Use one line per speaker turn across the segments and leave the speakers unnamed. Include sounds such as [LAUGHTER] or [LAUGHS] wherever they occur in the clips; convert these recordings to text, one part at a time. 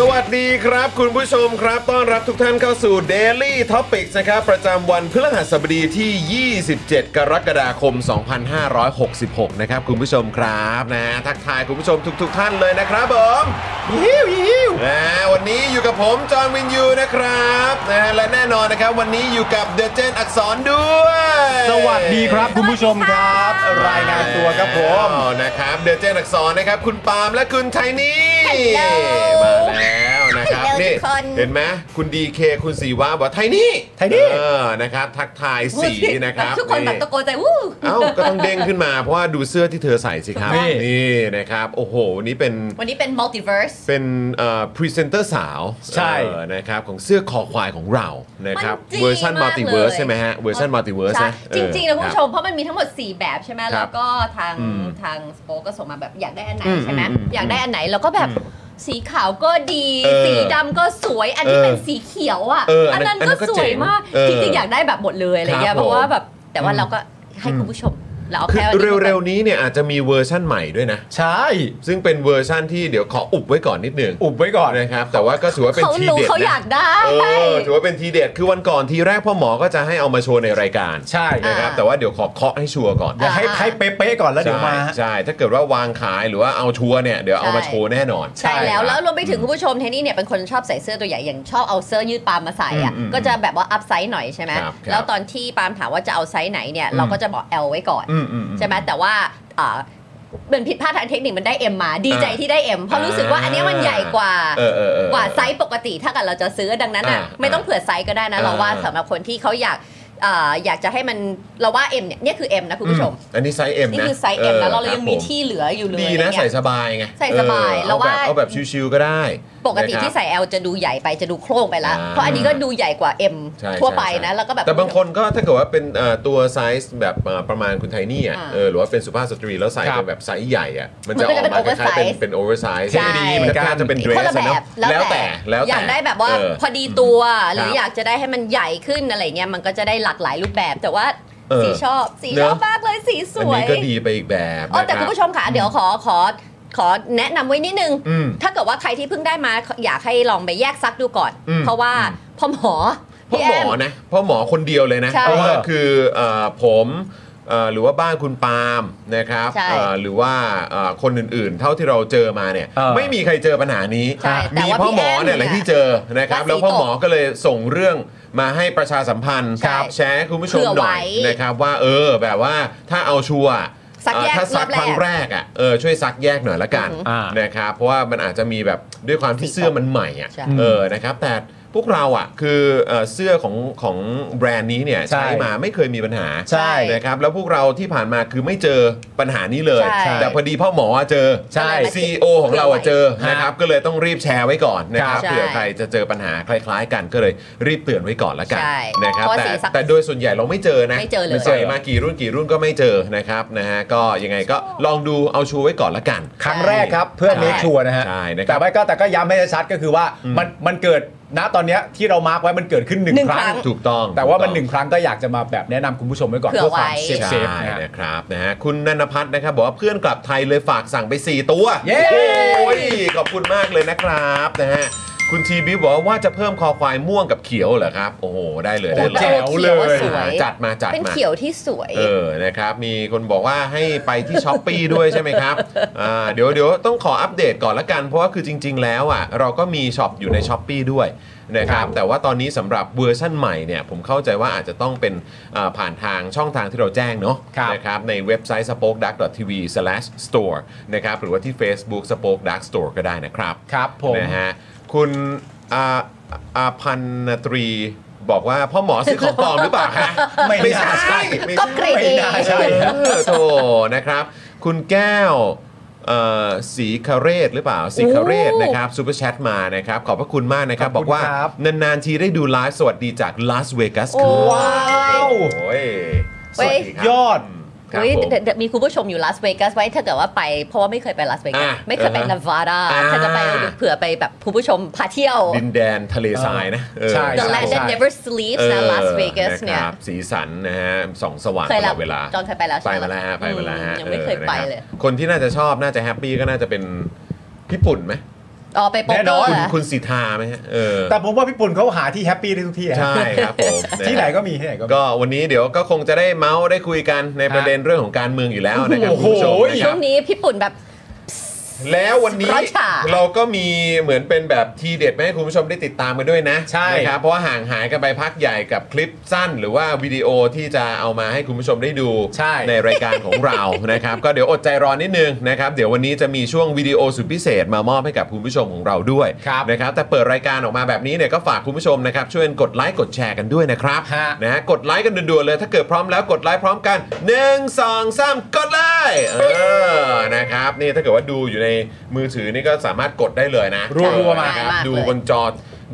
สวัสดีครับ คุณผู้ชมครับ ต้อนรับทุกท่านเข้าสู่ Daily Topics นะครับ ประจำวันพฤหัสบดีที่ 27 กรกฎาคม 2566 นะครับ คุณผู้ชมครับนะ ทักทายคุณผู้ชมทุก ๆ ท่านเลยนะครับผมยิวยิวนะวันนี้อยู่กับผม จอห์นวินยูนะครับนะและแน่นอนนะครับ วันนี้อยู่กับเดอะเจนอักษรด้วย
สวัสดีครับคุณผู้ชมครับ รายงานตัวครับผม
อ้าวนะครับ เดี๋ยวเจนอักษรนะครับ คุณปาล์มและคุณไทนี่ มาแล้วนะครับ
Hello
นี่
ทุกคน
เห็นไหมคุณดีเคคุณสีว่าบอกไทนี่
ไทนี่
เออนะครับ ทักทายสีนะครับ
ทุกคนแบบตะโกนใจวู้
เอ้าก็ต้องเด้งขึ้นมาเพราะว่าดูเสื้อที่เธอใส่สิครับ
นี่
นี่นะครับ โอ้โหวันนี้เป็น
วันนี้เป็น multiverse
เป็นพรีเซนเตอร์สาว
ใช่
เออนะครับของเสื้อคอควายของเรานะครับ
มันจริง
เวอร์ชัน
มาก
มัล
เลย
ติเวิร์สใช่ไหมฮะเวอร์ชันมัลติเวิร์ส
ใช่
นะ
จริงๆ
เอ
นะ
อ
คุณ
คบ
ผู้ชม เพราะมันมีทั้งหมด 4 แบบใช่ไหม
ครับ
แล้วก็ทาง
อืม
ทางสโปก็ส่งมาแบบอยากได้อันไหน
อืม
ใช่ไหม
อืม
อยากได้อันไหนแล้วก็แบบสีขาวก็ดี
เออ
สีดำก็สวยอันที่
เออ
เป็นสีเขียวอ่ะ
เอออัน
น
นั้
นั้น น
อันนั้
ก็
นก็
ส
เจ๋
วย
ง
มาก
เออ
จริงๆอยากได้แบบหมดเลยอะไรเงี้
ครับ
ยเพราะ
ผม
ว่าแบบแต่ว่าเราก็ให้คุณผู้ชมเราเอา
คื
แค่
อ
วันนี้
เร็วๆนี้เนี่ยอาจจะมีเวอร์ชั่นใหม่ด้วยนะ
ใช่
ซึ่งเป็นเวอร์ชั่นที่เดี๋ยวขออุบไว้ก่อนนิดหนึ่ง
อุบไว้ก่อน
นะครับแต่ว่าก็ถือว่าเป็น
เขา
ที
รู้
เด็ด
เขาอ
นะ
ยากได้
เออถือว่าเป็นทีเด็ดคือวันก่อนทีแรกพ่อหมอก็จะให้เอามาโชว์ในรายการ
ใช่
อ่า
นะครับแต่ว่าเดี๋ยวขอเคาะให้ชัวร์ก่อน
เดี๋ยวให้
อ่า
ให้เป๊ะๆก่อนแล้วเดี๋ยวมา
ใช่ใช่ถ้าเกิดว่าวางขายหรือว่าเอาชัวร์เนี่ยเดี๋ยวเอามาโชว์แน่นอน
ใช่แล้วแล้วรวมไปถึงคุณผู้ชมเทนนี่เนี่ยเป็นคนชอบใส่เสื้อตัวใหญ่อย่างชอบเอาเสื้อยืดปาล์มมาใส่อ่ะ
อืมอืม
ก็จะแบบว่าอัพไซส์หน่อยใช่ไหม
ครับครับ
แล้วตอนที่ปาล์มถามว่าจะเอาไซส์ไหนเนี่ยเราก็จะบอก L ไว้ก่อน
อืมอืม
ใช่ไหมแต่ว่าเอ่อเป็นผิดพลาดทางเทคนิคมันได้ M มาดีใจ
อ่า
ที่ได้ M เพราะรู้สึกว่าอันเนี้ยมันใหญ่กว่า
เออเออเออก
ว่าไซส์ปกติถ้าเกิดเราจะซื้อดังนั้นอ่ะ
อ่า
ไม่ต้องเผื่อไซส์ก็ได้นะ
อ่า
เราว่าสำหรับคนที่เขาอยากเอ่ออยากจะให้มันเราว่า M เนี่ยเนี่ยคือ M นะคุณผู้ชม
อันนี้ไซส์เอ็ม
นี่
นะ
คือไซส์ M นะเราเลยยังมีที่เหลืออยู่เลย
ดี
อไร
นะ
เงี้ย
ใส่สบายไง
ใส่สบาย
เออ
เราว่า
เอาแบบเอาแบบชิวๆก็ได้
ปกติ
ะรับ
ที่ใส่ L จะดูใหญ่ไปจะดูโครงไปละ
อ่า
เพราะอันนี้ก็ดูใหญ่กว่า M
ใช่
ทั่วไป
ใช่ใช่
นะ แล้วก็แบบ
แต่บางคนก็ถ้าเกิดว่าเป็นเอ่อตัวไซส์แบบเอ่อประมาณคุณไทนี่อ่ะ
อ่า
เออหรือว่าเป็นสุภาพสตรีแล้วใส่
ครับ
เป็นแบบไซส์ใหญ่อ่ะมันจะ
มั
ออน
ก็
กมาค
จะเป็น
ล้ายๆเป็นเป็
oversize
นโอเวอร์ไซส์
ใช่
เหมือนกันจะเป็นเดร
คน
ส
ละแบ
อะ
บ
เนอะแล้วแต่แล้วแต่
อยากได้แบบว่า
เออ
พอดีตัวห
ครับ
รืออยากจะได้ให้มันใหญ่ขึ้นอะไรเงี้ยมันก็จะได้หลากหลายรูปแบบแต่ว่า
เออ
สีชอบสี
เน
ช
อะ
อบมากเลยสีส
อัน
วย
นี้ก็ดีไปอีกแบบ
อ๋อแต่
นะ
คุ
รั
ณ
บ
ผู้ชมค่ะเดี๋ยวขอขอขอแนะนำไว้นิดนึง
อืม
ถ้าเกิดว่าใครที่เพิ่งได้มาอยากให้ลองไปแยกซักดูก่อน
อืม
เพราะว่า
อืม
พ่อหมอ
เพ่อ
พี่
หม
แอ
อ
ม
นะเพ่อหมอคนเดียวเลยนะ
ใช่
เพราะว่าคือเอ่อผมเอ่อหรือว่าบ้านคุณปาล์มนะครับ
ใช่
เอ่อหรือว่าเอ่อคนอื่นๆ เท่าที่เราเจอมาเนี่ย
เออ
ไม่มีใครเจอปัญหานี้
ใช่แต่
มี
ว่า
พ่อหมอ
พี่แอน
เนี่ยแหละที่เจอนะครับ
ราศี
แล้วพ่อหมอ
ตก
ก็เลยส่งเรื่องมาให้ประชาสัมพันธ์
ใช่
ครับแชร์ให้คุณผู้ชม
เผื่อ
หน่
ไว้
อยนะครับว่าเออแบบว่าถ้าเอาชัวร์
ซักแยก
เอ่อถ้าซัก
ร
ค
อบแรก
รั้งแรกอ่ะเออช่วยซักแยกหน่อยละกัน
อือหือ
อ่าน
นะครับเพราะว่ามันอาจจะมีแบบด้วยความที่
สีตก
เสื้อมันใหม่อ่ะ
ใช่
เออนะครับแต่ พวกเราอ่ะคือเอ่อเสื้อของของแบรนด์นี้เนี่ย
ใช่
ใช้มาไม่เคยมีปัญหา
ใช่
นะครับแล้วพวกเราที่ผ่านมาคือไม่เจอปัญหานี้เลย
ใช่
แต่พอดีพ่อหมอเจอ
ใช่
ซีโอของเราอะเจอ
ฮะ
นะครับก็เลยต้องรีบแชร์ไว้ก่อนนะครับ
ใช่
เผื่อใครจะเจอปัญหาคล้าย ๆ กันก็เลยรีบเตือนไว้ก่อนละกัน
ใช่
นะครับ
เพราะ
แต่
สีสัก
แต่โดยส่วนใหญ่เราไม่เจอนะ
ไม่เจอเลย
ใส่มากี่รุ่นกี่รุ่นก็ไม่เจอนะครับนะฮะก็ยังไงก็ลองดูเอาชูไว้ก่อนละกัน
ครั้งแรกครับเพื่อ
ใช่
เมคชัวร์นะฮะ
ใช่นะครับ
แต่ไม่ก็แต่ก็ย้ำให้ชัดก็คือว่า
อืม
มันมันเกิดณตอนเนี้ยที่เรามาร์กไว้มันเกิดขึ้นหนึ่ง
หนึ่ง
ครั้
ครั้
ง
ง
ถูกต้อง
แต่ว่ามัน
ถูก
ห
ต้อง
นึ่งครั้งก็อยากจะมาแบบแนะนำคุณผู้ชมไว้ก่อน
เผื่อ
เพื่อความ
ไว้
เซฟ
ใช่
เซฟนะฮะ
นะครับนะฮะคุณนันพัฒน์นะครับ บอกว่าเพื่อนกลับไทยเลยฝากสั่งไป 4 ตัว
เย้
โอ้ยขอบคุณมากเลยนะครับนะฮะคุณทีบิวบอกว่าว่าจะเพิ่มคอควายม่วงกับเขียวเหรอครับ โอ้โห ได้เลยได้
โอ้
เลย
แจ๋วเลย
สวย
จัดมาจัด
เป็น
มา
เขียวที่สวย
เออ นะครับ มีคนบอกว่าให้ไปที่ช้อปปีด้วยใช่ไหมครับ อ่า เดี๋ยวเดี๋ยวต้องขออัปเดตก่อนละกัน เพราะว่าคือจริง ๆ แล้วอ่ะ เราก็มีช็อปอยู่ในช้อปปีด้วยนะครับ แต่ว่าตอนนี้สำหรับเวอร์ชั่นใหม่เนี่ย ผมเข้าใจว่าอาจจะต้องเป็นอ่าผ่านทางช่องทางที่เราแจ้งเนาะ
ครับ
นะครับ ในเว็บไซต์ spoke dark tv store นะครับ หรือว่าที่ Facebook spoke dark store ก็ได้นะครับ
ครับผม
นะฮะคุณอาอาพันนตรีบอกว่าพ่อหมอซื้อของปลอมหรือเปล่าคะ
ไม่น่าใช่
ไม่
ก็
ใช่
เกรดเอ
ไม่น่าใช่
เออโธ่นะครับ คุณแก้วเอ่อสีคาเรตหรือเปล่าสีคาเรตนะครับซูเปอร์แชทมานะครับ ขอบพระคุณมากนะครับ
ข
บ
อ
บ อ
คุ
ก
ณ
ว่า
ครับ
นาน ๆ ทีได้ดูไลฟ์สวัสดีจากลาสเวกัสครับ
ว้าว
โอ้ยสวัสดีครับ
ยอด
ครับ
เฮ้ย
ผม
เดี๋ยวเดี๋ยวมีคุณผู้ชมอยู่ลาสเวกัสไว้ถ้าเกิดว่าไปเพราะว่าไม่เคยไปลาสเวกัส
อ่ะ
ไม่เคยไป
อ่าฮะ
นาฟาดา
อ่า
ถ้าจะไปเผื่อไปแบบคุณผู้ชมพาเที่ยว
ดินแดนทะเลทรายนะเออ
ใช่
The land that never sleeps นะลาสเวกัส
อ
เนี่ย
อะครับสีสันนะฮะส่องสว่าง
เค
ต
ย
ล
แล้
อ
ว
ดเวลา
จอนเคยไปแล้ว
ไป
ใช่ห
มาแล้วฮะไปมาแล้วฮะ
อืยังไม่เคย
ออ
ไป
นะครับ
เลย
คนที่น่าจะชอบน่าจะแฮปปี้ก็น่าจะเป็นญี่ปุ่นไหม
อ๋อไปโป๊ก
แน่น
เกอ
อน
ร์เหรอ
คุณสีทาไหมฮะเออ
แต่ผมว่าพี่ปุ่นเขาหาที่แฮปปี้ได้ทุกที่ฮะ
ใช่ครับผมะ
ที่ไหนก็มีที่ไหนก็มี
ก็วันนี้เดี๋ยวก็คงจะได้เมาส์ได้คุยกันในประเด็นเรื่องของการเมืองอยู่แล้วนะครับ
โอ้
คุณ
โห
ผู้ชมนะค
ช่
รั
ว
บ
งนี้พี่ปุ่นแบบ
แล้ววันนี้
ร้อยฉาก
เราก็มีเหมือนเป็นแบบทีเด็ดมาให้คุณผู้ชมได้ติดตามกันด้วยนะ
ใช่
นะครับเพราะว่าห่างหายกันไปพักใหญ่กับคลิปสั้น หรือว่าวิดีโอที่จะเอามาให้คุณผู้ชมได้ดู
ใช่
ในรายการของเรา [LAUGHS] นะครับ ก็เดี๋ยวอดใจรอนิดนึงนะครับ เดี๋ยววันนี้จะมีช่วงวิดีโอสุดพิเศษมามอบให้กับคุณผู้ชมของเราด้วย
ครับ
นะครับ แต่เปิดรายการออกมาแบบนี้เนี่ยก็ฝากคุณผู้ชมนะครับ ช่วยกดไลค์กดแชร์กันด้วยนะครับ
ฮะ
นะฮะกดไลค์กันด่วนๆเลย ถ้าเกิดพร้อมแล้วกดไลค์พร้อมกัน 1 2 3 กดไลค์เออนะครับนี่ถ้าเกิดว่าดูอยู่ในมือถือนี่ก็สามารถกดได้เลยนะ
รัวๆมา
นะครับ
มากเลย
ดูบนจอ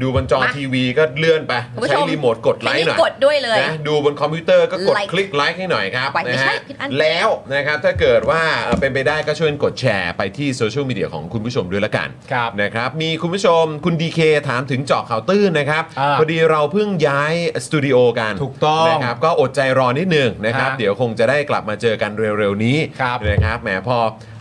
ดูบนจอ
มา
ทีวีก็เลื่อนไป
คุณผู้ช
ใช้
ม
รีโมทกดไลค์หน่อย
กดด้วยเลย
นะดูบนคอมพิวเตอร์ก็กด
Like
คลิกไลค์ให้หน่อยครับ
ไปไม่
นะ
ใช่
ฮะ
ผิดอัน
แล้วนะครับถ้าเกิดว่าเอ่อเป็นไปได้ก็ช่วยกดแชร์ไปที่โซเชียลมีเดียของคุณผู้ชมด้วยละกัน
ครับ
นะครับมีคุณผู้ชมคุณดีเคถามถึงเจาะข่าวตื้นนะครับ
อ่า
พอดีเราเพิ่งย้ายสตูดิโอกัน
ถูกต้อง
นะครับก็อดใจรอนิดหนึงนะครับ
ฮะ
เดี๋ยวคงจะได้กลับมาเจอกันเร็วๆนี้
ครับ
นะครับแหมพอ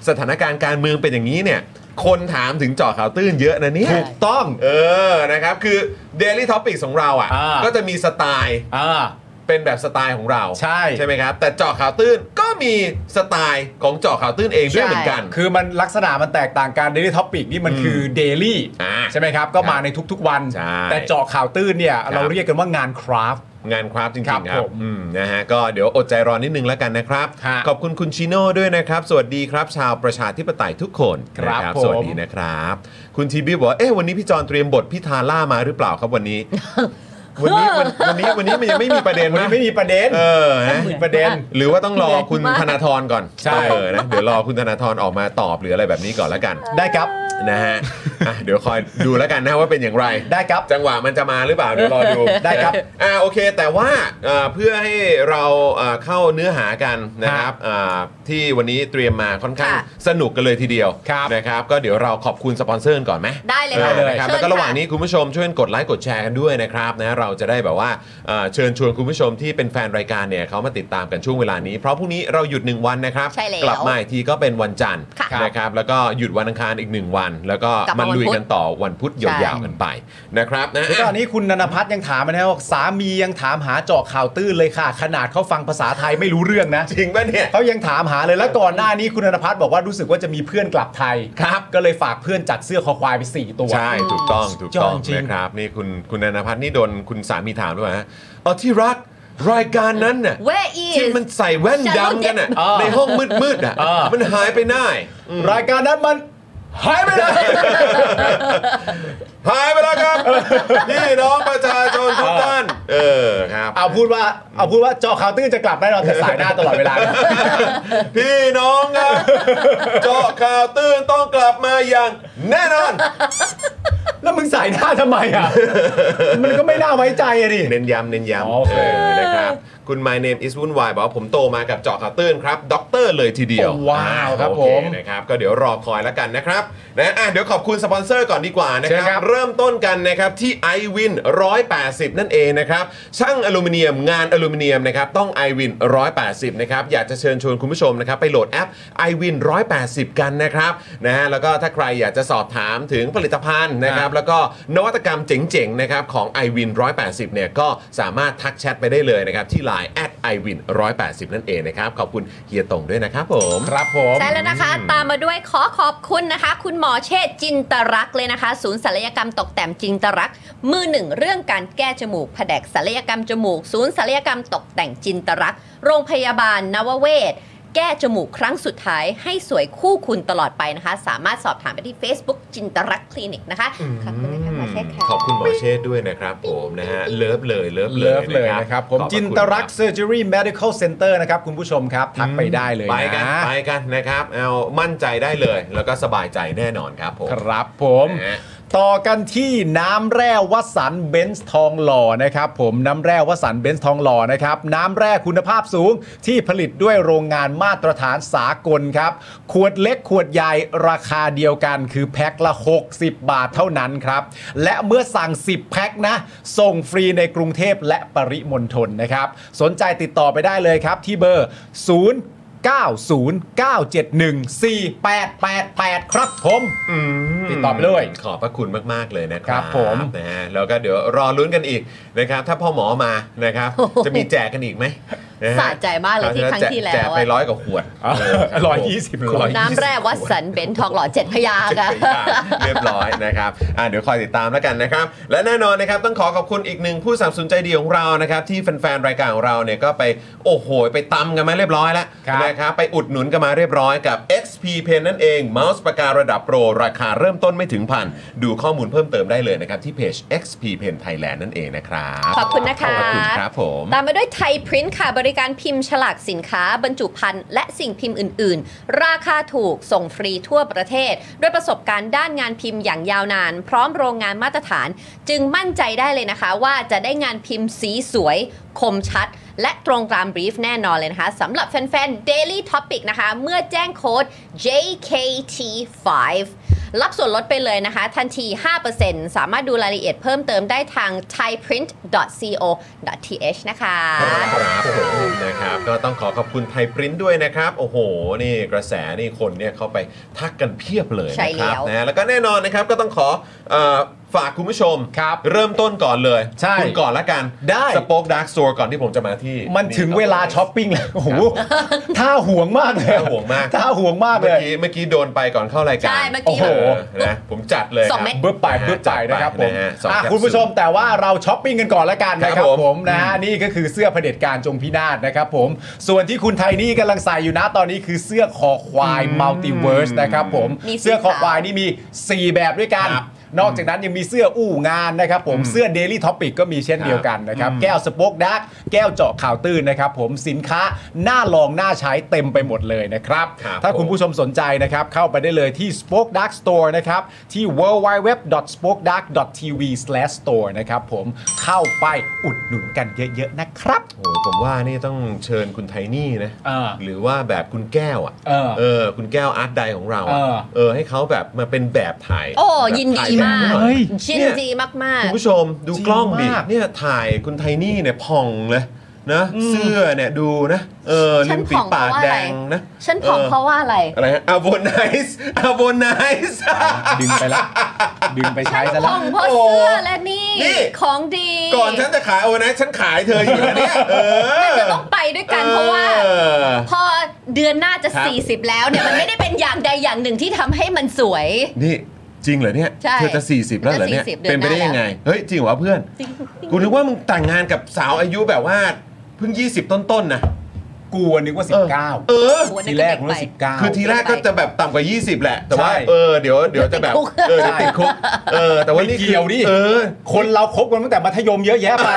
สถานการณ์การเมืองเป็นอย่างนี้เนี่ยคนถามถึงเจาะข่าวตื้นเยอะนะเนี่ย
ถูกต้อง
เออนะครับคือ Daily Topic ของเราอ่ะ
อ่า
ก็จะมีสไตล์
อ่า
เป็นแบบสไตล์ของเรา
ใช่
ใช่ไหมครับ แต่เจาะข่าวตื้นก็มีสไตล์ของเจาะข่าวตื้นเองด้วยเหมือนกัน
คือมันลักษณะมันแตกต่างกัน daily topic นี่มันคือ daily
อ่า
ใช่ไหมครับ ก็
ค
มา
รับ
ในทุกๆวัน
ใช่
แต่เจาะข่าวตื้นเนี่ย
ครับ
เราเรียกกันว่างานคราฟ
งานครับจริงๆค
ครั
รับบ
ผม
อืมนะฮะก็เดี๋ยวอดใจรอนิดนึงแล้วกันนะครับ
ฮะ
ขอบคุณคุณชิโน่ด้วยนะครับ สวัสดีครับ ชาวประชาธิปไตยทุกคน
ครับ
นะ
ผม
สวัสดีนะครับ คุณทีบีบอกว่าเอ๊ะวันนี้พี่จอนเตรียมบทพี่ทาล่ามาหรือเปล่าครับวันนี้ [LAUGHS] วันนี้วันวันนี้วันนี้มันยังไม่มีประเด็น
วัน
นะ
นี้ไม่มีประเด็น
เออนะ
มีประเด็น
หรือว่าต้องรอคุณ
มาก
ธนาธรก่อน
ใช่
เออ
[LAUGHS]
นะเดี๋ยวรอคุณธนาธรออกมาตอบหรืออะไรแบบนี้ก่อนแล้วกัน
ได้ครับ
นะฮะอ่ะเดี๋ยวคอยดูแล้วกันนะว่าเป็นอย่างไร
[LAUGHS] ได้ครับ
จังหวะมันจะมาหรือเปล่า เดี๋ยวรอดู
[LAUGHS] ได้ครับ
อ่าโอเค แต่ว่าเอ่อเพื่อให้เราเอ่อเข้าเนื้อหากันนะครับอ่าที่วันนี้เตรียมมาค่อนข้าง
ค่ะ
สนุกกันเลยทีเดียว
ครับ
นะครับ ก็เดี๋ยวเราขอบคุณสปอนเซอร์ก่อนไหม
ได้เลย
ออ
ค่ะ
นะครับ
เชิญ
แล้วก็ระหว่าง
ค่ะ
นี้คุณผู้ชมช่วยกดไลค์กดแชร์กันด้วยนะครับนะเราจะได้แบบว่าเอ่อเชิญชวนคุณผู้ชมที่เป็นแฟนรายการเนี่ยเขามาติดตามกันช่วงเวลานี้เพราะพรุ่งนี้เราหยุดหนึ่งวันนะครับ
ใช่แล้ว
กลับมาอีกทีก็เป็นวันจันทร์
ค่ะ
นะครับแล้วก็หยุดวันอังคารอีกหนึ่งวัน แล้วก็
กลับ
มั
มาน วัน
ลุย
พุธ
กันต่อวันพุธยาวๆกันไปนะครับนะ
แล้วก็อันนี้คุณนันพัฒน์ยังถามมานะว่าสามียังถามหาเจาะข่าวตื้นเลยค่ะ ขนาดเขาฟังภาษาไทยไม่รู้เรื่องนะ
จริงป่ะเนี่ย
เขายังถามหาเลยแล้วก่อนหน้านี้คุณธนพัฒน์บอกว่ารู้สึกว่าจะมีเพื่อนกลับไทย
ครับ
ก็เลยฝากเพื่อนจัดเสื้อคอควายไป 4 ตัว
ใช่ถูกต้องถูกต้อง
จริง
นะครับนี่คุณคุณนันพัฒน์นี่โดนคุณสามีถามด้วยฮะอ๋อที่รักรายการนั้นน่ะ
Where
ที่
is
มันใส่แว่นดำกันน่ะ
เออ
ในห้องมืดๆอ่ะ
เออ
มันหายไปไหนอืม
รายการนั้นมัน
หายไปไหน [LAUGHS] หายไปแล้ว [LAUGHS] ครับพี่น้องประชาชนทุกท่าน เออครับ
เอาพูดว่าเอาพูดว่าจอข่าวตื้นจะกลับได้เราแต่สายหน้าตลอดเวลา
พี่น้องครับเจาะข่าวตื่นต้องกลับมาอย่างแน่นอน
แล้วมึงสายหน้าทำไมอ่ะ มันก็ไม่น่าไว้ใจอะดิ
เน้นย้ำเน้นย้ำ
โอเค
อนะครับ คุณ my name is วุ่นวายบอกว่าผมโตมากับเจาะข่าวตื้นครับด็อกเตอร์เลยทีเดียว
ว้าวครับ
โอเ
ผม
นะครับก็เดี๋ยวรอคอยแล้วกันนะครับนะอ่ะเดี๋ยวขอบคุณสปอนเซอร์ก่อนดีกว่านะครั
เชิญครับ บ
เริ่มต้นกันนะครับที่ i w วิน180 นั่นเองนะครับช่างอลูมิเนียมงานอลูมิเนียมนะครับต้อง i w วิน180 นะครับอยากจะเชิญชวนคุณผู้ชมนะครับไปโหลดแอป i w วิน180 กันนะครับนะฮะแล้วก็ถ้าใครอยากจะสอบถามถึงผลิตภัณฑ์นะครับ แล้วก็นวัตกรรมเจ๋งๆนะครับของ i w วิน180 เนี่ยก็สามารถทักแชทไปได้เลยนะครับที่ Line i w วิน180 นั่นเองนะครับขอบคุณเฮียตงด้วยนะครับผม
ครับผม
ใช่แล้วนะคะ ตามมาด้วยขอขอบคุณนะคะ คุณหมอเชษฐ์จินตรักษ์เลยนะคะ ศูนย์ศัลยกรรมตกแต่งจินตรักษ์มือหนึ่งเรื่องการแก้จมูกแผนกศัลยกรรมจมูก ศูนย์ศัลยกรรมตกแต่งจินตรักษ์โรงพยาบาลนวเวศ แก้จมูกครั้งสุดท้ายให้สวยคู่คุณตลอดไปนะคะ สามารถสอบถามไปที่ Facebook จินตรักษ์คลินิกนะคะขอบคุณนะคะหมอเชษฐ์ค่ะ
ขอบคุณหมอเชษฐ์ด้วยนะครับผมนะฮะเลิฟเลยเลิฟเล
เลิ
ย
ฟเลยนะครับ ผม
ขอบพะคุณ
จินตรักษ์เซอร์เจอรี่เมดิคอลเซ็นเตอร์นะครับ คุณผู้ชมครับ ทักไปได้เลย
ไปกัน
นะ
ไปกันนะครับเอามั่นใจได้เลย แล้วก็สบายใจแน่นอนครับผม
ครับผม
นะฮะ
ต่อกันที่น้ำแร่วัดสันเบนซ์ทองหล่อนะครับ ผมน้ำแร่วัดสันเบนซ์ทองหล่อนะครับ น้ำแร่คุณภาพสูงที่ผลิตด้วยโรงงานมาตรฐานสากลครับ ขวดเล็กขวดใหญ่ราคาเดียวกันคือแพ็คละ 60 บาทเท่านั้นครับ และเมื่อสั่ง 10 แพ็คนะ ส่งฟรีในกรุงเทพและปริมณฑลนะครับ สนใจติดต่อไปได้เลยครับ ที่เบอร์ 0 909714888 ครับผม ติดต่อไปเลย
ขอบพระคุณมาก ๆ เลยนะค
ครั
รับบ
ผม
นะฮะแล้วก็เดี๋ยวรอลุ้นกันอีกนะครับ ถ้าพ่อหมอมานะครับ
โอ้โห
จะมีแจกกันอีกไหมนะฮะ
สะใจมากเลยที่ครั้งที่แล้ว
แจกไป
อะ
ร้อยกว่าขวด
เออ
คบ
120
ผม
น้ำแร่วัด
ข
สันเบนซ์ทองหล่อเจ็ดพยางค์อะ
เรียบร้อยนะครับอ่ะเดี๋ยวคอยติดตามแล้วกันนะครับ และแน่นอนนะครับต้องขอขอบคุณอีกหนึ่งผู้สนับสนุนใจดีของเรานะครับที่แฟนๆรายการของเราเนี่ยก็ไปโอ้โหไปตำกันมาเรียบร้อยแล้ว
ครับ
นะครับไปอุดหนุนกันมาเรียบร้อยกับ XP Pen นั่นเองเมาส์ปากการะดับโปร ราคาเริ่มต้นไม่ถึงพันดูข้อมูลเพิ่มเติมได้เลยนะครับที่เพจ XP Pen Thailand นั่นเองนะครับ
ขอบคุณนะคะ
ขอบคุณครับผม
ตามมาด้วยไทยพริ้นท์ค่ะ บริการพิมพ์ฉลากสินค้า บรรจุภัณฑ์และสิ่งพิมพ์อื่น ๆ ราคาถูกส่งฟรีทั่วประเทศ ด้วยประสบการณ์ด้านงานพิมพ์อย่างยาวนาน พร้อมโรงงานมาตรฐาน จึงมั่นใจได้เลยนะคะ ว่าจะได้งานพิมพ์สีสวย คมชัด และตรงตามบรีฟแน่นอนเลยนะคะสำหรับแฟน ๆ Daily Topic นะคะ เมื่อแจ้งโค้ด JKT5 รับส่วนลดไปเลยนะคะ ทันที 5%สามารถดูรายละเอียดเพิ่มเติมได้ทาง thaiprint.co.th นะคะ
ครับผมนะครับก็ต้องขอขอบคุณไทยปริ้นท์ด้วยนะครับ โอ้โห นี่กระแสนี่คนเนี่ยเขาไปทักกันเพียบเลย
ใช่
นะครับ
แล้ว
นะแล้วก็แน่นอนนะครับก็ต้องขอเอ่อฝากคุณผู้ชม
ครับ
เริ่มต้นก่อนเลย
ใช่
คุณก่อนละกัน
ได้
สป็อกดาร์กสโตร์ก่อนที่ผมจะมาที่
มันถึงเวลาช้อปปิ้งแล้ว โอ้โหท่าห่วงมากเลย
น่าห่วงมาก
ท่าห่วงมากเล
เมื่อย กี้เมื่อกี้โดนไปก่อนเข้ารายการ
ใช่เมื่อกี้
โอ้โหนะผมจัดเลย
สอง
ค
เม็
รั
ด
บ
เบื้อไปเบื้อไปนะครับผม
นะฮะสอง
อ่ะ
แคปซูล
คุณผู้ชมแต่ว่าเราช้อปปิ้งกันก่อนละกันนะค
ครั
รับบ
ผม
ผมนะฮะนี่ก็คือเสื้อเผด็จการจงพินาศนะครับผม ส่วนที่คุณไทนี่กำลังใส่อยู่นะตอนนี้คือเสื้อคอควายมัลติเวิร์สนะครับผม
มีสี
เสื้อคอ
ขาว
ควายนี่มี 4 แบบด้วยกัน
ครับ
นอกจากนั้นยังมีเสื้ออู้งานนะครับผมเสื้อ Daily Topic ก็มีเช่นเดียวกันนะครับแก้วสป็อกดักแก้วเจาะข่าวตื้นนะครับผมสินค้าหน้าลองหน้าใช้เต็มไปหมดเลยนะครับ
ครับ
ถ้าคุณ
ผม
ผู้ ผู้ชมสนใจนะครับ เข้าไปได้เลยที่ Spoke Dark Store นะครับ ที่ www.spokedark.tv/store นะครับผมเข้าไปอุดหนุนกันเยอะ ๆ นะครับ
โอ้โหผมว่านี่ต้องเชิญคุณไทนี่นะ
อ่า
หรือว่าแบบคุณแก้วอ่ะ
เออ
คุณแก้วอาร์ตไดของเราะ
เออ
เออให้เขาแบบมาเป็นแบบถ่าย
โอ้
แบบ
ยิน
ถ่
ดี
แบบ
มาก
หน่อย
ยินดีมาก
คุณ
ๆ
ผู้ชมดูกล้องดิ
จริงมาก
เนี่ยถ่ายคุณไทนี่เนี่ยพองเลยนะเสื้อเนี่ยดูนะเออ
ฉั
ริ
น
มฝีปาก
ผ่องเพ
แด
ราะว่าอะไร
งนะ
ฉันผอมเพราะว่าอะไร
อะไรฮะอาโวไน [LAUGHS] ส์อาโวไนส์
ดึงไปละ ดึงไปใช้ซะ
ผ
ละ
อมเพราะเสื้อและนี่
นี่
ของดี
ก่อนฉันจะขายโอไนส์ฉันขายเธออยู่นะเนี่ยเออ
จะต้องไปด้วยกันเพราะว่า
เออ
พอเดือนหน้าจะ
ครับ
40 แล้วเนี่ย มันไม่ได้เป็นอย่างใดอย่างหนึ่งที่ทำให้มันสวย
นี่จริงเหรอเนี่ย
ใช่
เธอจะ 40 แล้วเหรอเนี่ย
จะ40เดือน
เป็นไปได้
หน้า
ยังไง เฮ้ย จริงเหรอเพื่อน กูนึกว่ามึงแต่งงานกับสาวอายุแบบว่าเพิ่ง 20 ต้นๆนะ
กลัวนึกว่า
เอ
19
อ
โอ้โห
ทีแรก
นึ
นึก
ไป
ว่า 19
คือทีแรกก็จะแบบต่ำกว่า 20 แหละ แต่ว่า
ใช่
เออเดี๋ยวเดี๋ยวจะแบบเออเดี๋ยวติดคุกเออแต่ว่า
ไม่
นี่คือ
เกี่ยวดิ
เออ
คนเราคบกันตั้งแต่มัธยมเยอะแยะไป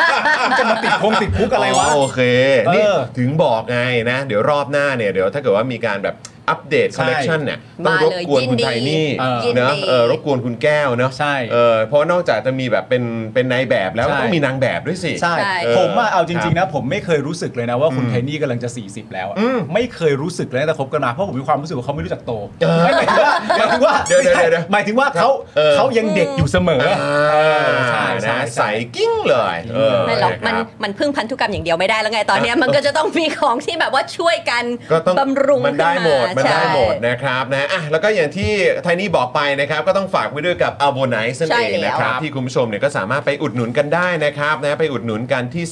[LAUGHS] จะมาติดคงติดคุกอะไรวะ
โอเค
เออ
นี่ถึงบอกไงนะ เดี๋ยวรอบหน้าเนี่ย เดี๋ยวถ้าเกิดว่ามีการแบบอัปเดตค
ใช่
อลเล t ชันเนี่ย ต้อง
มาร เล
บ
ย
กวน
ยิน
คุณ
ดี
ไทนี่
เออ
ยินดี
เนอะเออรบกวนคุณแก้วเนอะ
ใช่
เออเพราะนอกจากจะมีแบบเป็นเป็นนายแบบแล้วก็ต้องมีนางแบบด้วยสิ
ใช่
ใช่
ผมอะเอาจ
ครั
ริ
บ
ง ๆ นะ ผมไม่เคยรู้สึกเลยนะว่าคุณ
อืม
ไทนี่กำลังจะ 40 แล้วอะ
อืม
ไม่เคยรู้สึกเลยนะแต่คบกันมาเพราะผมมีความรู้สึกว่าเขาไม่รู้จักโต
เออ
ไม่หมายถึงว่าหมายถึงว่า
เดี๋ยวเดี๋ยวเดี๋ยว
หมายถึงว่าเขา
เออ
เขายังเด็กอยู่เสมอ
อ่า
เออใช่ใช่
นะใส
ใช่
กิ้งเลยเ
ไม่หรอก
ะค
มัน
บ
มันพึ่งพันธุกรรมอย่างเดียวไม่ได้แล้วไงตอนเนี้ยมันก็จะต้องมีของที่แบบว่าช่วยกัน
ก็ต้อง
บำรุง
มันได้หมด มัน
ขึ้า
ได้หมด
ใช่
นะครับนะอ่ะแล้วก็อย่างที่ไทนี่บอกไปนะครับ ก็ต้องฝากไว้ด้วยกับอ l ลโบไนซ์นั่น
ใช่
เอง
แล้ว
นะครับ ที่คุณผู้ชมเนี่ยก็สามารถไปอุดหนุนกันได้นะครับนะไปอุดหนุนกันที่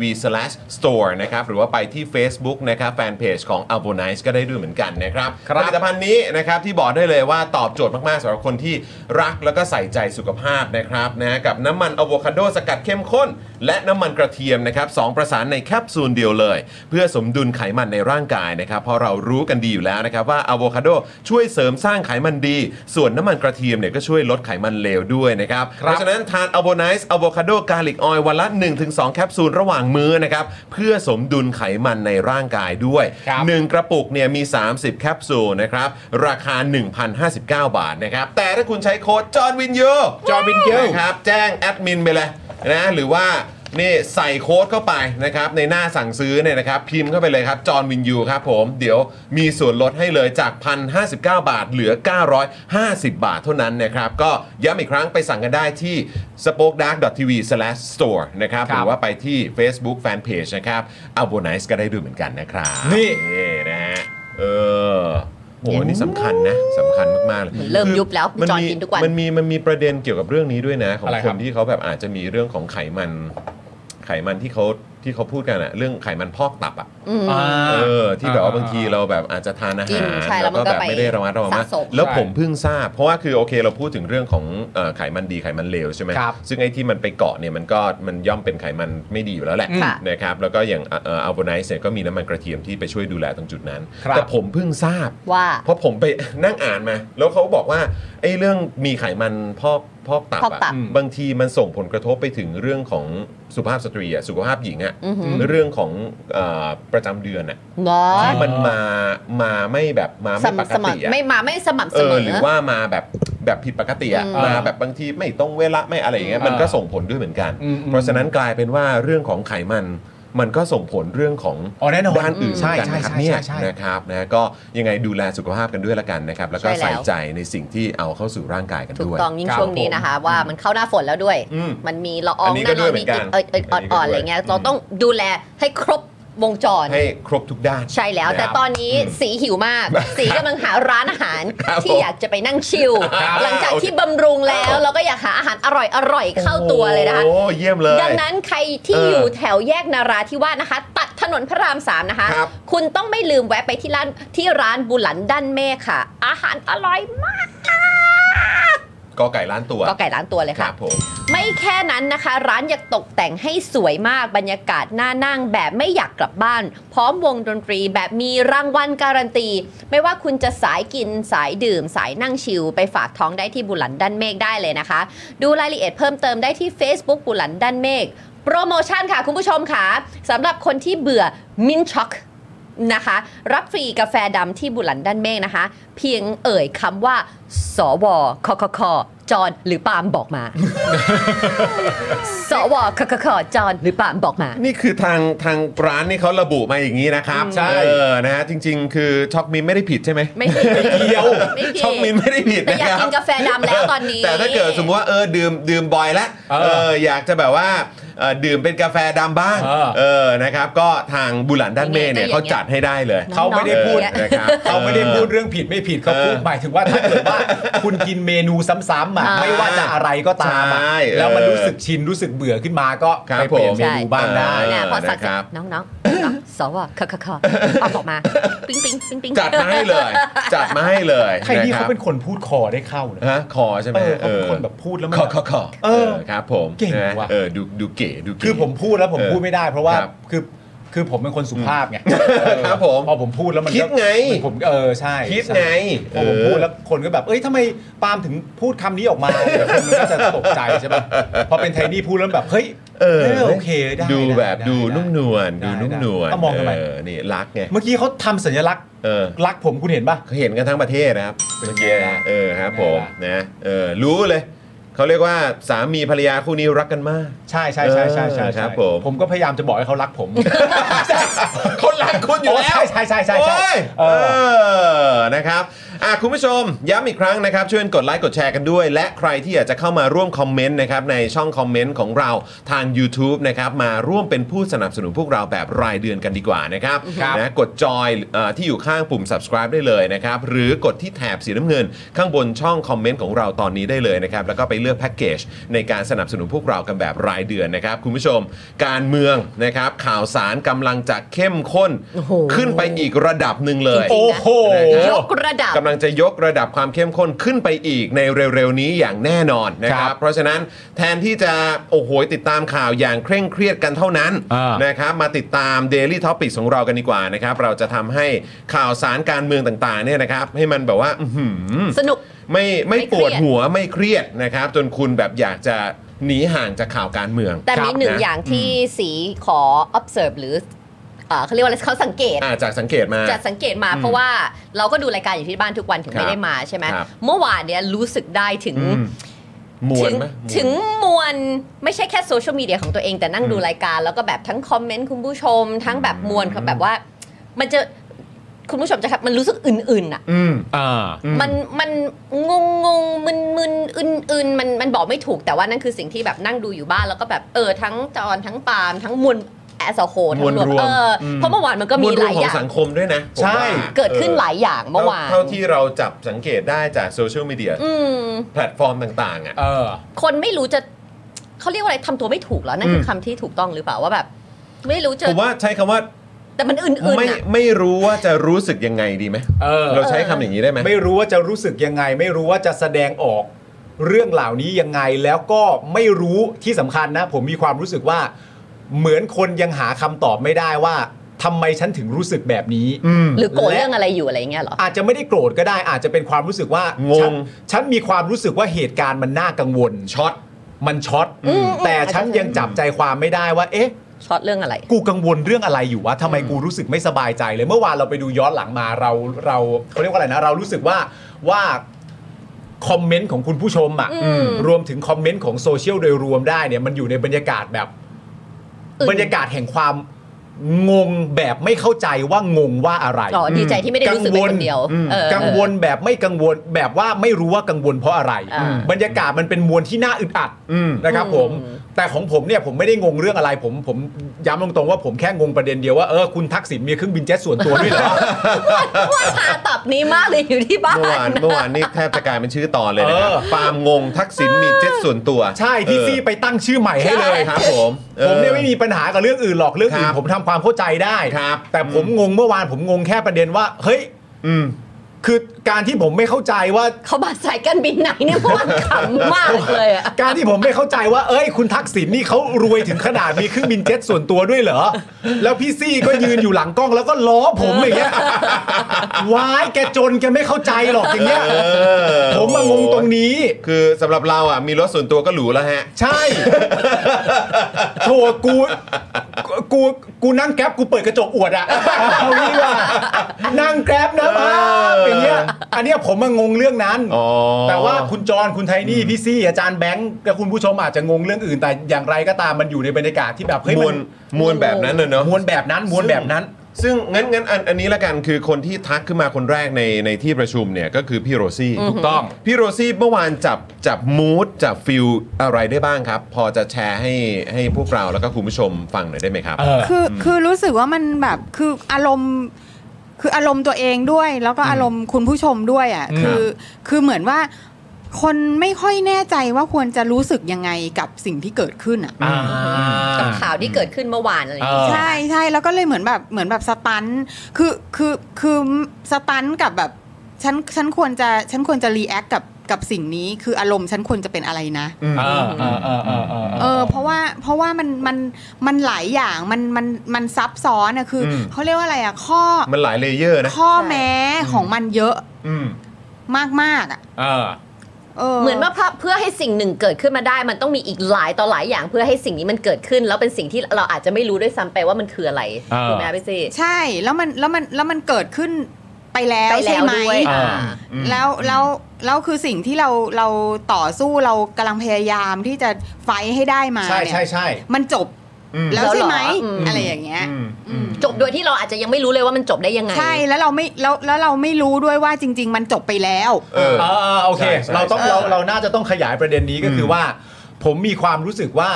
spokedark.tv/store นะครับหรือว่าไปที่ Facebook นะครับแฟนเพจของอ l ลโบไนซ์ก็ได้ด้วยเหมือนกันนะครับ
ครับ
ผลิตภัณฑ์นี้นะครับที่บอกได้เลยว่าตอบโจทย์มากๆสำหรับคนที่รักแล้วก็ใส่ใจสุขภาพนะครับนะกับน้ำมันอะโวคาโดสกัดเข้มข้น และน้ำมันกระเทียมนะครับสองประสานในแคปซูลเดียวเลย เพื่อสมดุลไขมันในร่างกายนะครับเพราะเรารู้กันดีอยู่แล้วนะครับว่าอะโวคาโดช่วยเสริมสร้างไขมันดี ส่วนน้ำมันกระเทียมเนี่ยก็ช่วยลดไขมันเลวด้วยนะครับเพราะฉะนั้นทานอะโวไนซ์อะโวคาโดกาลิกออยวันละ 1-2 แคปซูลระหว่างมื้อนะครับเพื่อสมดุลไขมันในร่างกายด้วย
ครับ
หนึ่งกระปุกเนี่ยมี 30 แคปซูลนะครับ ราคา 1,059 บาทนะครับ แต่ถ้าคุณใช้โค้ดจอร์นวินยูจอร์นวินยูนะครับแจ้งแอดมินไปเลยนะหรือว่านี่ใส่โค้ดเข้าไปนะครับ ในหน้าสั่งซื้อเนี่ยนะครับ พิมพ์เข้าไปเลยครับจอร์นวินยูครับผม เดี๋ยวมีส่วนลดให้เลยจาก 1,059 บาทเหลือ 950 บาทเท่านั้นนะครับ ก็ย้ำอีกครั้งไปสั่งกันได้ที่ spokedark.tv/store นะครับ
ค
ห
รับ
รือว่าไปที่ Facebook Fanpage นะครับ a b o n i c e ก็ได้ด้วยเหมือนกันนะครับ
นี่
นี่นะฮะ เออโหอันนี่สำคัญนะสำคัญมาก ๆ เลย
มันเริ่มยุบแล้ว
มั
จอห์น
มี
กินทุกวัน
มันมีมันมีประเด็นเกี่ยวกับเรื่องนี้ด้วยนะ ของ
อะไร
ค
ครั
น
บ
ที่เขาแบบอาจจะมีเรื่องของไขมัน ไขมันที่เขาที่เขาพูดกันอะเรื่องไขมันพอกตับอะ
อืม
อ่า
เออ ที่แบบว่าบางทีเราแบบอาจจะทานอา
กิ
หาน ร
ใช่
แล้วก็
แล้วมันก็
แบบไม่ได้ระมัดระวังมาก
สะสม
แล้ว
ใช่
ผมเพิ่งทราบ เพราะว่าคือโอเคเราพูดถึงเรื่องของเอ่อไขมันดีไขมันเลวใช่ไหม
ครับ
ซึ่งไอ้ที่มันไปเกาะเนี่ยมันก็มันย่อมเป็นไขมันไม่ดีอยู่แล้วแหละ
อืม
นะครับแล้วก็อย่างอัลโบไนซ์เนี่ยก็มีน้ำมันกระเทียมที่ไปช่วยดูแลตรงจุดนั้น
ครับ
แต่ผมเพิ่งทราบ
ว่า
เพราะผมไป นั่งอ่านมา แล้วเขาบอกว่าไอ้เรื่องมีไขมันพอกพอกตับ
พอกตั
อะ
บ
งทีมันส่งผลกระทบไปถึงเรื่องของสุภาพสตรีอะสุขภาพหญิงอะ
อือหือ
เรื่องของเออประจำเดือนอะ
เนาะ
ที่มันมามาไม่แบบมา
ส
ไม่ปก
ม่ำเสมอ
ติอะ
ไม่มาไม่สม่ำ
เอ
เสม
อ
อ
หรือว่ามาแบบแบบผิดปกติอะ
อืม
มาแบบบางทีไม่ตรงเวลาไม่อะไรอย่างเงี้ย
อืม
มันก็ส่งผลด้วยเหมือนกัน
อืมอืม
เพราะฉะนั้นกลายเป็นว่าเรื่องของไขมันมันก็ส่งผลเรื่องของ
อ๋อแน่นอน
ด้านอื่น
ใช่
กัน
ใช่
นะครับ
ใช่
เนี่ย
ใช่ใช่
นะครับนะก็ยังไงดูแลสุขภาพกันด้วยละกันนะครับ แล้วก็
ใช่แล้ว
ใส่ใจในสิ่งที่เอาเข้าสู่ร่างกายกัน
ถูก
ด้วย
ต้องยิ่ง
ครับ
ช่วงนี้
ผม
นะคะ ว่ามันเข้าหน้าฝนแล้วด้วย
อืม
มันมีละออ
อัน
ง
นี้ก็ด้วยเหมือนกัน
เอยเอย
อั
อ่อน น
นี้ก็
อ่อน
ด้วย
อะไรเงี้ย
อืม
เราต้องดูแลให้ครบวงจร
ให้ครบทุกด้าน
ใช่แล้ว แต่
นะครับ
ตอนนี้สีหิวมาก สีกำลังหาร้านอาหาร
ครับ
ที่อยากจะไปนั่งชิล
ครับ
หลังจาก
โอเค
ที่บำรุงแล้วเราก็อยากหาอาหารอร่อยอร่อยเข้าตัวเลยนะคะ
โอ้เยี่ยมเลย
ดังนั้นใคร
เออ
ที่
อ
อยู่แถวแยกนาราธิวาสนะคะ ตัดถนนพระรามสามนะคะ
ครับ
คุณต้องไม่ลืมแวะไปที่ร้านที่ร้านบุหลันด้านเมฆค่ะ อาหารอร่อยมาก
กอไก่ล้านตัว
ก็ไก่ร้านตัวเลย
ค
ค่ะ
รับผม
ไม่แค่นั้นนะคะ ร้านยังตกแต่งให้สวยมากบรรยากาศน่านั่งแบบไม่อยากกลับบ้าน พร้อมวงดนตรีแบบมีรางวัลการันตี ไม่ว่าคุณจะสายกินสายดื่ม สายนั่งชิลไปฝากท้องได้ที่บุหลันด้านเมฆได้เลยนะคะ ดูรายละเอียดเพิ่มเติมได้ที่ Facebook บุหลันด้านเมฆโปรโมชั่นค่ะคุณผู้ชมค่ะสำหรับคนที่เบื่อมินช็อก นะคะ รับฟรีกาแฟดำที่บุหลันด้านเมฆนะคะ เพียงเอ่ยคำว่า สวคคคจอนหรือปาล์มบอกมา สวคคคจอนหรือปาล์มบอกมา
นี่คือทางทางร้านนี่เขาระบุมาอย่างนี้นะครับ
ใช่
เออนะฮะจริง ๆ คือช็อกมินไม่ได้ผิดใช่ไหม
ไม่ผิดไม่
เดียว
ไม่ผิด
ช็อกมินไม่ได้ผิด
แต่
นะ
อยา
ค
ก
รับ
กินกาแฟดำแล้วตอนนี้
แต่ถ้าเกิดสมมติว่าเออดื่มดื่มบ่อยแล้ว
เออ
เอออยากจะแบบว่าเอ่อดื่มเป็นกาแฟดำบ้าง
เออ
เออนะครับก็ทางบุหลันด้านเมฆเนี่ย
นี่ไงก็
เขา
อย่างเงี้ย
จัดให้ได้เลย
น้องๆ
เขาไม่ได้พูด
เนี่ย
นะครับ
เขาไม่ได้พูดเรื่องผิดไม่ผิดเขาพูด
เออ
หมายถึงว่าถ้าเกิดว่า [LAUGHS] คุณกินเมนูซ้ำๆอ่ะ
อ่า
ไม่ว่าจะอะไรก็ตามอะ
ใช่เออ
แล้วมันรู้สึกชินรู้สึกเบื่อขึ้นมาก็
ครับ
ไปเปลี่ยน
ผม
เมนูบ้างได้
เออ
เนี่ยพอสักเสร็
นะครั
จ
บ
น้องๆน้องๆสวคคคปาล์มบอกมา ปิ๊งปิ๊งปิ๊งปิ๊ง
จัดมาให้เลย จัดมาให้เลย
ใครที่
ะ
เขา
บ
เป็นคนพูดคอได้เข้านะ
ฮะคอใช่ไหม
เออ
ฮะ
เขาเป็นคนแบบพูดแล้วมัน
คอคอคอ
เออ
ครับผม
เก่ง
นะ
ว่ะ
เออดูดูเก๋ดูเก๋
คือผมพูดแล้วผม
เออ
พูดไม่ได้ เพราะว่า
ครับ
คือ คือผมเป็นคนสุภาพไง
เออครับผม
พอผมพูดแล้วมันก็
คิดไง
มันผมเออใช่
คิด
ใช่
ไง
พอผมพูดแล้วคนก็แบบ เอ้ยทำไมปาล์มถึงพูดคำนี้ออกมาเดี๋ยวคนมันก็จะตกใจใช่ป่ะพอเป็นไทนี่พูดแล้วแบบเฮ้ย
เออ
เออโอเคได้
ดู
ได้
แบบ
ไ
ดูนุ่มนวล
ได้
ดูนุ่ม
ได้
นวล
ต้องมองทำไม
เนี่รักไง
เมื่อกี้เขาทำสัญลักษณ์
เออ
รักผมคุณเห็นป่ะ
เขาเห็นกันทั้งประเทศนะครับ
เป็น
เมื่อ
ไง
กี้
ล่ะ
เออครับ
เป็น
ผม
ไงล่ะ
นะเออรู้เลยเขาเรียกว่าสามีภรรยาคู่นี้รักกันมาก
ใช่ใช่ใช่ใช่ใช่
เออครับ
ใช่
ผม
ผมก็พยายามจะบอกให้เขารักผม
คนรักคุณอยู่แล้ว
ใช่ใช่ใช่ใช่ใช่
โอ้ย
เอ
เอ
อ
อ นะครับ อ่ะคุณผู้ชม ย้ำอีกครั้งนะครับ ช่วยกดไลค์ กดแชร์กันด้วย และใครที่อยากจะเข้ามาร่วมคอมเมนต์นะครับ ในช่องคอมเมนต์ของเราทาง YouTube นะครับ มาร่วมเป็นผู้สนับสนุนพวกเราแบบรายเดือนกันดีกว่านะครับ
ครับ
นะ กดจอยเอ่อที่อยู่ข้างปุ่ม subscribe ได้เลยนะครับ หรือกดที่แถบสีน้ำเงิน ข้างบนช่องคอมเมนต์ของเราตอนนี้ได้เลยนะครับ แล้วก็ไปเลือกแพ็กเกจในการสนับสนุนพวกเรากันแบบรายเดือนนะครับ คุณผู้ชม การเมืองนะครับ ข่าวสารกำลังจะเข้มข้น
โอ้โห
ขึ้นไปอีกระดับหนึ่งเลย
โอ้โห
ยกระดับ
กำลังจะยกระดับความเข้มข้นขึ้นไปอีกในเร็ว ๆ นี้อย่างแน่นอนนะค
ครั
รับ
บ
เพราะฉะนั้นแทนที่จะโอ้โหติดตามข่าวอย่างเคร่งเครียดกันเท่านั้น
อ่าน
นะครับมาติดตาม Daily t o p i c ของเรากันดีกว่านะครับ เราจะทำให้ข่าวสารการเมืองต่าง ๆ เนี่ยนะครับ ให้มันแบบว่าอื้อหือ
สนุก
ไม่ไม่
ไม่เครียด
ปวดหัวไม่เครียดนะครับ จนคุณแบบอยากจะหนีห่างจากข่าวการเมือง
แต่มีหนึ่
ค
ง
รับะ
อย่างที่สีขอ observe หรือเอ่อเขาเรียกว่าอะไรเขาสังเกต
อ่าจากสังเกตมา
จะสังเกตมาเพราะว่าเราก็ดูรายการอยู่ที่บ้านทุกวันถึง
ครับ
ไม่ได้มาใช่ไหม
ครับ
เมื่อวานเนี้ยรู้สึกได้ถึง
อืมมว
ถึ
ล
ง
ไหมมวล
ถึงมวลไม่ใช่แค่โซเชียลมีเดียของตัวเองแต่นั่งดูรายการ แล้วก็แบบทั้งคอมเมนต์คุณผู้ชม ทั้งแบบมวลแบบว่า มันจะคุณผู้ชมจะครับ มันรู้สึกอื่นๆอ่ะ
อืม
อ่า
มันมันงงงงมึนมึนอึนอึนมันมันบอกไม่ถูกแต่ว่านั่นคือสิ่งที่แบบนั่งดูอยู่บ้านแล้วก็แบบเออทั้งจอนทั้งปาล์มทั้งมวลแอสโคทั้
ม
ง
วลรวม
เอออ
ม
เพราะเมื่อวานมันก็มี
วลร
ห
ว
ลาย
ขอ
อง ย่าง
สังคมด้วยนะผม
ใช่
ว่า
เกิดขึ้น
ออ
หลายอย่างเมื่อวาน
เท่าที่เราจับสังเกตได้จากโซเชียลมีเดีย
อืม
แพลตฟอร์มต่างๆอ่ะ
เออ
คนไม่รู้จะเขาเรียกว่าอะไรทำตัวไม่ถูกเหรอนั่นคืออ
ม
คำที่ถูกต้องหรือเปล่าว่าแบบ ไม่รู้จะ
ผมว่าใช้คำว่า
แต่มันอื่น
ไม่
ๆอ่ะ
ไม่รู้ว่าจะรู้สึกยังไงดีไหม
เออ
เราใช้คำอย่างนี้ได้ไหม
ไม่รู้ว่าจะรู้สึกยังไง ไม่รู้ว่าจะแสดงออกเรื่องเหล่านี้ยังไงแล้วก็ไม่รู้ที่สำคัญนะ ผมมีความรู้สึกว่า เหมือนคนยังหาคำตอบไม่ได้ว่าทำไมฉันถึงรู้สึกแบบนี้
หรือโกรธ
และ
เรื่องอะไรอยู่อะไรอย่างเงี้ยเหรอ
อาจจะไม่ได้โกรธก็ได้ อาจจะเป็นความรู้สึกว่าง
ง
ฉันฉันมีความรู้สึกว่าเหตุการณ์มันน่ากังวลช็อตมันช็อต
อืม
แต่ฉันยังจับใจความไม่ได้ว่า เอ๊ะ
ช็อตเรื่องอะไร
กูกังวลเรื่องอะไรอยู่วะทำไมกูรู้สึกไม่สบายใจเลย เมื่อวานเราไปดูย้อนหลังมาเราเราเขาเรียกว่าอะไรนะ เรารู้สึกว่าว่าคอมเมนต์ของคุณผู้ชมอ่ะ
อืม
รวมถึงคอมเมนต์ของโซเชียลโดยรวมได้เนี่ยมันอยู่ในบรรยากาศแบบ
อื่น
บรรยากาศแห่งความงงแบบไม่เข้าใจว่างงว่าอะไร
อ๋อดีใจที่ไม่ได้รู้สึกเป็นคนเดียวเออ
กังวลแบบไม่กังวลแบบว่าไม่รู้ว่ากังวลเพราะอะไร
อ่า
บรรยากาศมันเป็นมวลที่น่าอึดอัด
อืม
นะครับผม
อืม
แต่ของผมเนี่ยผมไม่ได้งงเรื่องอะไร ผมผมย้ำตรงๆว่าผมแค่งงประเด็นเดียวว่าเออคุณทักษิณมีเครื่องบินเจ็ตส่วนตัวด้วยเหรอ
ว่าหาตับนี้มากเลยอยู่ที่บ้าน
เมื่อวานเมื่อวานนี่แทบจะกลายเป็นชื่อตอนเลยนะครับ
เออ
ปาล์มงงทักษิณมีเจ็ตส่วนตัว
ใช่ที่ซี่
เอ
ไปตั้งชื่อใหม่
อ
ให้เลย
ครับผมออ
ผมเนี่ยไม่มีปัญหากับเรื่องอื่นหรอกเรื่อง
ค
อื่
น รับ
ผมทำความเข้าใจได้
ครับ
แต่ผมงงเมื่อวานผมงงแค่ประเด็นว่า เฮ้ย
อืม
คือการที่ผมไม่เข้าใจว่า
เขาบาดสายการบินไหนเนี่ยเพราะว่าขำมากเลยอะ
การที่ผมไม่เข้าใจว่า เอ้ย คุณทักษิณนี่เขารวยถึงขนาดมีเครื่องบินเจ็ตส่วนตัวด้วยเหรอ แล้วพี่ซี่ก็ยืนอยู่หลังกล้องแล้วก็ล้อผมอย่างเงี้ย [LAUGHS] ว้ายแกจนแกไม่เข้าใจหรอกอย่างเงี้ย
อ
ผมมางงตรงนี้
คือสำหรับเราอ่ะมีรถส่วนตัวก็หรูแล้วฮะ
ใช่ โถกู กู กูนั่งแกร็บกูเปิดกระจกอวดอะ [LAUGHS] เอางี้ดีกว่านั่งแกร็บนะป้าอย่างเงี้ย อันเนี้ยผมมางงเรื่องนั้น
อ๋อ
แต่ว่าคุณจรคุณไทนี่พี่ซี่อาจารย์แบงค์กับคุณผู้ชมอาจจะงงเรื่องอื่น แต่อย่างไรก็ตามมันอยู่ในบรรยากาศที่แบบเฮ้ย
มว
มั
ล
น
มวลแบบนั้นเลยเนอะ
มวลแบบนั้นมวลแบบนั้น
ซึ่งงั้นงั้นอันอันนี้ละกันคือคนที่ทักขึ้นมาคนแรกในในที่ประชุมเนี่ยก็คือพี่โรซี่
ถูกต้อง
พี่โรซี่เมื่อวานจับจับมูดจับฟิลอะไรได้บ้างครับ พอจะแชร์ให้ให้พวกเราแล้วก็คุณผู้ชมฟังหน่อยได้ไหมครับ
เออ
คือคือรู้สึกว่ามันแบบคืออารมณ์คืออารมณ์ตัวเองด้วย แล้วก็อารมณ์คุณผู้ชมด้วยอ่ะ
อืม
คือคือเหมือนว่าคนไม่ค่อยแน่ใจว่าควรจะรู้สึกยังไงกับสิ่งที่เกิดขึ้นอ่ะ
อ่า
กับข่าวที่เกิดขึ้นเมื่อวานอะไรอย่าง
เอ
เงี้
อ
ย
ใช่ใช่แล้วก็เลยเหมือนแบบเหมือนแบบสตันคือคือคือสตันกับแบบฉันฉันควรจะฉันควรจะรีแอคกับ กับสิ่งนี้คืออารมณ์ฉันควรจะเป็นอะไรนะ
อ่าอ่าอ่าอ่าอ่า
เออเพราะว่าเพราะว่ามันมันมันหลายอย่างมันมันมันซับซ้อนอะคืออ
ม
เขาเรียกว่าอะไรอะข้อ
มันหลายเลเยอร์นะ
ข้อแม้ของมันเยอะ
อืม
มากๆอะ
เออ
เหมือนว่าเพื่อให้สิ่งหนึ่งเกิดขึ้นมาได้ มันต้องมีอีกหลายต่อหลายอย่างเพื่อให้สิ่งนี้มันเกิดขึ้น แล้วเป็นสิ่งที่เราอาจจะไม่รู้ด้วยซ้ำไปว่ามันคืออะไร
อ่า
ถูกไหมพี่ซี
ใช่แล้วมันแล้วมันแล้วมันเกิดขึ้นไปแล้ว
ไปแล้ว
ใช่ไหม
ด้วย
อ่า
แล้วแล้วแล้วคือสิ่งที่เราเราต่อสู้เรากำลังพยายามที่จะไฟท์ให้ได้มา
ใช่
เนี่
ใช่
ย
ใช่
มันจบแล้วใช่ไหม
แล้วเหรออืม
อะไรอย่างเงี้ยอืม
จบโดยที่เราอาจจะยังไม่รู้เลยว่ามันจบได้ยังไง
ใช่แล้วเราไม่แล้วแล้วเราไม่รู้ด้วยว่าจริง ๆ มันจบไปแล้ว
เออ
เออเออโอเค
ใช่ใช่
เราต้อง
ใช่
เราเราน่าจะต้องขยายประเด็นนี้ก็คือว่า ผมมีความรู้สึกว่า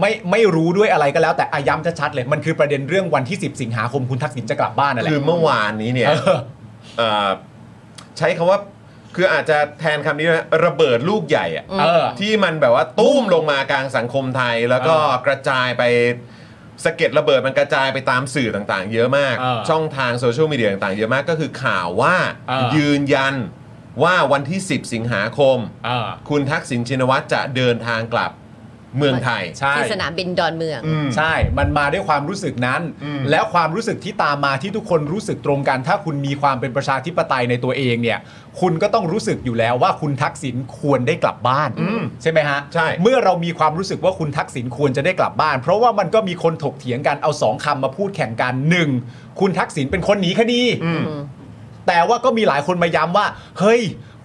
ไม่ไม่รู้ด้วยอะไรก็แล้ว แต่อาย้ำชัดๆเลยมันคือประเด็นเรื่องวันที่ 10 สิงหาคมคุณทักษิณจะกลับบ้านนั่นแหละ
คือเมื่อวานนี้เนี่ย
เออ
เอ่อใช้คำว่าคืออาจจะแทนคำนี้นะระเบิดลูกใหญ่อะ
เออ
ที่มันแบบว่าตุ้มลงมากลางสังคมไทย แล้วก็
เออก
ระจายไปสะเก็ดระเบิดมันกระจายไปตามสื่อต่างๆ เยอะมาก
เออ
ช่องทางโซเชียลมีเดียต่างๆ เยอะมากก็คือข่าวว่า
เออ
ยืนยันว่าวันที่ 10 สิงหาคม
เออ
คุณทักษิณชินวัตรจะเดินทางกลับเมืองไทย
ใช่
ที่สนามบินดอนเมือง
อืม
ใช่ มันมาด้วยความรู้สึกนั้น
อืม
แล้วความรู้สึกที่ตามมาที่ทุกคนรู้สึกตรงกัน ถ้าคุณมีความเป็นประชาธิปไตยในตัวเองเนี่ย คุณก็ต้องรู้สึกอยู่แล้วว่าคุณทักษิณควรได้กลับบ้าน
อืม
ใช่ไหมฮะ
ใช่
เมื่อเรามีความรู้สึกว่าคุณทักษิณควรจะได้กลับบ้าน เพราะว่ามันก็มีคนถกเถียงกันเอาสองคำมาพูดแข่งกันหนึ่งคุณทักษิณเป็นคนหนีคดี
อืม
แต่ว่าก็มีหลายคนมาย้ำว่า เฮ้ย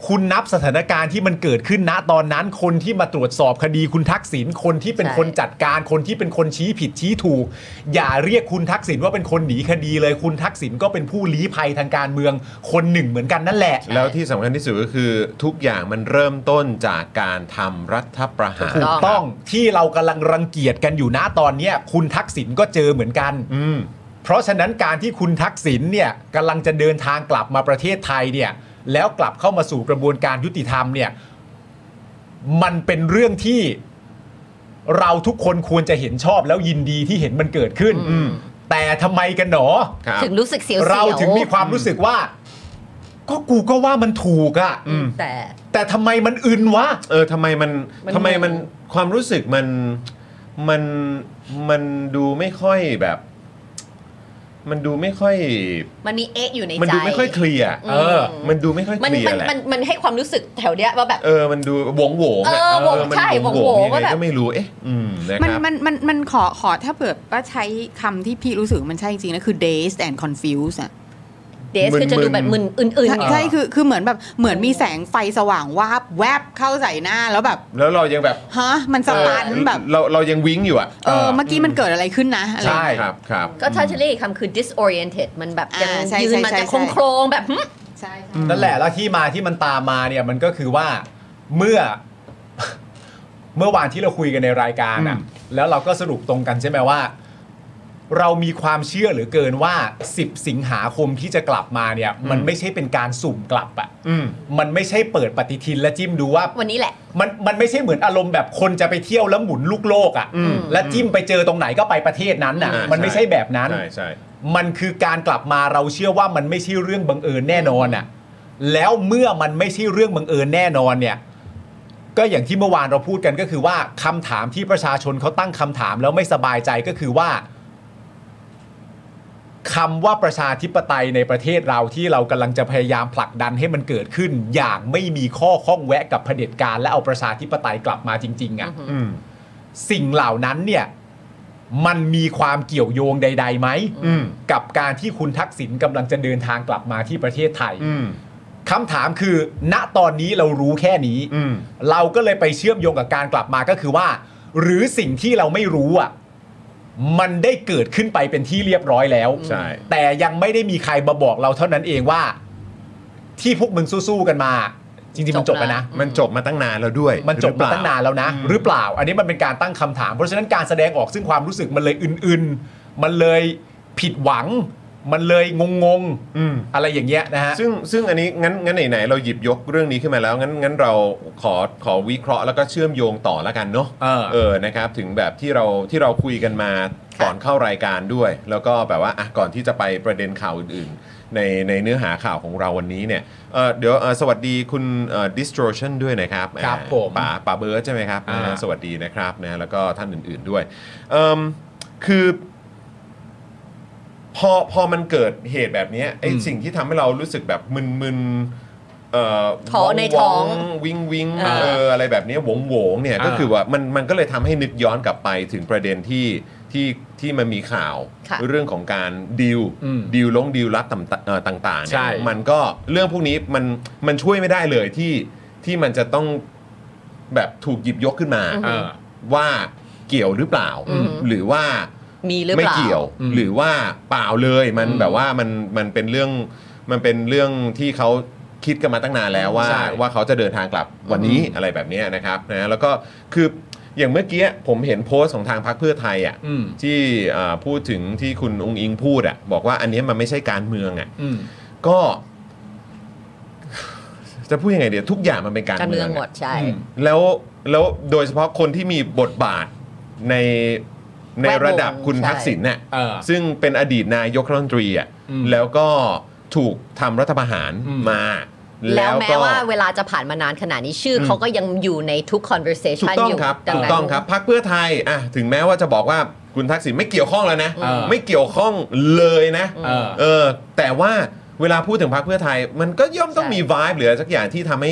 คุณนับสถานการณ์ที่มันเกิดขึ้นณตอนนั้น คนที่มาตรวจสอบคดีคุณทักษิณคนที่เป็น
ใช่
คนจัดการคนที่เป็นคนชี้ผิดชี้ถูก อย่าเรียกคุณทักษิณว่าเป็นคนหนีคดีเลย คุณทักษิณก็เป็นผู้ลี้ภัยทางการเมือง คนหนึ่งเหมือนกันนั่นแหละ
แล้วที่สำคัญที่สุดก็คือทุกอย่างมันเริ่มต้นจากการทำรัฐประหาร
ถูกต้องที่เรากำลังรังเกียจกันอยู่นะตอนเนี้ยคุณทักษิณก็เจอเหมือนกัน
อืม
เพราะฉะนั้นการที่คุณทักษิณเนี่ยกำลังจะเดินทางกลับมาประเทศไทยเนี่ยแล้วกลับเข้ามาสู่กระบวนการยุติธรรมเนี่ยมันเป็นเรื่องที่เราทุกคนควรจะเห็นชอบแล้วยินดีที่เห็นมันเกิดขึ้น แต่ทำไมกันหนอ
ครับ
ถึงรู้สึกเสียวๆ
เราถึงมีความรู้สึกว่า ก็กูก็ว่ามันถูกอะ
แต่
แต่ทำไมมันอึนวะ
เออทำไมมัน
มัน
ทำไมมัน
ง
ความรู้สึกมันมันมันดูไม่ค่อยแบบ มันดูไม่ค่อย
มันมีเอ๊ะอยู่ในใจ
มันดูไม่ค่อยเคลียร์
เออ
ม
มันดูไม่ค่อย
มัน
เคลีย
มั
ร์
น
แหละ
มันมันให้ความรู้สึกแถวเนี้ยว่าแบบ
เออมันดูหวงโหวงะ
เออหวง
มัน
ใช่
หวง
หวงโหวง
ยังไง
ว่าแบบ
ก็ไม่รู้เอ๊ะ อืมนะค
มัน
รับ
มันมันมันขอขอถ้าเผื่อว่าใช้คำที่พี่รู้สึกมันใช่จริงๆนะคือ dazed and confused อะ
เดสคือจะดูแบบ
มึ
มึ
น
นอื่น
ใช่
ๆอีก
ใช่คือคือเหมือนแบบเหมือนมีแสงไฟสว่างวาบแวบเข้าใส่หน้าแล้วแบบ
แล้วเรายังแบบ
ฮะมันสตัน
เออ
แบบ
เราเรายังวิ้งอยู่อ่ะ
เออเมื่อกี้มันเกิดอะไรขึ้นนะอะไร
ใช่
ครับครับ
ก็ถ้าจะเรียกอีกคำคือ disoriented มันแบบยัง
อ่าใช่
ยืน
ใช่
มัน
ใช่
จะ
ใช่
โครงโครงๆแบบหึ
ใช่
นั่นแหละแล้วที่มาที่มันตามมาเนี่ยมันก็คือว่าเมื่อ [LAUGHS] เมื่อวานที่เราคุยกันในรายการอ่ะ แล้วเราก็สรุปตรงกันใช่ไหมว่า เรามีความเชื่อเหรือเกินว่า 10 สิงหาคมที่จะกลับมาเนี่ย มันไม่ใช่เป็นการสุ่มกลับอ่ะ
อืม
มันไม่ใช่เปิดปฏิทินและจิ้มดูว่า
วันนี้แหละ
มันมันไม่ใช่เหมือนอารมณ์แบบคนจะไปเที่ยวแล้วหมุนลูกโลกอ่ะ
อืม
แล้วจิ้มไปเจอตรงไหนก็ไปประเทศนั้นอ่ะ
อ่ามั
มันไม่ใช่แบบนั้น
ใช่ใช่
มันคือการกลับมาเราเชื่อว่ามันไม่ใช่เรื่องบังเอิญแน่นอนอ่ะ แล้วเมื่อมันไม่ใช่เรื่องบังเอิญแน่นอนเนี่ย ก็อย่างที่เมื่อวานเราพูดกันก็คือว่าคำถามที่ประชาชนเขาตั้งคำถามแล้วไม่สบายใจก็คือว่าคำว่าประชาธิปไตยในประเทศเราที่เรากำลังจะพยายามผลักดันให้มันเกิดขึ้น อย่างไม่มีข้อข้องแวะกับเผด็จการ และเอาประชาธิปไตยกลับมาจริงๆอ่ะ
อืม
สิ่งเหล่านั้นเนี่ยมันมีความเกี่ยวโยงใดๆไหม
อืม
กับการที่คุณทักษิณกำลังจะเดินทางกลับมาที่ประเทศไทย
อืม
คำถามคือ ณตอนนี้เรารู้แค่นี้
อืม
เราก็เลยไปเชื่อมโยงกับการกลับมาก็คือว่า หรือสิ่งที่เราไม่รู้อ่ะมันได้เกิดขึ้นไปเป็นที่เรียบร้อยแล้ว
ใช่
แต่ยังไม่ได้มีใครมาบอกเราเท่านั้นเองว่า ที่พวกมึงสู้ๆกันมา จริงๆมันจบแล้วนะ
มันจบมาตั้งนานแล้วด้วย
มันจบ
หรือเปล่
มาตั้งนานแล้วนะ หรือเปล่า อันนี้มันเป็นการตั้งคำถาม เพราะฉะนั้นการแสดงออกซึ่งความรู้สึกมันเลยอึนๆ มันเลยผิดหวัง มันเลยงง
อืม
อะไรอย่างเงี้ยนะฮะ
ซึ่งซึ่งอันนี้งั้นงั้นไหนๆเราหยิบยกเรื่องนี้ขึ้นมาแล้ว งั้นงั้นเราขอขอวิเคราะห์แล้วก็เชื่อมโยงต่อแล้วกันเนาะ
เออ
นะครับถึงแบบที่เราที่เราคุยกันมาก่อนเข้ารายการด้วย แล้วก็แบบว่าอ่ะก่อนที่จะไปประเด็นข่าวอื่น ๆ ในในเนื้อหาข่าวของเราวันนี้เนี่ยเอ่อเดี๋ยวเอ่อสวัสดีคุณเอ่อ distortion ด้วยนะครับ
ครับ
อ่า
ผม
ป๋าป๋าเบิร์ดใช่ไหมครับ
อ่า
นะฮะสวัสดีนะครับนะแล้วก็ท่านอื่น ๆด้วยเอิ่มคือพอพอมันเกิดเหตุแบบเนี้ยไอ้สิ่งที่ทำให้เรารู้สึกแบบมึนๆเอ่อ
ท้อในท้อง
วิงวิงๆ
อ่า
เอออะไรแบบเนี้ยหวงหวงๆเนี่ย
อ่า
ก็คือว่ามันมันก็เลยทำให้นึกย้อนกลับไปถึงประเด็นที่ที่ที่มันมีข่าว
ค่ะ
เรื่องของการดีล
อืม
ดีลลงดีลรัดต่ำเอ่อต่างๆ
ใช่
เนี่ยมันก็เรื่องพวกนี้มันมันช่วยไม่ได้เลยที่ที่มันจะต้องแบบถูกหยิบยกขึ้นมา
เออ
ว่าเกี่ยวหรือเปล่า
อืม
หรือว่า
มีหรือ
ไม่
เปล่า
เกี่ยว
อืม
หรือว่าเปล่าเลยมัน
อืม
แบบว่ามันมันเป็นเรื่องมันเป็นเรื่องที่เขาคิดกันมาตั้งนานแล้วว่า
ใช่
ว่าเขาจะเดินทางกลับวันนี้อะไรแบบเนี้ยนะครับนะแล้วก็คืออย่างเมื่อกี้ผมเห็นโพสต์ของทางพรรคเพื่อไทยอ่ะ
อืม
ที่เอ่อพูดถึงที่คุณองค์อิงพูดอะบอกว่าอันเนี้ยมันไม่ใช่การเมืองอะ
อืม
ก็ จะพูดยังไงเดี๋ยวทุกอย่างมันเป็นการ
การ
เมื
เมื
อ
อง ง
อะ
หมดใช่
อืม
แล้วแล้วโดยเฉพาะคนที่มีบทบาทในใน
แวดวง
ระดับคุณ
ใช่
ทักษิณเนี่ย
เออ
ซึ่งเป็นอดีตนายกรัฐมนตรีอะ
อืม
แล้วก็ถูกทำรัฐประหาร
อืม
มา
แล้วแม้ว่าเวลาจะผ่านมานานขนาดนี้ชื่ออ
ม
เขาก็ยังอยู่ในทุก
ถูก
conversation
ต้อง
อยู่
ครับ
ดั
ถูก
นั้น
ต้องครับพักเพื่อไทยอ่ะถึงแม้ว่าจะบอกว่าคุณทักษิณไม่เกี่ยวข้องแล้วนะ
เออ
ไม่เกี่ยวข้องเลยนะ
เออ
เออแต่ว่าเวลาพูดถึงพรรคเพื่อไทย มันก็ย่อมต้อง
ใช่
มี vibe หรืออะไรสักอย่างที่ทำให้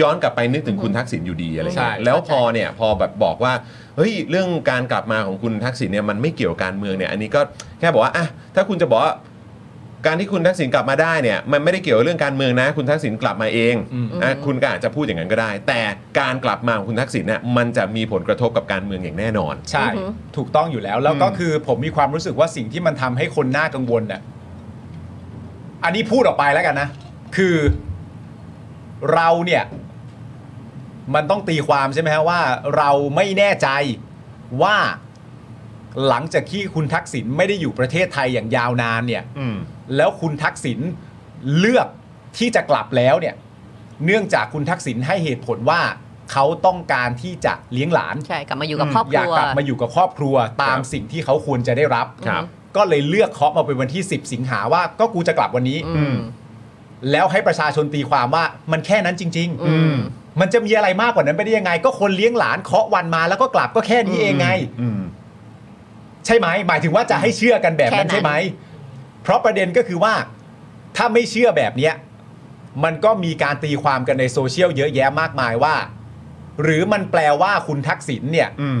ย้อนกลับไปนึกถึงคุณทักษิณอยู่ดีอะไร
ใช่
เงี้ยแล้วพอเนี่ยพอแบบบอกว่าเฮ้ยเรื่องการกลับมาของคุณทักษิณเนี่ยมันไม่เกี่ยวกับการเมืองเนี่ยอันนี้ก็แค่บอกว่าอ่ะถ้าคุณจะบอกว่าการที่คุณทักษิณกลับมาได้เนี่ยมันไม่ได้เกี่ยวกับเรื่องการเมืองนะ คุณทักษิณกลับมาเอง
อืม
อ่ะคุณก็อาจจะพูดอย่างนั้นก็ได้ แต่การกลับมาของคุณทักษิณเนี่ยมันจะมีผลกระทบกับการเมืองอย่างแน่นอน
ใช่
อือหือ
ถูกต้องอยู่แล้ว แล้วก็
อืม
คือผมมีความรู้สึกว่าสิ่งที่มันทำให้คนน่ากังวลน่ะอันนี้พูดออกไปแล้วกันนะ คือเราเนี่ย มันต้องตีความใช่ไหมฮะว่า เราไม่แน่ใจว่าหลังจากที่คุณทักษิณไม่ได้อยู่ประเทศไทยอย่างยาวนานเนี่ย
อืม
แล้วคุณทักษิณเลือกที่จะกลับแล้วเนี่ย เนื่องจากคุณทักษิณให้เหตุผลว่าเขาต้องการที่จะเลี้ยงหลาน
ใช่กลับมาอยู่กับครอบค
อยาก
รัว
กลับมาอยู่กับครอบครัวตาม
ครับ
สิ่งที่เขาควรจะได้รับ
ครับ
ก็เลยเลือกเคาะมาเป็นวันที่ 10 สิงหาว่าก็กูจะกลับวันนี้
อืม
แล้วให้ประชาชนตีความว่ามันแค่นั้นจริง
อืม
ๆ มันจะมีอะไรมากกว่านั้นไปได้ยังไง ก็คนเลี้ยงหลานเคาะวันมาแล้วก็กลับก็แค่นี้เองไง
อืม
ใช่ไหมหมายถึงว่าจะให้เชื่อกันแบบนั้น
แค่นั้น
ใช่ไหม เพราะประเด็นก็คือว่า ถ้าไม่เชื่อแบบเนี้ยมันก็มีการตีความกันในโซเชียลเยอะแยะมากมายว่า หรือมันแปลว่าคุณทักษิณเนี่ย
อืม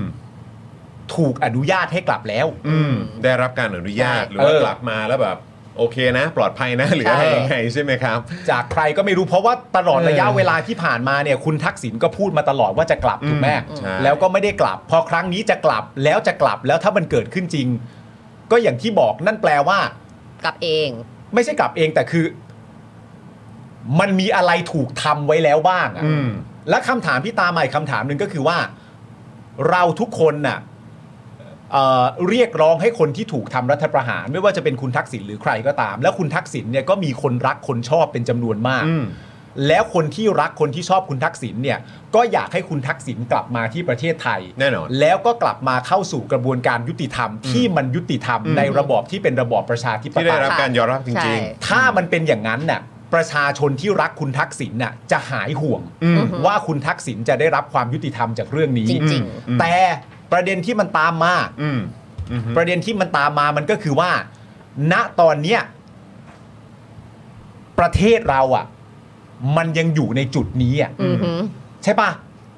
ถูกอนุญาตให้กลับแล้ว
อืมได้รับการอนุญาต
ใช่
หรือว่า
เออก
ลับมาแล้วแบบโอเคนะ [LAUGHS] ปลอดภัยนะหรือ
ใช่
อะไรยังไงใช่ไหมครับ
จากใครก็ไม่รู้เพราะว่าตลอด
เออ
ระยะเวลาที่ผ่านมาเนี่ยคุณทักษิณก็พูดมาตลอดว่าจะกลับ
อืม
ถูกไหม
ใช่
แล้วก็ไม่ได้กลับ พอครั้งนี้จะกลับแล้วจะกลับแล้วถ้ามันเกิดขึ้นจริง ก็อย่างที่บอกนั่นแปลว่า
กลับเอง
ไม่ใช่กลับเองแต่คือ มันมีอะไรถูกทำไว้แล้วบ้างอะ
อืม
และคำถามที่ตามมาอีกคำถามหนึ่งก็คือว่า เราทุกคนน่ะเอ่อเรียกร้องให้คนที่ถูกทำรัฐประหาร ไม่ว่าจะเป็นคุณทักษิณหรือใครก็ตาม แล้วคุณทักษิณเนี่ยก็มีคนรักคนชอบเป็นจำนวนมาก
อืม
แล้วคนที่รักคนที่ชอบคุณทักษิณเนี่ย ก็อยากให้คุณทักษิณกลับมาที่ประเทศไทย
แน่นอน
แล้วก็กลับมาเข้าสู่กระบวนการยุติธรรม ที่มันยุติธรรม
อืม
ในระบอบที่เป็นระบอบประชาธิป
ที่
ไต
ได้
ย
รับการยอมรับจ
ใช่
ริง
ถ้ามันเป็นอย่างนั้นน่ะประชาชนที่รักคุณทักษิณน่ะจะหายห่วง
อืม
ว่าคุณทักษิณจะได้รับความยุติธรรมจากเรื่องนี้
จริง
แต่ประเด็นที่มันตามมา
ๆ อืมอืมฮึ
ประเด็นที่มันตามมามันก็คือว่า ณตอนเนี้ยประเทศเราอ่ะ มันยังอยู่ในจุดนี้อ่ะ
อือหือ
ใช่ปะ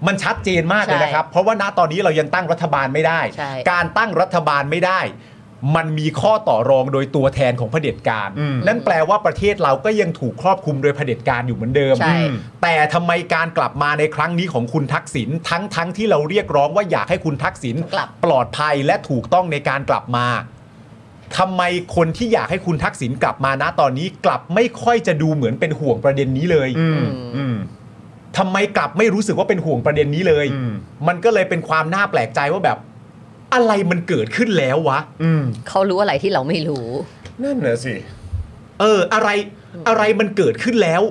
มันชัดเจนมากเลยนะครับ เพราะว่าณตอนนี้เรายังตั้งรัฐบาลไม่ได้
ใช่
การตั้งรัฐบาลไม่ได้ มันมีข้อต่อรองโดยตัวแทนของเผด็จการ
อืม
นั่นแปลว่าประเทศเราก็ยังถูกครอบคลุมโดยเผด็จการอยู่เหมือนเดิม
ใช่
แต่ทำไมการกลับมาในครั้งนี้ของคุณทักษิณทั้งทั้งที่เราเรียกร้องว่าอยากให้คุณทักษิณ
กลับ
ปลอดภัยและถูกต้องในการกลับมาทำไมคนที่อยากให้คุณทักษิณกลับมานะตอนนี้กลับไม่ค่อยจะดูเหมือนเป็นห่วงประเด็นนี้เลย
อืมอืม
ทำไมกลับไม่รู้สึกว่าเป็นห่วงประเด็นนี้เลย
อืม
มันก็เลยเป็นความน่าแปลกใจว่าแบบ อะไรมันเกิดขึ้นแล้ววะ
อืม
เขารู้อะไรที่เราไม่รู้
นั่นน่ะสิ
เออ อะไรอะไรมันเกิดขึ้นแล้ว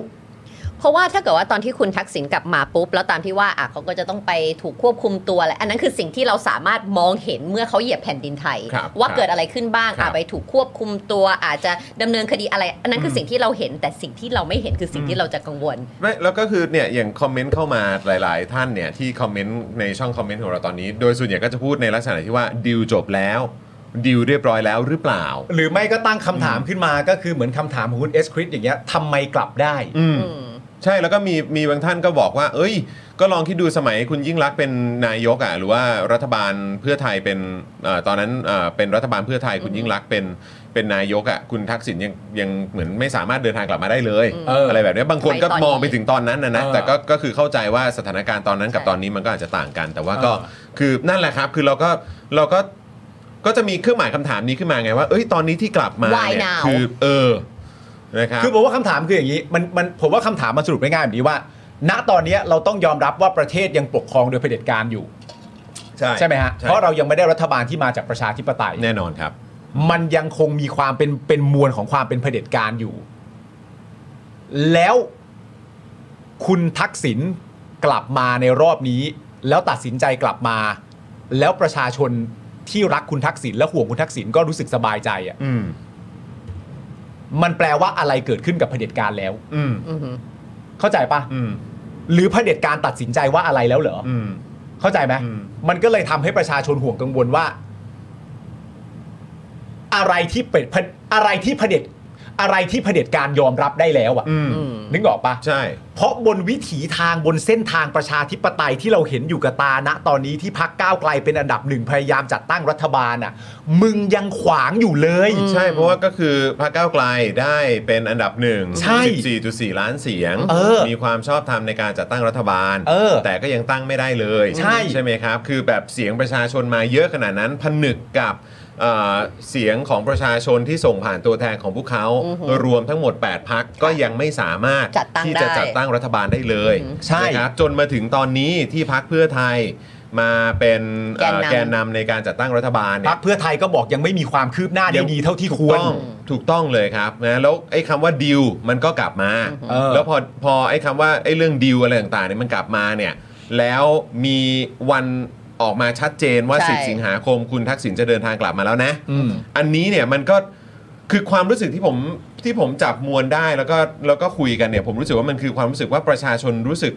เพราะว่าถ้าเกิดว่าตอนที่คุณทักษิณกลับมาปุ๊บ แล้วตามที่ว่าอ่ะเขาก็จะต้องไปถูกควบคุมตัวแหละอันนั้นคือสิ่งที่เราสามารถมองเห็นเมื่อเขาเหยียบแผ่นดินไทย
ครับ
ว่า
ครับ
เกิดอะไรขึ้นบ้าง
ครั
อา
บ
ไปถูกควบคุมตัวอาจจะดำเนินคดีอะไร อันนั้นคือสิ่งที่เราเห็นแต่สิ่งที่เราไม่เห็นคือสิ่งที่เราจะกังวล
ไม่แล้วก็คือเนี่ยอย่างคอมเมนต์เข้ามาหลาย ๆ ท่านเนี่ยที่คอมเมนต์ในช่องคอมเมนต์ของเราตอนนี้ โดยส่วนใหญ่ก็จะพูดในลักษณะที่ว่าดิวจบแล้วดิวเรียบร้อยแล้วหรือเปล่า
หรือไม่ก็ตั้งคำถามขึ้นมาก็คือเหมือนคำถามของคุณเอสคริสอย่างเงี้ยทำไมกลับได้
อืม
อืม
ใช่แล้วก็มีมีบางท่านก็บอกว่า เอ้ย ก็ลองคิดดูสมัยคุณยิ่งรักษณ์เป็นนายกอ่ะหรือว่ารัฐบาลเพื่อไทยเป็นเออตอนนั้นเอ่อเป็นรัฐบาลเพื่อไทยคุณยิ่งรักษณ์เป็นเป็นนายกอ่ะคุณทักษิณยังยังเหมือนไม่สามารถเดินทางกลับมาได้เลย
เอออ
ไรแบบเนี้ยบางคนก็
ไปตอนนี้
มองไปถึงตอนนั้นนะนะ
เออ
แต่ก็ก็คือเข้าใจว่าสถานการณ์ตอนนั้นกับ
ใช่
ตอนนี้มันก็อาจจะต่างกัน แต่ว่าก็
เออ
คือนั่นแหละครับคือเราก็เราก็ก็จะมีเครื่องหมายคำถามนี้ขึ้นมาไงว่าเอ้ยตอนนี้ที่กลับมาเนี่ย
Why now?
คือเออนะครับ
คือผมว่าคำถามคืออย่างนี้มันมันผมว่าคำถามมันสรุปง่ายๆแบบนี้ว่า ณตอนเนี้ยเราต้องยอมรับว่าประเทศยังปกครองโดยเผด็จการอยู่ ใช่ไหมฮะ เพราะเรายังไม่ได้รัฐบาลที่มาจากประชาธิปไตย
แน่นอนครับ
มันยังคงมีความเป็นเป็นมวลของความเป็นเผด็จการอยู่ แล้วคุณทักษิณกลับมาในรอบนี้ แล้วตัดสินใจกลับมา แล้วประชาชนที่รักคุณทักษิณและห่วงคุณทักษิณก็รู้สึกสบายใจอะ่ะ
อืม
มันแปลว่าอะไรเกิดขึ้นกับเผด็จการแล้ว
อืม
อือหือ
เข้าใจปะ
อืม
หรือเผด็จการตัดสินใจว่าอะไรแล้วเหรอ
อืม
เข้าใจไหม
อืม
มันก็เลยทำให้ประชาชนห่วงกังวลว่า อะไรที่เป็นเผดอะไรที่เผด็จอะไรที่เผด็จการยอมรับได้แล้วอะ
อืม
นึกออกปะ
ใช่
เพราะบนวิถีทางบนเส้นทางประชาธิปไตยที่เราเห็นอยู่กับตาณตอนนี้ที่พักก้าวไกลเป็นอันดับหนึ่งพยายามจัดตั้งรัฐบาลอ่ะ มึงยังขวางอยู่เลย
ใช่ เพราะว่าก็คือพรรคก้าวไกลได้เป็นอันดับหนึ่ง
ใช่
14.4 ล้านเสียง
เออ
มีความชอบธรรมในการจัดตั้งรัฐบาล
เออ
แต่ก็ยังตั้งไม่ได้เลย
ใช่
ใช่ไหมครับ คือแบบเสียงประชาชนมาเยอะขนาดนั้น ผนึกกับเอ่อเสียงของประชาชนที่ส่งผ่านตัวแทนของพวกเขา
อือฮึ
รวมทั้งหมด 8พักก็ยังไม่สามารถ
จัดตั้ง
ที่จะ
ได้
จัดตั้งรัฐบาลได้เลย
ใช่
นะครับจนมาถึงตอนนี้ที่พักเพื่อไทยมาเป็นเอ่อ
แกนนำ
แกนนำในการจัดตั้งรัฐบาล
พั
เนี่
ก
ย
เพื่อไทยก็บอกยังไม่มีความคืบหน้าได้ดีเท่าที่ควร
ต้องถูกต้องเลยครับนะแล้วไอ้คำว่าดิวมันก็กลับมา
เออ
แล้วพอพอไอ้คำว่าไอ้เรื่องดิวอะไรต่างๆเนี่ยมันกลับมาเนี่ยแล้วมีวันออกมาชัดเจนว่า
ใช่
10 สิงหาคมคุณทักษิณจะเดินทางกลับมาแล้วนะ
อืม
อันนี้เนี่ยมันก็คือความรู้สึกที่ผมที่ผมจับมวลได้แล้วก็แล้วก็คุยกันเนี่ยผมรู้สึกว่ามันคือความรู้สึกว่าประชาชนรู้สึก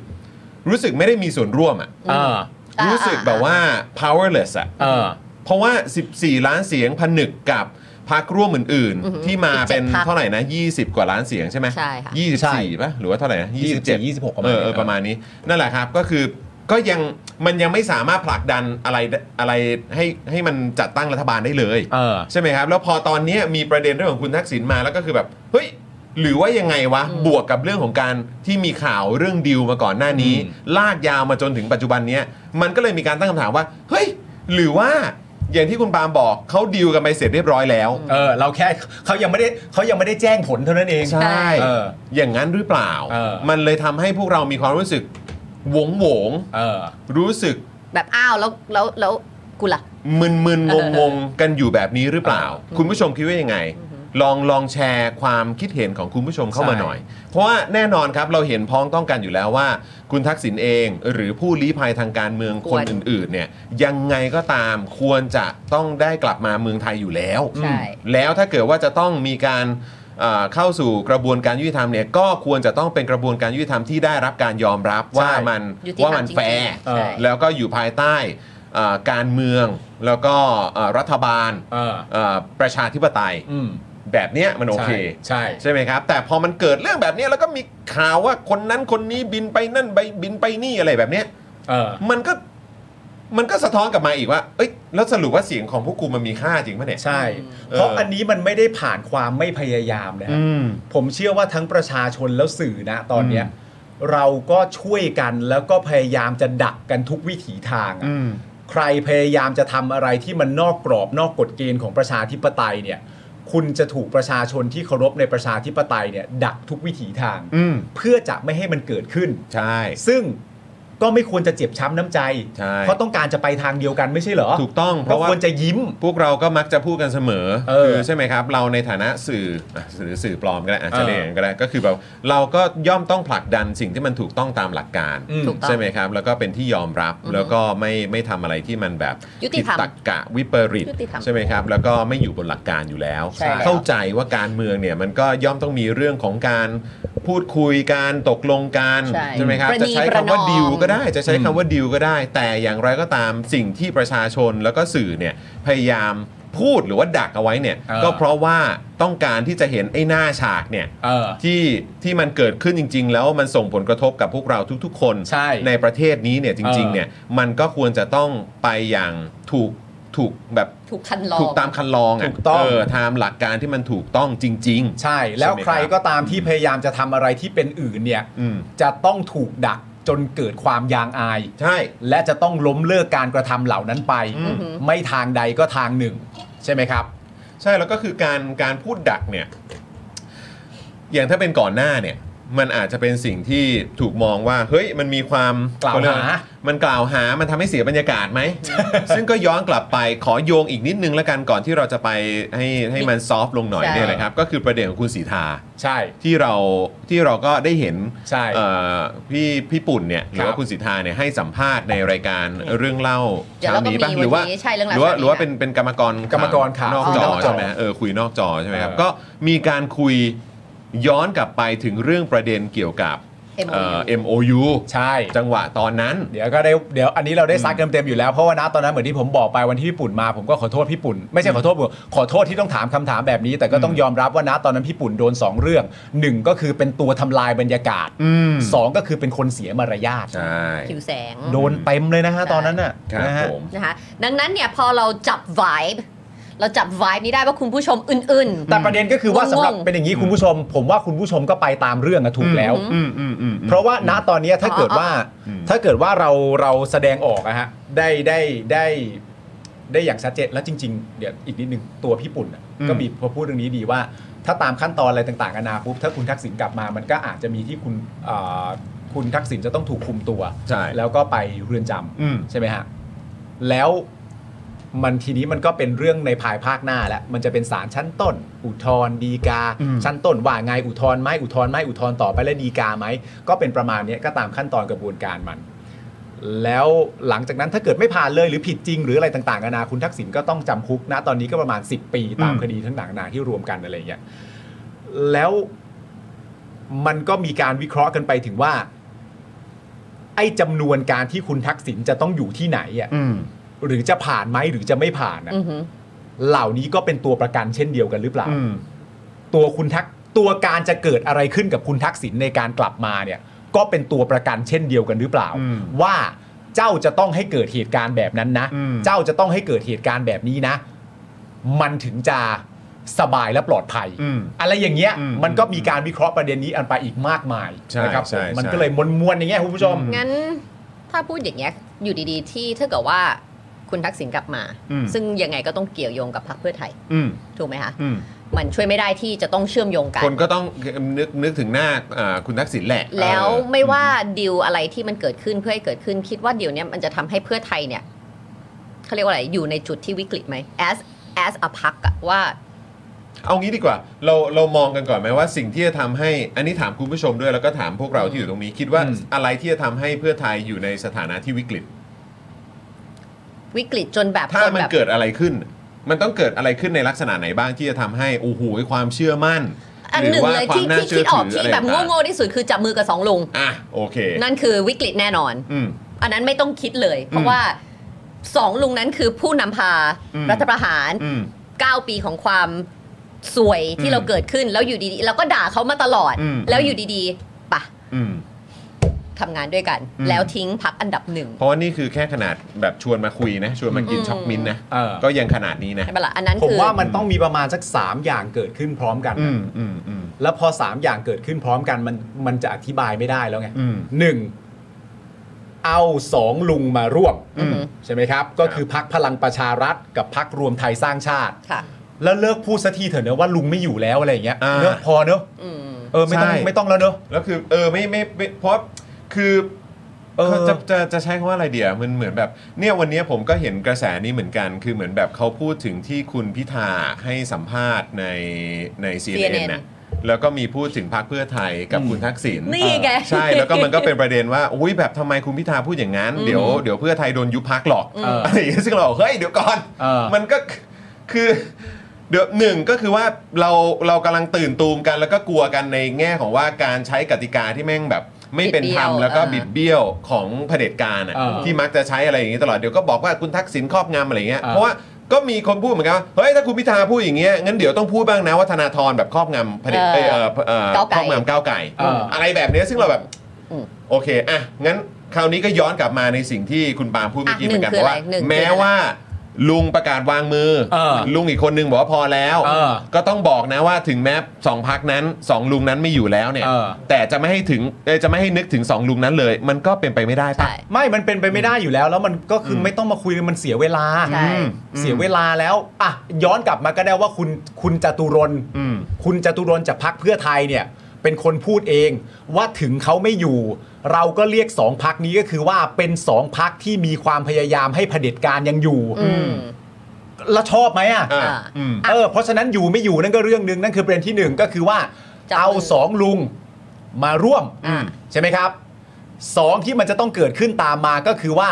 รู้สึกไม่ได้มีส่วนร่วมอ่ะ
เออ
อ่ารู้
รู้สึกแบบว่า powerless อะ
เออ
เพราะว่า 14 ล้านเสียงผนึกกับพักร่วมอื่น
อือหือ
ๆ ที่มาเป็น
17พรรค
เท่าไหร่นะ 20 กว่าล้านเสียงใช่ไหม
ใช่ค่ะ
ยี่สิบสี่ป่ะหรือว่าเท่าไหร่นะ
27 26ประมาณ
เอ
นี้
อเออประมาณนี้ นั่นแหละครับก็คือก็ยังมันยังไม่สามารถผลักดันอะไรอะไรให้ให้มันจัดตั้งรัฐบาลได้เลย
เออ
ใช่ไหมครับ แล้วพอตอนนี้มีประเด็นเรื่องของคุณทักษิณมาแล้วก็คือแบบ เฮ้ย หรือว่ายังไงวะ บวกกับเรื่องของการที่มีข่าวเรื่องดิวมาก่อนหน้านี้
อืม
ลากยาวมาจนถึงปัจจุบันเนี้ยมันก็เลยมีการตั้งคำถามว่า เฮ้ย หรือว่าอย่างที่คุณปาล์มบอกเขาดิวกันไปเสร็จเรียบร้อยแล้ว
เออเราแค่เขายังไม่ได้เขายังไม่ได้แจ้งผลเท่านั้นเอง
ใช่
เออ
อย่างนั้นหรือเปล่า
เออ
มันเลยทำให้พวกเรามีความรู้สึกหวงหวง
เออ
ๆรู้สึก
แบบอ้าวแล้วแล้วแล้วกูล่ะ
มึนมึนงงงงๆ กันอยู่แบบนี้หรือเปล่า คุณผู้ชมคิดว่ายังไง ลองลองแชร์ความคิดเห็นของคุณผู้ชมเข้ามา
ใช่
หน่อย เพราะว่าแน่นอนครับเราเห็นพ้องต้องกันอยู่แล้วว่า คุณทักษิณเองหรือผู้ลี้ภัยทางการเมือง
ควร
คนอื่นๆเนี่ยยังไงก็ตามควรจะต้องได้กลับมาเมืองไทยอยู่แล้ว
ใช่
แล้วถ้าเกิดว่าจะต้องมีการเอ่อเข้าสู่กระบวนการยุติธรรมเนี่ยก็ควรจะต้องเป็นกระบวนการยุติธรรมที่ได้รับการยอมรับว่ามัน
ยุติธรรม
ว่ามัน
จริงๆ
แฟร์
ใช่
แล้วก็อยู่ภายใต้เอ่อการเมืองแล้วก็เอ่อรัฐบาล
เออ
เอ่อประชาธิปไตย
อืม
แบบเนี้ยมันโอเค
ใช่ใช่
ใช่ไหมครับ แต่พอมันเกิดเรื่องแบบเนี้ยแล้วก็มีข่าวว่าคนนั้นคนนี้บินไปนั่นไปบินไปนี่อะไรแบบเนี้ย
เออ
มันก็มันก็สะท้อนกลับมาอีกว่า เอ้ยแล้วสรุปว่าเสียงของพวกกูมันมีค่าจริงปะเนี่ย
ใช่
เออ
เพราะอันนี้มันไม่ได้ผ่านความไม่พยายามนะฮะ
อืม
ผมเชื่อว่าทั้งประชาชนแล้วสื่อนะ ตอนเนี้ย เราก็ช่วยกันแล้วก็พยายามจะดักกันทุกวิถีทางอะ
อืม
ใครพยายามจะทำอะไรที่มันนอกกรอบนอกกฎเกณฑ์ของประชาธิปไตยเนี่ย คุณจะถูกประชาชนที่เคารพในประชาธิปไตยเนี่ย ดักทุกวิถีทาง
อืม
เพื่อจะไม่ให้มันเกิดขึ้น
ใช่
ซึ่ง ก็ไม่ควรจะเจ็บช้ำน้ำใจ
ใช่
เพราะต้องการจะไปทางเดียวกันไม่ใช่เหรอ
ถูกต้องเพ
ก็
ราะว่า
ควรจะยิ้ม
พวกเราก็มักจะพูดกันเสมอ
เออ
คือใช่ไหมครับ เราในฐานะสื่ออ่ะหรือสื่อปลอมก็ได้อาจจะ
เออ
เรียกอย่างนั้นก็ได้ก็คือแบบเราก็ย่อมต้องผลักดันสิ่งที่มันถูกต้องตามหลักการ
อืม
ถูกต้อง
ใช่ไหมครับ แล้วก็เป็นที่ยอมรับ
อือฮึ
แล้วก็ไม่ไม่ทำอะไรที่มันแบบ
ยุติธรรม
ผิดตรกกะวิปริต
ยุติธรรม
ใช่ไหมครับ แล้วก็ไม่อยู่บนหลักการอยู่แล้ว
ใช่แล้ว
เข้าใจว่าการเมืองเนี่ยมันก็ย่อมต้องมีเรื่องของการพูดคุยการตกลงการ
ใช่
ไหมครับ
ประ
จะ
นี
ใช้
ประน
คำ
อม
ว่าดิวก็ได้ ได้จะใช้คำว่าดีลก็ได้ แต่อย่างไรก็ตามสิ่งที่ประชาชนแล้วก็สื่อเนี่ยพยายามพูดหรือว่าดักเอาไว้เนี่ย
เออ
ก็เพราะว่าต้องการที่จะเห็นไอ้หน้าฉากเนี่ย
เออ
ที่ที่มันเกิดขึ้นจริง ๆ แล้วมันส่งผลกระทบกับพวกเราทุกๆ คน
ใช่
ประเทศนี้เนี่ยจริง ๆ
เออ
เนี่ยมันก็ควรจะต้องไปอย่างถูกถูกแบบ
ถูกคันลอง
ถูกตามคันลองอ่ะ
ถูกต้อง
เออตามหลักการที่มันถูกต้องจริง ๆ
ใช่ แล้วใคร
ใช่ไหมครับ
ก็ตามที่พยายามจะทำอะไรที่เป็นอื่นเนี่ย
อืม
จะต้องถูกดักจนเกิดความยางอาย
ใช่
และจะต้องล้มเลิกการกระทำเหล่านั้นไป
อืม
ไม่ทางใดก็ทางหนึ่ง ใช่ไหมครับ
ใช่แล้วก็คือการการพูดดักเนี่ย อย่างถ้าเป็นก่อนหน้าเนี่ย มันอาจจะเป็นสิ่งที่ถูกมองว่า เฮ้ยมันมีความ
กล่าวหา
เยอะไรมันกล่าวหามันทำให้เสียบรรยากาศ
[LAUGHS]
ไหม ซึ่งก็ย้อนกลับไปขอโยงอีกนิดนึงแล้วกันก่อนที่เราจะไปให้ให้มันซอฟต์ลงหน่อย
ใช่
เนี่ยนะครับ ก็คือประเด็นของคุณสีทา
ใช่
ที่เราที่เราก็ได้เห็น
ใช่
เอ่อพี่พี่ปุ่นเนี่ยหรือ
ครั
ว่า
บ
คุณสิทธาเนี่ยให้สัมภาษณ์ในรายการเรื่องเล่า
เดี๋ยวเราก็มี
ปะหรือว่า
วันนี้ใช่เรื่องรา
ห
ว
รือว่า
เช้า
ห
นี้
รือว่าเป็นเป็นกรรมกร
กรรมกรข่าวน
อก
คุย
จ
น
อ
อกจอ
ใช่ไหมเออคุยนอกจอใช่ไหมครับ
เออ
ก็มีการคุยย้อนกลับไปถึงเรื่องประเด็นเกี่ยวกับ
เอ็ม
เอ่อ MOU
ใช่
จังหวะตอนนั้น
เดี๋ยวก็ได้เดี๋ยวอันนี้เราได้ซักเต็มๆอยู่แล้วเพราะว่านะตอนนั้นเหมือนที่ผมบอกไปวันที่พี่ปุ่นมาผมก็ขอโทษพี่ปุ่นไม่ใช่ขอโทษผมขอโทษที่ต้องถามคำถามแบบนี้ แต่ก็ต้องยอมรับว่านะตอนนั้นพี่ปุ่นโดน 2 เรื่องหนึ่งก็คือเป็นตัวทำลายบรรยากาศ
อืม
สองก็คือเป็นคนเสียมารยาท
ใช่
ผิวแสง
โดนเต็มเลยนะฮะตอนนั้นน่ะ
ครับ
นะฮะ
ผม
นะคะดังนั้นเนี่ยพอเราจับ vibe เราจับ vibe นี้ได้ว่าคุณผู้ชมอื่น
แต่ประเด็นก็คือว่าสำหรับ
งงๆ
เป็นอย่างนี้คุณผู้ชม ผมว่าคุณผู้ชมก็ไปตามเรื่องอะถูกแล้ว
อืมอืมอืม
เพราะว่าณตอนเนี้ยถ้าเกิดว่าถ้าเกิดว่าเราเราแสดงออกอะฮะได้ได้ได้ได้อย่างชัดเจนแล้วจริง ๆ เดี๋ยวอีกนิดนึงตัวพี่ปุ่นอะ
อืม
ก็มีพอพูดเรื่องนี้ดีว่า ถ้าตามขั้นตอนอะไรต่างๆกันานาปุ๊บถ้าคุณทักษิณกลับมามันก็อาจจะมีที่คุณเอ่อคุณทักษิณจะต้องถูกคุมตัว
ใช่
แล้วก็ไปเรือนจำ
อืม
ใช่ไหมฮะ แล้วมันทีนี้มันก็เป็นเรื่องในภายภาคหน้าแล้วมันจะเป็นศาลชั้นต้น อุทธรณ์ฎีกา
อืม
ชั้นต้นว่าไงอุทธรณ์ไหมอุทธรณ์ไหมอุทธรณ์ต่อไปแล้วฎีกาไหมก็เป็นประมาณเนี้ยก็ตามขั้นตอนกระบวนการมัน แล้วหลังจากนั้นถ้าเกิดไม่ผ่านเลยหรือผิดจริง หรืออะไรต่างๆนานาคุณทักษิณก็ต้องจำคุกนะตอนนี้ก็ประมาณ 10 ปีตามคดีทั้งหนังนาที่รวมกันอะไรอย่างเงี้ยแล้วมันก็มีการวิเคราะห์กันไปถึงว่า ไอ้จำนวนการที่คุณทักษิณจะต้องอยู่ที่ไหนอ่ะ
อืม
หรือจะผ่านไหมหรือจะไม่ผ่าน
ๆ
อะ
อือหือ
เหล่านี้ก็เป็นตัวประกันเช่นเดียวกันหรือเปล่า
อืม
ตัวคุณทักตัวการจะเกิดอะไรขึ้นกับคุณทักษิณในการกลับมาเนี่ยก็เป็นตัวประกันเช่นเดียวกันหรือเปล่า
อืม
ว่าเจ้าจะต้องให้เกิดเหตุการณ์แบบนั้นนะ
อืม
เจ้าจะต้องให้เกิดเหตุการณ์แบบนี้นะ มันถึงจะสบายและปลอดภัย
อืม
อะไรอย่างเงี้ย
อืม
มันก็มีการวิเคราะห์ประเด็นนี้อันไปอีกมากมาย
ใช่
นะครับ
ใช่
ผมมัน
ใช่
ก็เลยมวนๆอย่างเงี้ยคุณผู้ชม
งั้นถ้าพูดอย่างเงี้ยอยู่ดีๆ ที่ถ้าเกิดว่าคุณทักษิณกลับมา
อืม
ซึ่งยังไงก็ต้องเกี่ยวโยงกับพรรคเพื่อไทย
อืม
ถูกไหมคะ
อืม
มันช่วยไม่ได้ที่จะต้องเชื่อมโยงกัน
คนก็ต้องนึกนึกถึงหน้าอ่าคุณทักษิณแหละ
แล้ว
เออ
ไม่ว่าดิวอะไรที่มันเกิดขึ้นเพื่อให้เกิดขึ้น คิดว่าดิวเนี้ยมันจะทำให้เพื่อไทยเนี่ยเขาเรียกว่าอะไรอยู่ในจุดที่วิกฤตไหม as as a พักอะว่า
เอางี้ดีกว่า เราเรามองกันก่อนไหมว่าสิ่งที่จะทำให้อันนี้ถามคุณผู้ชมด้วยแล้วก็ถามพวกเราที่อยู่ตรงนี้คิดว่า
อืม
อะไรที่จะทำให้เพื่อไทยอยู่ในสถานะที่วิกฤต
วิกฤตจนแบบ
ถ้า
คน
มัน
แบบ
เกิดอะไรขึ้น มันต้องเกิดอะไรขึ้นในลักษณะไหนบ้างที่จะทำให้โอ้โหความเชื่อมั่น
อันหนึ่งเลยที่ที่คิดออกที่แบบโง่ๆที่สุดคือจับมือกับสองลุง
ๆอ่ะโอเค
นั่นคือวิกฤตแน่นอน
อืม
อันนั้นไม่ต้องคิดเลย เพราะว่าสองลุงนั้นคือผู้นำพา
อืม
รัฐประหาร
อืม
9 ปีของความสวยที่เราเกิดขึ้น แล้วอยู่ดีๆเราก็ด่าเขามาตลอด
อืม
แล้วอยู่ดีๆปะ
อืม
ทำงานด้วยกัน
อืม
แล้วทิ้งพักอันดับหนึ่ง
เพราะว่านี่คือแค่ขนาดแบบชวนมาคุยนะ ชวนมากิน
อืม
ช็อกมินท์นะ
เออ
ก็ยังขนาดนี้นะ
ใช่ปะล่ะอันนั้น
ผม
คือ
ว่ามันต้องมีประมาณสัก 3 อย่างเกิดขึ้นพร้อมกัน
อืมอืมอืม
แล้วพอ 3 อย่างเกิดขึ้นพร้อมกันมันมันจะอธิบายไม่ได้แล้วไง
อืม
หนึ่งเอาสองลุงมาร่วม
อืม
ใช่ไหมครับ ก็คือพักพลังประชารัฐกับพักรวมไทยสร้างชาติ
ค่ะ
แล้วเลิกพูดสักทีเถอะเนอะว่าลุงไม่อยู่แล้วอะไรอย่างเงี้ย
อ่า
เนอะพอเนอะ
อืม
เออไม่ต้อง
ใช่
ไม่ต้องแล้วเนอะ
แล้วคือเออไม่ไม่ไม่เพราะคือ
เออ
จะจะจะใช้คำว่าอะไรเดียวมันเหมือนแบบเนี่ยวันนี้ผมก็เห็นกระแสนี้เหมือนกัน คือเหมือนแบบเขาพูดถึงที่คุณพิธาให้สัมภาษณ์ในใน CNN
CNN
น่ะแล้วก็มีพูดถึงพรรคเพื่อไทยกับคุณทักษิณ
นี่ไง
ใช่แล้วก็มันก็เป็นประเด็นว่าอุ้ยแบบทำไมคุณพิธาพูดอย่างนั้นเดี๋ยวเดี๋ยวเพื่อไทยโดนยุบพักหรอก
เอออ
อะไรอย่างเงี้ยซึ่งเราบอกเฮ้ยเดี๋ยวก่อน
เออ
มันก็คือ เดี๋ยวหนึ่งก็คือว่าเราเรากำลังตื่นตูมกันแล้วก็กลัวกันในแง่ของว่าการใช้กติกาที่แม่งแบบ ไม่เป็นธรรม
บิดเบี้ยว
แล้วก็
อ่า
บิดเบี้ยวของเผด็จการอะ
เออ
ที่มักจะใช้อะไรอย่างนี้ตลอดเดี๋ยวก็บอกว่าคุณทักษิณครอบงำอะไรเงี้ย
เออ
เพราะว่าก็มีคนพูดเหมือนกันว่าเฮ้ยถ้าคุณพิธาพูดอย่างเงี้ยงั้นเดี๋ยวต้องพูดบ้างนะว่าธนาธรแบบครอบงำเผด็จเอยเอ่อเอ่อ
ก้าวไก่
ครอบงำก้าวไก่
เอออ
อะไรแบบเนี้ยซึ่งเราแบบ
อืม
โอเคอ่ะงั้นคราวนี้ก็ย้อนกลับมาในสิ่งที่คุณปาล์มพูดเมื่อกี้
อ่ะ
เหมือนกัน
หนึ่
เพ
ง
ราะว่า
คืออะไรหนึ่งคืออะไร
แม้ว่า ลุงประกาศวางมือ
เออ
ลุงอีกคนนึงบอกว่าพอแล้ว
เออ
ก็ต้องบอกนะว่าถึงแม้สองพักนั้นสองลุงนั้นไม่อยู่แล้วเนี่ย
เออ
แต่จะไม่ให้ถึงเอ้ยจะไม่ให้นึกถึงสองลุงนั้นเลย มันก็เป็นไปไม่ได้ปะ
ใช่
ไม่มันเป็นไปไม่ได้อยู่แล้ว แล้วมันก็คืออไม่ต้องมาคุยเลยมันเสียเวลา
ใช่
อืมเสียเวลาแล้วอ่ะย้อนกลับมาก็ได้ว่าคุณคุณจตุรนต์
อืม
คุณจตุรนต์จากพักเพื่อไทยเนี่ย เป็นคนพูดเองว่าถึงเขาไม่อยู่ เราก็เรียกสองพักนี้ก็คือว่าเป็นสองพักที่มีความพยายามให้เผด็จการยังอยู่
อืม
แล้วชอบไหมอ่ะ
อ่ะ
อ่ะ
อืม
เออเพราะฉะนั้นอยู่ไม่อยู่นั่นก็เรื่องหนึ่งนั่นคือประเด็นที่หนึ่งก็คือว่า
จับมือ
เอาสองลุงมาร่วม
อ่า
ใช่ไหมครับสองที่มันจะต้องเกิดขึ้นตามมาก็คือว่า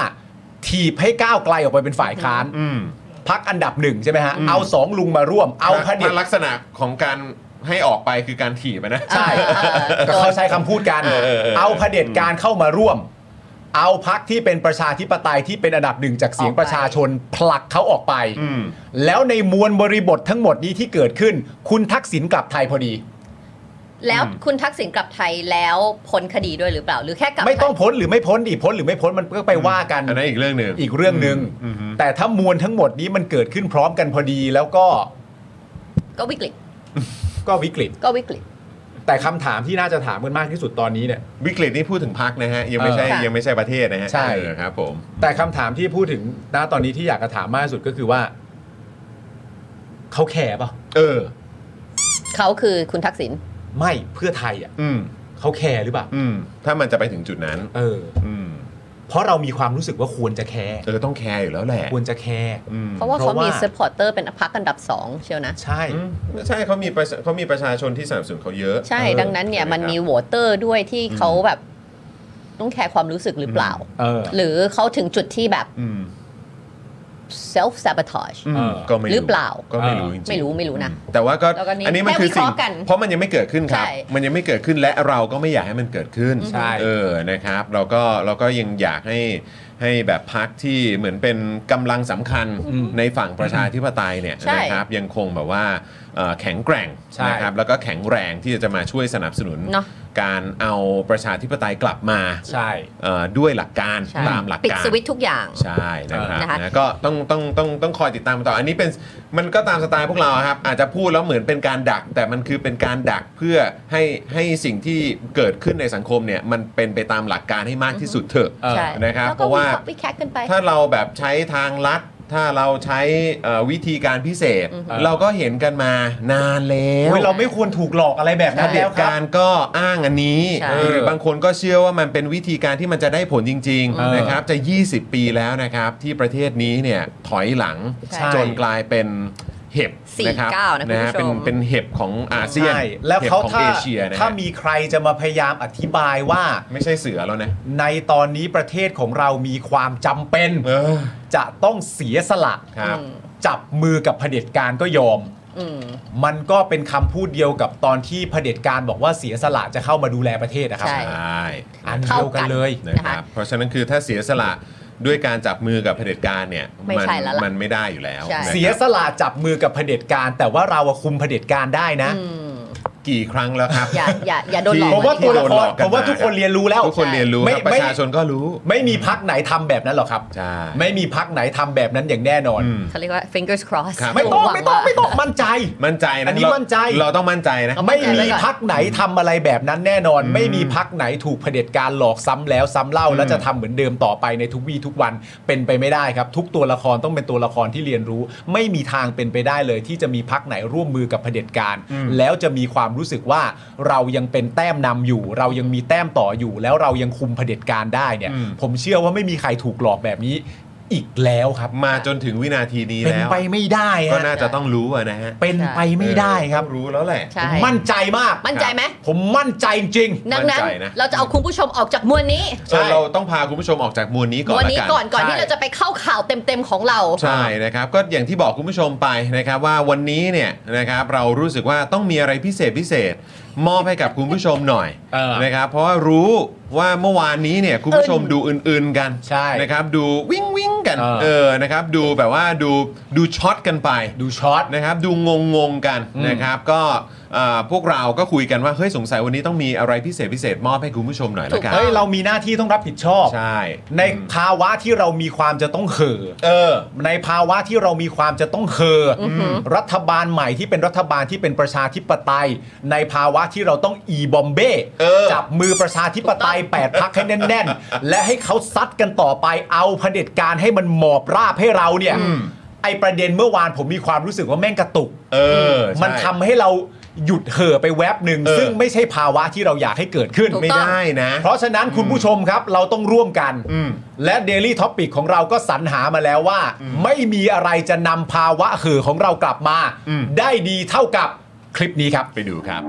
ถีบให้ก้าวไกลออกไปเป็นฝ่ายค้าน
อืม
พักอันดับหนึ่งใช่ไหมฮะเอาสองลุงมาร่วม เอาพระเผด็จ
ลักษณะของการให้ออกไปคือการถีบอะนะ
ใช่
เออเออ
ก็เขาใช้คำพูดกัน
เออเออเออ
เอาเผด็จการเข้ามาร่วม เอาพักที่เป็นประชาธิปไตยที่เป็นอันดับหนึ่งจากเสียง
ออกไป
ประชาชนผลักเขาออกไป
อืม
แล้วในมวลบริบททั้งหมดนี้ที่เกิดขึ้น คุณทักษิณกลับไทยพอดี
แล้วคุณทักษิณกลับไทยแล้วพ้นคดีด้วยหรือเปล่า หรือแค่กลับ
ไม่ต้อง
ป
พ้นหรือไม่พ้นดิพ้นหรือไม่พ้นมันก็ไปว่ากัน
อันนั้นอีกเรื่องหนึ่ง
อีกเรื่องหนึ่ง
อืมอืม
แต่ถ้ามวลทั้งหมดนี้มันเกิดขึ้นพร้อมกันพอดีแล้วก็
ก็วิกฤต
ก็วิกฤต
ก็วิกฤต
แต่คำถามที่น่าจะถามกันมากที่สุดตอนนี้เนี่ย
วิกฤตนี่พูดถึงพักนะฮะ ยังไม่ใช่
เออค่ะ
ยังไม่ใช่ประเทศนะฮะ
ใช่
เออครับผม
แต่คำถามที่พูดถึงณตอนนี้ที่อยากจะถามมากที่สุดก็คือว่าเขาแคร์ป่ะ
เออ
เขาคือคุณทักษิณ
ไม่เพื่อไทยอ่ะ
อืม
เขาแคร์หรือเปล่า
อืมถ้ามันจะไปถึงจุดนั้น
เออ
อืม
เพราะเรามีความรู้สึกว่าควรจะแคร์
เออต้องแคร์อยู่แล้วแหละ
ควรจะแคร์
อืม
เพราะว่าเขา
เพราะว่ามี
มีซัพพอร์เตอร์เป็นพรรคอันดับสองเชียวนะ
ใช่
อืมใช่เขามีประชาเขามีประชาชนที่สนับสนุนเขาเยอะ
ใช่
เออ
ดังนั้นเนี่ย
ใช่ไห
มันมี
ครับ
โหวตเตอร์ด้วยที่เขาแบบต้องแคร์ความรู้สึกหรือเปล่า
เออ
หรือเขาถึงจุดที่แบบ
อืม
self sabotage
อืม
เออ
ก็ไม่
หรือเปล่า
ก็ไม่รู้จริงๆ
ไม่รู้ไม่รู้นะ
แต่ว่าก็
แล้วก็นี่
อันนี้มันคือสิ่ง
แค่วิเคราะห์กัน
เพราะมันยังไม่เกิดขึ้นครับ
ใช่
มันยังไม่เกิดขึ้นและเราก็ไม่อยากให้มันเกิดขึ้น
ใช่
เออนะครับ เราก็เราก็ยังอยากให้ให้แบบพักที่เหมือนเป็นกำลังสำคัญในฝั่งประชาธิปไตยเนี่ย
ใช่
นะครับ ยังคงแบบว่าเอ่อแข็งแกร่ง
ใช่
นะครับแล้วก็แข็งแรงที่จะมาช่วยสนับสนุน
เนาะ
การเอาประชาธิปไตยกลับมา
ใช่
เอ่อด้วยหลักการ
ใช่
ตามหลัก
ปิด
การ
สวิตช์ทุกอย่าง
ใช่นะครับ
นะคะ
นะก็ต้องต้องต้องต้องคอยติดตามต่อ อันนี้เป็นมันก็ตามสไตล์พวกเราครับ อาจจะพูดแล้วเหมือนเป็นการดัก แต่มันคือเป็นการดักเพื่อให้ให้สิ่งที่เกิดขึ้นในสังคมเนี่ยมันเป็นไปตามหลักการให้มากที่สุดเถอะ
เออ
ใช่
นะครับ
แล้ว
เพ
ก็
ราะว่า
วิแคกันไป
ถ้าเราแบบใช้ทางลัด ถ้าเราใช้เอ่อวิธีการพิเศษ
อือฮึ
เราก็เห็นกันมานานแล้ว
โอ้ยเราไม่ควรถูกหลอกอะไรแบบ
เผ
นั้น
ด็
แล้
จ
วครั
กา
บ
รก็อ้างอันนี้
ใช่
เออหรือบางคนก็เชื่อว่ามันเป็นวิธีการที่มันจะได้ผลจริง
เออ
ๆนะครับจะ 20 ปีแล้วนะครับที่ประเทศนี้เนี่ยถอยหลัง
ใช่
จนกลายเป็นเห็บ
สี่
นะครับ
เก้านะคุณ
ฮ
ผู้ชม
เป็นเป็นเห็บของอาเซียน
ใช่แล้ว
ห็บ
เขา
ของ
ถ้า
เอเชียนะฮะ
ถ้ามีใครจะมาพยายามอธิบายว่า
ไม่ใช่เสือแล้วนะ
ในตอนนี้ประเทศของเรามีความจำเป็น
เออ
จะต้องเสียสละ
ครับ
จับมือกับเผด็จการก็ยอม
อืม
มันก็เป็นคำพูดเดียวกับตอนที่เผด็จการบอกว่าเสียสละจะเข้ามาดูแลประเทศนะครับ
ใช่
ใช่
อันเดียวกันเลย
นะค
นะ
รับ
คะ
เพราะฉะนั้นคือถ้าเสียสละด้วยการจับมือกับเผด็จการเนี่ย
ไม่ใช่แล้วล่ะ
มันไม่ได้อยู่แล้ว
ใช่
นะครับ
เสียสละจับมือกับเผด็จการ แต่ว่าเราอะคุมเผด็จการได้นะ
อืม
กี่ครั้งแล้วครับ
อย่าอย่าอย่าโดนหลอก
ผมว่าตัวละคร
โดนหลอกกัน
ผมว่าทุกคน
มา
เรียนรู้แล้ว
ทุกคนเรียนรู้
ไม่
ครับป
ไม่
ระชาชนก็รู้
ไม่มีพักไหนทำแบบนั้นหรอกครับ
ใช่
ไม่มีพักไหนทำแบบนั้นอย่างแน่นอน
อืม
เขาเรียกว่า fingers crossed
ครับ
ไม่ต้อง
หวั
ไม่ต้อง
ว่า
ไม่ต้องมั่นใจ
มั่นใจนะ
อันนี้
เรา
มั่นใจ
เราต้องมั่นใจนะ
เอา
ไม่
มั่นใจไว้
มี
ก่อน
พักไหนทำอะไรแบบนั้นแน่นอน ไม่มีพักไหนถูกเผด็จการหลอกซ้ำแล้วซ้ำเล่า และจะทำเหมือนเดิมต่อไปในทุกวี่ทุกวันเป็นไปไม่ได้ครับ ทุกตัวละครต้องเป็นตัวละครที่เรียนรู้ ไม่มีทางเป็นไปได้เลย ที่จะมีพักไหนร่วมมือกับเผด็จการ แล้วจะมีความ รู้สึกว่าเรายังเป็นแต้มนำอยู่ เรายังมีแต้มต่ออยู่ แล้วเรายังคุมเผด็จการได้เนี่ย
อืม
ผมเชื่อว่าไม่มีใครถูกหลอกแบบนี้อีกแล้วครับ
มาจนถึงวินาทีนี้
เป็น
แล้ว
ไปไม่ได้ฮ
ก็น่าจะต้องรู้อะนะฮะ
เป็นไปไม่ได้ครับ
เออต้องรู้แล้วแหละ
ใช่
ผมมั่นใจมาก
มั่นใจไหม
ผมมั่นใจจริง
ดังนั้น
มั่นใจนะ
เราจะเอาคุณผู้ชมออกจากมวลนี้
เออเราต้องพาคุณผู้ชมออกจากมวลนี้ก่
ม
อน
วลนี้
ละกัน
ก่อนก่อน
ใช่
ที่เราจะไปเข้าข่าวเต็มๆของเรา
ใช่นะครับก็อย่างที่บอกคุณผู้ชมไปนะครับว่าวันนี้เนี่ยนะครับเรารู้สึกว่าต้องมีอะไรพิเศษพิเศษ มอบให้กับคุณผู้ชมหน่อย
เออ
นะครับ เพราะว่ารู้ว่าเมื่อวานนี้เนี่ยคุณผู้ชมดูอื่นๆกัน
ใช่
นะครับ ดูวิ่งวิ่งๆกัน
เออ
เออนะครับ ดูแบบว่าดูดูช็อตกันไป
ๆ ดูช็อต
นะครับ ดูงงงๆกัน
อืม
นะครับก็เอ่อพวกเราก็คุยกันว่าเฮ้ยสงสัยวันนี้ต้องมีอะไรพิเศษพิเศษมอบให้คุณผู้ชมหน่อยละกัน
เฮ้ยเรามีหน้าที่ต้องรับผิดชอบ
ใช่
ในภาวะที่เรามีความจะต้องเห่อ
เออ
ในภาวะที่เรามีความจะต้องเฮออรัฐบาลใหม่ที่เป็นรัฐบาลที่เป็นประชาธิปไตย ในภาวะที่เราต้องอีบอมเบ้
เออ
จับมือประชาธิปไตย 8 พักให้แน่น ๆ และให้เขาซัดกันต่อไปเอาเผด็จการให้มันหมอบราบให้เราเนี่ยไอประเด็นเมื่อวานผมมีความรู้สึกว่าแม่งกระตุก
เออใช่
มันทำให้เราหยุดเห่อไปแวบหนึ่ง
เออ
ซึ่งไม่ใช่ภาวะที่เราอยากให้เกิดขึ้น
ถูก
ไม่
ต้อง
ได้นะ
เพราะฉะนั้นคุณผู้ชมครับเราต้องร่วมกัน
อืม
และ Daily t o อปิของเราก็สรรหามาแล้วว่า ไม่มีอะไรจะนำภาวะเหือของเรากลับมา
อืม
ได้ดีเท่ากับคลิปนี้ครับ
ไปดูครับ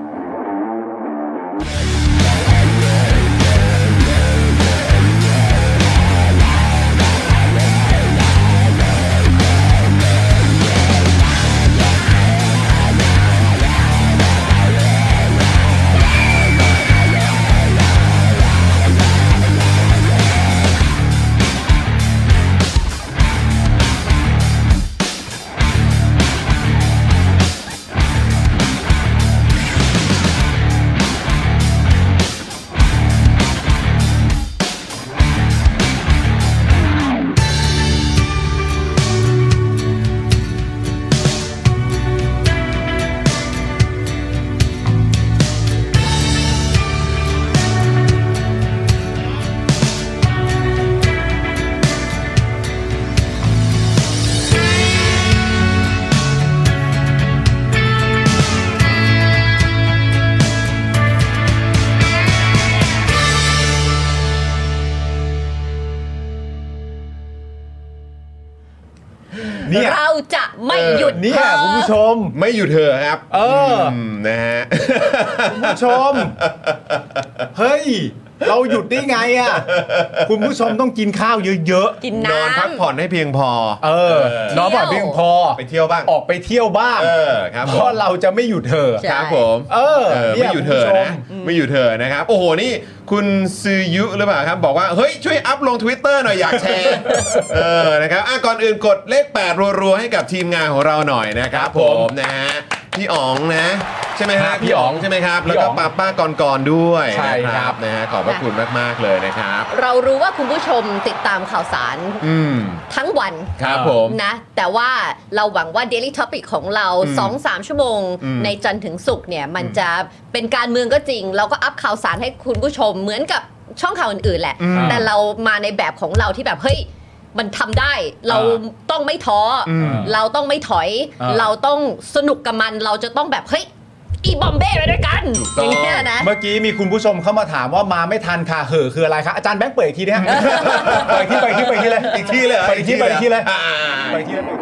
เนี่ย
เราจะไม่
เออ
หยุด
เนี่ย
เพ้อ
คุณผู้ชม
ไม่อยู่เธอะครับ
เอออื
มนะฮะ
คุณผู้ชม เฮ้ย เราหยุดได้ไงอ่ะ คุณผู้ชมต้องกินข้าวเยอะ
กิน
นอน
น้ำ
พักผ่อนให้เพียงพอ
ๆ เออ
เที่ยว
น้องบอกเพียงพอ
ไปเที่ยวบ้าง
ออกไปเที่ยวบ้าง
เออครับ
เพ
ผม
ราะเราจะไม่หยุดเธอ
ใช่
ครับผม
เออ
เออ
เนี่
ไม่
ย
อยู่เธอะนะไม่อยู่เธอะนะครับ โอ้โหนี่ คุณซือยุหรือเปล่าครับ บอกว่า เฮ้ย ช่วยอัพลง Twitter หน่อยอยากแช
[LAUGHS]
ร์ เออนะครับอ่ะก่อนอื่นกดเลข 8 รัวๆ ให้กับทีมงานของเราหน่อยนะครับ
ครับ
ผ
ผม
มนะฮะพี่อ๋องนะ ใช่ไหมฮะ
ครับ
พี่อ๋องใช่ไหมครับ
พี่
แล้ว
อ๋
ก็
อง
ป้าป้าๆก่อนๆด้วย
ใช่
นะครับ นะฮะขอบพระคุณมากๆเลยนะครับ
เรารู้ว่าคุณผู้ชมติดตามข่าวสาร
อืม
ทั้งวัน
ครับผม
นะ แต่ว่าเราหวังว่า Daily Topic ของเรา
อืม
2-3 ชั่วโมง
อืม
ในจันทร์ถึงศุกร์เนี่ย มันจะเป็นการเมืองก็จริง เราก็อัพข่าวสารให้คุณผู้ชมเหมือนกับช่องข่าวอื่นๆแหละ
อืม
แต่เรามาในแบบของเราที่แบบ เฮ้ย มันทำได้ เราต้องไม่ท้ออ
ม
เราต้องไม่ถอย
อ่า
เราต้องสนุกกับมัน เราจะต้องแบบ เฮ้ย อีบอมเบ้ไปด้วยกันอย่างเงี้ยนะ
เมื่อกี้มีคุณผู้ชมเข้ามาถามว่ามาไม่ทันค่ะเห่อคืออะไรคะอาจารย์แบงค์เปิดอีกทีนะฮะ เปิดอีกที่เปิดอีกที่เปิดอีกที่เลย
อีกที่เลยเหรอ
เปิดอีกที่เปิดอีกที่เลย
อ่า
เปิดอีกที่เลย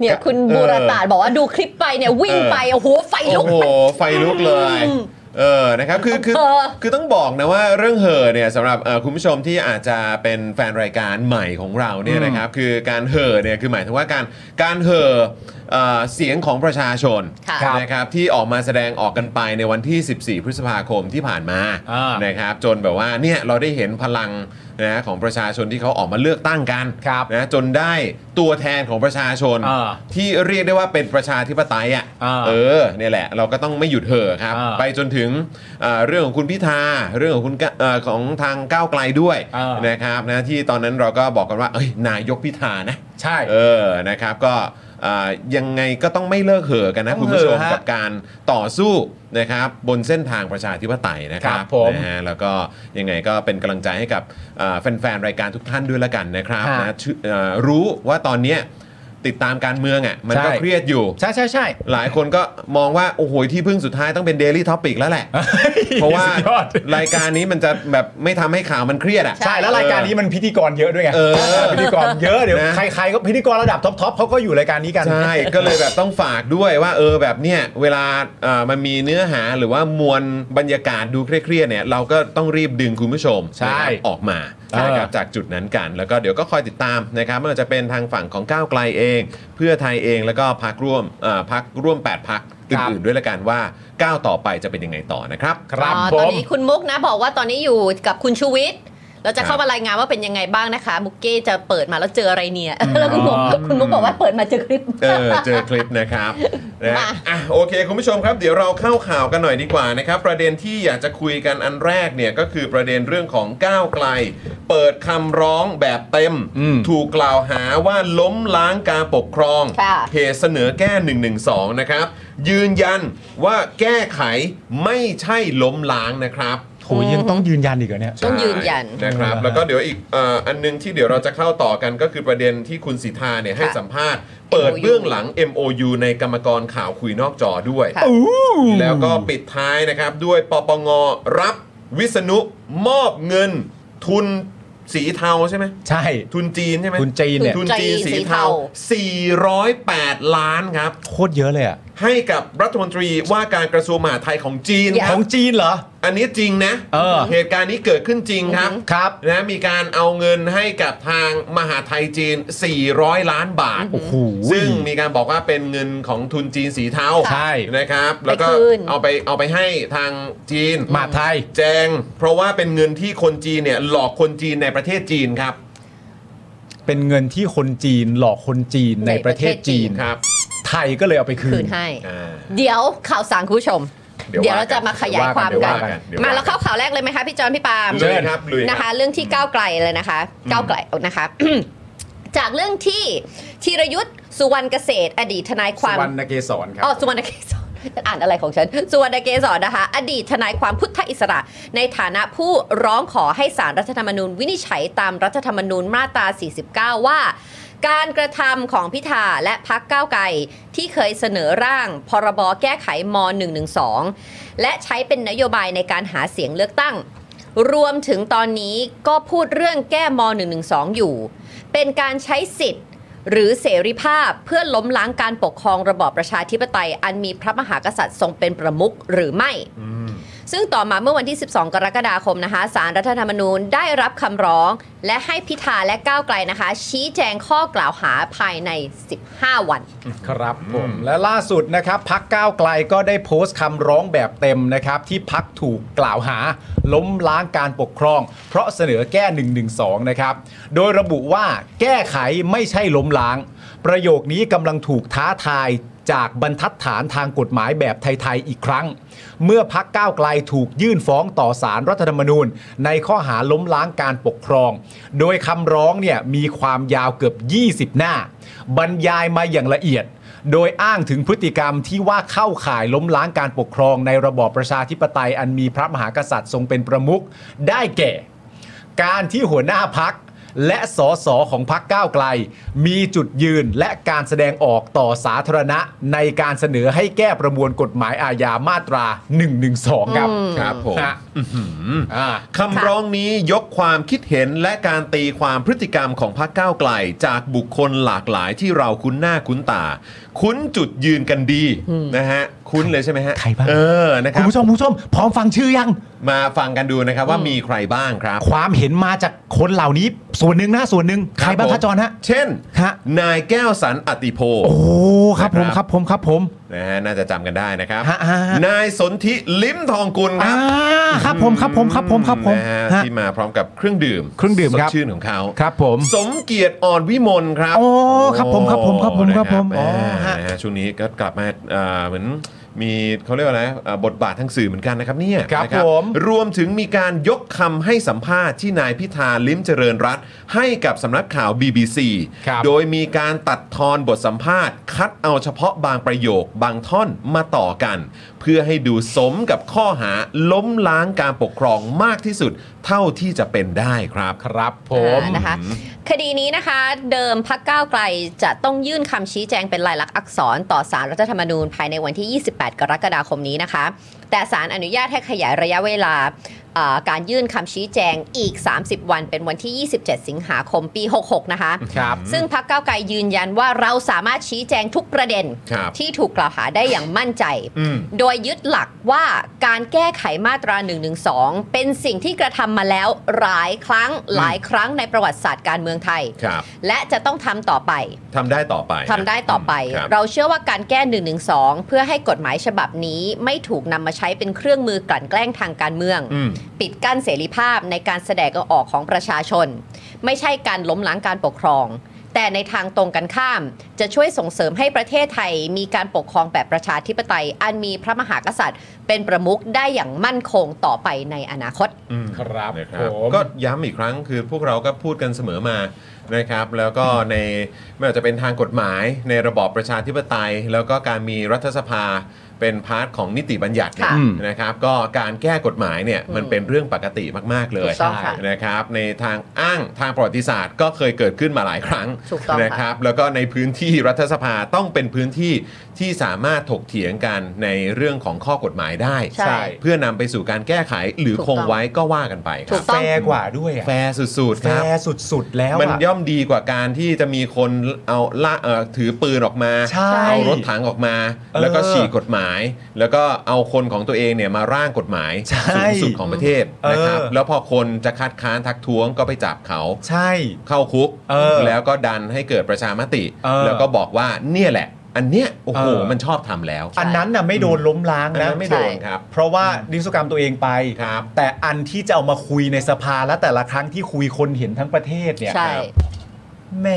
เนี่ยคุณบูรตาดบอกว่าดูคลิปไปเนี่ยวิ่งไปโอ้โหไฟลุก
โอ้โห ไฟลุกเลย เออ นะครับ คือ คือ
เออ
คือต้องบอกนะว่าเรื่องเหอะเนี่ยสำหรับเอ่อคุณผู้ชมที่อาจจะเป็นแฟนรายการใหม่ของเราเนี่ยนะครับ คือการเหอะเนี่ย คือหมายถึงว่าการ การเหอะเอ่อเสียงของประชาชน
ค่ะ
นะครับที่ออกมาแสดงออกกันไปในวันที่ 14 พฤษภาคมที่ผ่านมา
อ่าน
นะครับ จนแบบว่า เนี่ย เราได้เห็นพลังนะของประชาชนที่เขาออกมาเลือกตั้งกัน
ครับ
นะ จนได้ตัวแทนของประชาชน
อ่า
ที่เรียกได้ว่าเป็นประชาธิปไตยอ่ะ
อ่า
เออเนี่ยแหละ เราก็ต้องไม่หยุดเห่อะครับ
อ่า
ไปจนถึงเอ่อเรื่องของคุณพิธาเรื่องของคุณกะเอ่อของทางก้าวไกลด้วย
อ่าน
นะครับนะที่ตอนนั้นเราก็บอกกันว่าเอ้ยนายกพิธานะ
ใช่
เออ นะครับ ก็เอ่อยังไงก็ต้องไม่เลิกเห่อะกันนะ
ต้อง
คุณผู้ชม
เหอะฮะ
กับการต่อสู้นะครับบนเส้นทางประชาธิปไตยนะครั
ครับ บผม
นะฮะแล้วก็ยังไงก็เป็นกำลังใจให้กับเอ่อแฟนๆรายการทุกท่านด้วยละกันนะครับ
ฮะ
นะชื่อเอ่อรู้ว่าตอนเนี้ยติดตามการเมืองอ่ะมันก็
ใช่
เครียดอยู่
ใช่ใช่ใช่
หลายคนก็มองว่า โอ้โหที่พึ่งสุดท้ายต้องเป็น Daily Topic แล้วแหละ
[LAUGHS]
เพราะว่า
สุดยอด [LAUGHS]
รายการนี้มันจะแบบไม่ทำให้ข่าวมันเครียดอ่ะ
ใช่แล้วรายการนี้มันพิธีกรเยอะด้วยไง
เออ
พิธีกรเยอะเดี๋ยว
นะ
ใครๆก็พิธีกรระดับท็อปๆเขาก็อยู่รายการนี้กัน
ใช่ ก็เลยแบบต้องฝากด้วยว่าเออแบบเนี่ยเวลาเอ่อมันมีเนื้อหาหรือว่ามวลบรรยากาศดูเครียดๆเนี่ยเราก็ต้องรีบดึงคุณผู้ชม
ใช่
นะครับออกมา
เออ
นะครับจากจุดนั้นกัน แล้วก็เดี๋ยวก็คอยติดตามนะครับไม่ว่าจะเป็นทางฝั่งของก้าวไกลเอง เพื่อไทยเองแล้วก็พักร่วมเอ่อพักร่วม 8พัก
ครับ
อื่นๆด้วยละกันว่าก้าวต่อไปจะเป็นยังไงต่อนะครับ
ครับ
อ๋อ
ผ
ตอน
ม
นี้คุณมุกนะบอกว่าตอนนี้อยู่กับคุณชูวิทย์เราจะเข้ามารายงานว่าเป็นยังไงบ้างนะคะ มุกเก้จะเปิดมาแล้วเจออะไรเนี่ย [LAUGHS] แล้วคุณมุก
อ๋อ
คุณมุกบอกว่าเปิดมาเจอคลิป
เออเจอคลิปนะครับนะ
มา
อ่ะโอเค คุณผู้ชมครับ เดี๋ยวเราเข้าข่าวกันหน่อยดีกว่านะครับ ประเด็นที่อยากจะคุยกันอันแรกเนี่ย ก็คือประเด็นเรื่องของก้าวไกล เปิดคำร้องแบบเต็ม
อืม
ถูกกล่าวหาว่าล้มล้างการปกครอง
ค่ะ
เพจเสนอแก้ 112 นะครับ ยืนยันว่าแก้ไขไม่ใช่ล้มล้างนะครับ
โหยังต้องยืนยันอีกเหรอเนี่ย
ต้องยืนยัน
ใช่นะครับแล้วก็เดี๋ยวอีกเอ่ออันนึงที่เดี๋ยวเราจะเข้าต่อกันก็คือประเด็นที่คุณสิทธาเนี่ยให้สัมภาษณ์ เปิด
MOU
เบื้องหลัง MOU ในกรรมกรข่าวคุยนอกจอด้วย
ค่ะ
แล้วก็ปิดท้ายนะครับ ด้วยปปงรับวิษณุมอบเงิน ทุนสีเทาใช่ไหม
ใช่
ทุนจีนใช่ไหม
ทุนจีนเนี่ย
ทุนจีนสีเทา 408 ล้านครับ
โคตรเยอะเลยอ่ะ
ให้กับรัฐมนตรีว่าการกระทรวงมหาดไทยของจีนค
ข
รั
อบ งจีนเหรอ
อันนี้จริงนะ
เออ
ตุการณ์นี้เกิดขึ้นจริงครับ
ครับ
นะมีการเอาเงินให้กับทางมหาไทยจีน 400 ล้านบาท
โอ้โห
ซึ่งมีการบอกว่าเป็นเงินของทุนจีนสีเทา
ใช่
นะครับ แล้วก็
ไปคืน
เอาไปเอาไปให้ทางจีน
มหาดไทย
แจง เพราะว่าเป็นเงินที่คนจีนเนี่ยหลอกคนจีนในประเทศจีนครับ
เป็นเงินที่คนจีนหลอกคนจีนในประเทศจีน
ครับ
ไทยก็เลยเอาไปคื
คื
น
นให้
อ่า
เดี๋ยวข่าวสารคุณผู้ชม
เดี๋ยว
เดี๋ยวเราจะมาขยายความ
เดี๋ยว
กั
ว่าน กันเดี๋ยวว่ากัน
มาแล้วเข้าข่าวแรกเลยไหมคะพี่จอนพี่ปาล์ม
เชิญครับลุยครับ
นะคะ เรื่องที่ก้าวไกลเลยนะคะ ก้าวไกลนะคะ [CLEARS THROAT] จากเรื่องที่ธีรยุทธ์สุวรรณเกษตร อดีตทนายความ
สุวรรณเกศรครับ
อ๋อสุวรรณเกศรอ่านอะไรของฉันสุวรรณเกศรนะคะ อดีตทนายความพุทธอิสระ ในฐานะผู้ร้องขอให้สารรัฐธรรมนูญวินิจฉัยตามรัฐธรรมนูญมาตรา 49 ว่า การกระทำของพิธาและพักก้าวไกลที่เคยเสนอร่าง พรบแก้ไขม .112 และใช้เป็นนโยบายในการหาเสียงเลือกตั้ง รวมถึงตอนนี้ก็พูดเรื่องแก้ม .112 อยู่ เป็นการใช้สิทธิ์ หรือเสรีภาพเพื่อล้มล้างการปกครองระบอบประชาธิปไตย อันมีพระมหากษัตริย์ทรงเป็นประมุขหรือไม่ ซึ่งต่อมาเมื่อวันที่ 12 กรกฎาคมนะคะสารรัฐธรรมนูญได้รับคำร้อง และให้พิธาและก้าวไกลนะคะ ชี้แจงข้อกล่าวหาภายใน 15 วัน
ครับผมและล่าสุดนะครับพักก้าวไกลก็ได้โพสต์คำร้องแบบเต็มนะครับ ที่พักถูกกล่าวหา ล้มล้างการปกครอง เพราะเสนอแก้ 112 นะครับ โดยระบุว่าแก้ไขไม่ใช่ล้มล้าง ประโยคนี้กำลังถูกท้าทายจากบรรทัดฐานทางกฎหมายแบบไทย ๆ อีกครั้ง เมื่อพักก้าวไกลถูกยื่นฟ้องต่อสารรัฐธรรมนูญ ในข้อหาล้มล้างการปกครอง โดยคำร้องเนี่ยมีความยาวเกือบ 20 หน้า บรรยายมาอย่างละเอียด โดยอ้างถึงพฤติกรรมที่ว่าเข้าข่ายล้มล้างการปกครองในระบอบประชาธิปไตย อันมีพระมหากษัตริย์ทรงเป็นประมุขได้แก่ การที่หัวหน้าพัก และสสของพักก้าวไกล มีจุดยืนและการแสดงออกต่อสาธารณะในการเสนอให้แก้ประมวลกฎหมายอาญามาตรา 112 ครับ
ครับผม
ฮะอ่า
คำร้องนี้ยกความคิดเห็นและการตีความพฤติกรรมของพรรคก้าวไกล จากบุคคลหลากหลายที่เราคุ้นหน้าคุ้นตา คุ้นจุดยืนกันดีนะฮะ คุ้นเลยใช่ไหมฮะ
ใครบ้าง
เออนะครับ
คุณผู้ชมคุณผู้ชม พร้อมฟังชื่อยัง
มาฟังกันดูนะครับว่ามีใครบ้างครับ
ความเห็นมาจากคนเหล่านี้ ส่วนหนึ่งนะส่วนหนึ่งใครบ้างคะจอนฮะ
เช่น
ฮะ
นายแก้วสันอติโพ
โอ้ครับผม
ค
ค
รั
รับ บผมครับผม
นะฮะน่าจะจำกันได้นะครับ
ฮะฮะฮะ
นายสนธิลิ้มทองกุลค
อ่า
รับ
ครับผมครับผมครับผมครับผม
นะฮะ
ฮะ
ที่มาพร้อมกับเครื่องดื่ม
เครื่องดื่มครับ
สดชื่นของเขา
ครับผม
สมเกียรติอ่อนวิมลครับ
โอ้ครับผมครับผมครับผมครับผม
นะ
อ๋อฮะ
นะฮะช่วงนี้ก็กลับมาเอ่อเหมือนมีเขาเรียกว่าอะไรเอ่อบทบาททางสื่อเหมือนกันนะครับเนี่ย
ครับ
นะ
ผม
รวมถึงมีการยกคำให้สัมภาษณ์ที่นายพิธาลิ้มเจริญรัตน์ให้กับสำนักข่าว BBC
ครับ
โดยมีการตัดทอนบทสัมภาษณ์ คัดเอาเฉพาะบางประโยคบางท่อนมาต่อกัน เพื่อให้ดูสมกับข้อหาล้มล้างการปกครองมากที่สุดเท่าที่จะเป็นได้ครับ
ครับผม
อ่านะคะคดีนี้นะคะเดิมพักก้าวไกลจะต้องยื่นคำชี้แจงเป็นลายลักษณ์อักษรต่อสารรัฐธรรมนูญภายในวันที่ 28 กรกฎาคมนี้นะคะ แต่สารอนุญาตให้ขยายระยะเวลาเอ่อการยื่นคำชี้แจงอีก 30 วันเป็นวันที่ 27 สิงหาคมปี 66 นะคะ
ครับ
ซึ่งพักก้าวไกลยืนยันว่าเราสามารถชี้แจงทุกประเด็น
ครับ
ที่ถูกกล่าวหาได้อย่างมั่นใจ
อืม
โดยยึดหลักว่าการแก้ไขมาตรา 112 เป็นสิ่งที่กระทำมาแล้วหลายครั้งหลายครั้งในประวัติศาสตร์การเมืองไทย
ครับ
และจะต้องทำต่อไป
ทำได้ต่อไป
ทำได้ต่อไป
ครับ
เราเชื่อว่าการแก้ 112 เพื่อให้กฎหมายฉบับนี้ไม่ถูกนำมาใช้เป็นเครื่องมือกลั่นแกล้งทางการเมือง
อืม
ปิดกั้นเสรีภาพในการแสดงออกของประชาชน ไม่ใช่การล้มล้างการปกครอง แต่ในทางตรงกันข้าม จะช่วยส่งเสริมให้ประเทศไทยมีการปกครองแบบประชาธิปไตย อันมีพระมหากษัตริย์ เป็นประมุขได้อย่างมั่นคงต่อไปในอนาคต
อืม
ครับ
นะครับ
ผม
ก็ย้ำอีกครั้งคือพวกเราก็พูดกันเสมอมานะครับ แล้วก็ในไม่ว่าจะเป็นทางกฎหมายในระบอบประชาธิปไตย แล้วก็การมีรัฐสภาเป็นพาร์ทของนิติบัญญัติ
ค่ะ
อืม
นะครับ ก็การแก้กฎหมายเนี่ยมันเป็นเรื่องปกติมากๆเลย
ถูกต้องค่ะ
นะครับ ในทางอ้างทางประวัติศาสตร์ ก็เคยเกิดขึ้นมาหลายครั้ง
ถูกต้องค่ะ
นะครับ ครับแล้วก็ในพื้นที่รัฐสภาต้องเป็นพื้นที่ที่สามารถถกเถียงกันในเรื่องของข้อกฎหมายได้
ใช่
เพื่อนำไปสู่การแก้ไขหรือ
ถูก
ค
ต้อง
งไว้ก็ว่ากันไปค
ถู
รับ
กต้อง
แฟร์กว่าด้วยอะ
แฟร์สุดๆ
แฟ
ครับ
ร์สุดๆแล้วอะ
มันย่อมดีกว่าการที่จะมีคนเอาละเอ่อถือปืนออกมา
ใช่
เอารถถังออกมา
เออ
แล้วก็ฉีกกฎหมาย แล้วก็เอาคนของตัวเองเนี่ยมาร่างกฎหมาย
ใช่
สูงสุดของประเทศนะครับ
เออ
แล้วพอคนจะคัดค้านทักท้วงก็ไปจับเขา
ใช่
เข้าคุก
เออ
แล้วก็ดันให้เกิดประชามติ
เออ
แล้วก็บอกว่าเนี่ยแหละ อันเนี้ยโอ้โห
เออ
มันชอบทำแล้ว
อันนั้นน่ะไม่โดนล้มล้าง
อัน
นะ
นั้นไม่โดนครับ
เพราะว่าดิสกรรมตัวเองไป
ครับ
แต่อันที่จะเอามาคุยในสภาและแต่ละครั้งที่คุยคนเห็นทั้งประเทศเนี่ย
ใช่
แหม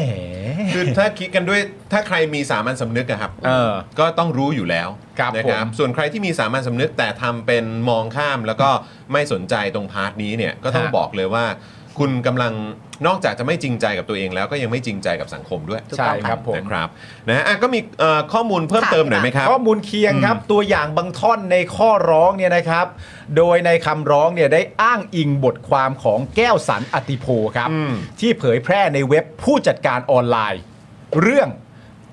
คือถ้าคิดกันด้วยถ้าใครมีสามัญสำนึกอะครับ
เออ
ก็ต้องรู้อยู่แล้ว
ครับ
นะ
ผม
ส่วนใครที่มีสามัญสำนึกแต่ทำเป็นมองข้ามแล้วก็ไม่สนใจตรงพาร์ทนี้เนี่ยก็ต้อง
ฮะ
บอกเลยว่า คุณกำลังนอกจากจะไม่จริงใจกับตัวเองแล้วก็ยังไม่จริงใจกับสังคมด้วย
ถูกต้องใช่ครับผม
นะครับนะอ่ะก็มีเอ่อข้อมูลเพิ่มเติมหน่อยไหมครับ
ข้อมูลเคียงครับ ตัวอย่างบางท่อนในข้อร้องเนี่ยนะครับ โดยในคำร้องเนี่ยได้อ้างอิงบทความของแก้วสันอติโพครับ
อืม
ที่เผยแพร่ในเว็บผู้จัดการออนไลน์ เรื่อง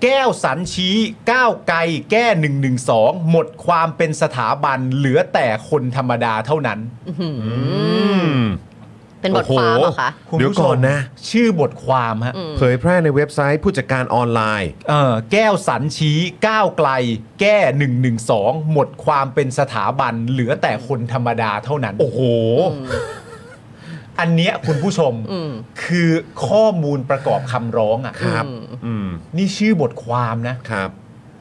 แก้วสันชี้ก้าวไกลแก้ 112 หมดความเป็นสถาบันเหลือแต่คนธรรมดาเท่านั้น
อืม
เป็นบทความเหรอคะ
คุณ
เดี๋ยว
ผู้ชม
ก่อนนะ
ชื่อบทความฮะ
เผยแพร่ในเว็บไซต์ผู้จัดการออนไลน์
เอ่อแก้วสันชี้ก้าวไกล แก้ 112 หมดความเป็นสถาบันเหลือแต่คนธรรมดาเท่านั้น
โอ้โห
อันเนี้ยคุณผู้ชม
อืม
คือข้อมูลประกอบคำร้องอะ
ครับ อืม
นี่ชื่อบทความนะ
ครับ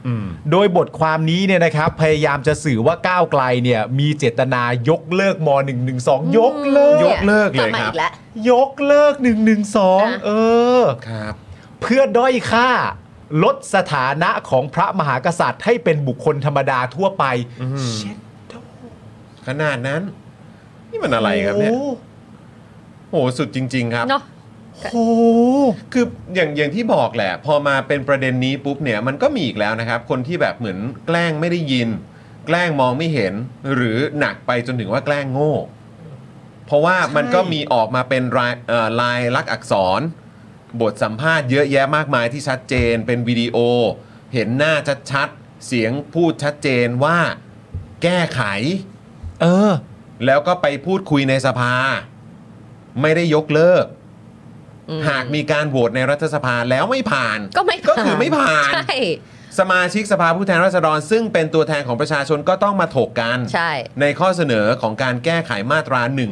อืม
โดยบทความนี้เนี่ยนะครับ พยายามจะสื่อว่าก้าวไกลเนี่ยมีเจตนายกเลิกม .112 ยกเลิ
ย
ก
กเลิกเลย
กลับมา
ครับ
อีกแล้ว
ยกเลิก
อ่ะ
112 เออ
ครับ
เพื่อด้อยค่า ลดสถานะของพระมหากษัตริย์ให้เป็นบุคคลธรรมดาทั่วไป
อืม
เช็ดโด
ขนาดนั้น นี่มันอะไรครับเนี่ย
โอ้
โห สุดจริง ๆ ครับ
เนาะ
โห
คืออย่างอย่างที่บอกแหละ พอมาเป็นประเด็นนี้ปุ๊บเนี่ยมันก็มีอีกแล้วนะครับ คนที่แบบเหมือนแกล้งไม่ได้ยิน แกล้งมองไม่เห็น หรือหนักไปจนถึงว่าแกล้งโง่ เพราะว่ามันก็มีออกมาเป็นลายเอ่อลายลักษณ์อักษร บทสัมภาษณ์เยอะแยะมากมายที่ชัดเจนเป็นวิดีโอ เห็นหน้าชัดๆ เสียงพูดชัดเจนว่าแก้ไข
เออ
แล้วก็ไปพูดคุยในสภา ไม่ได้ยกเลิก
อืม
หากมีการโหวตในรัฐสภาแล้วไม่ผ่าน
ก็ไม่
ก็คือไม่ผ่าน
ใช่
สมาชิกสภาผู้แทนราษฎร ซึ่งเป็นตัวแทนของประชาชนก็ต้องมาถกกัน
ใช่
ในข้อเสนอของการแก้ไขมาตรา
ถูก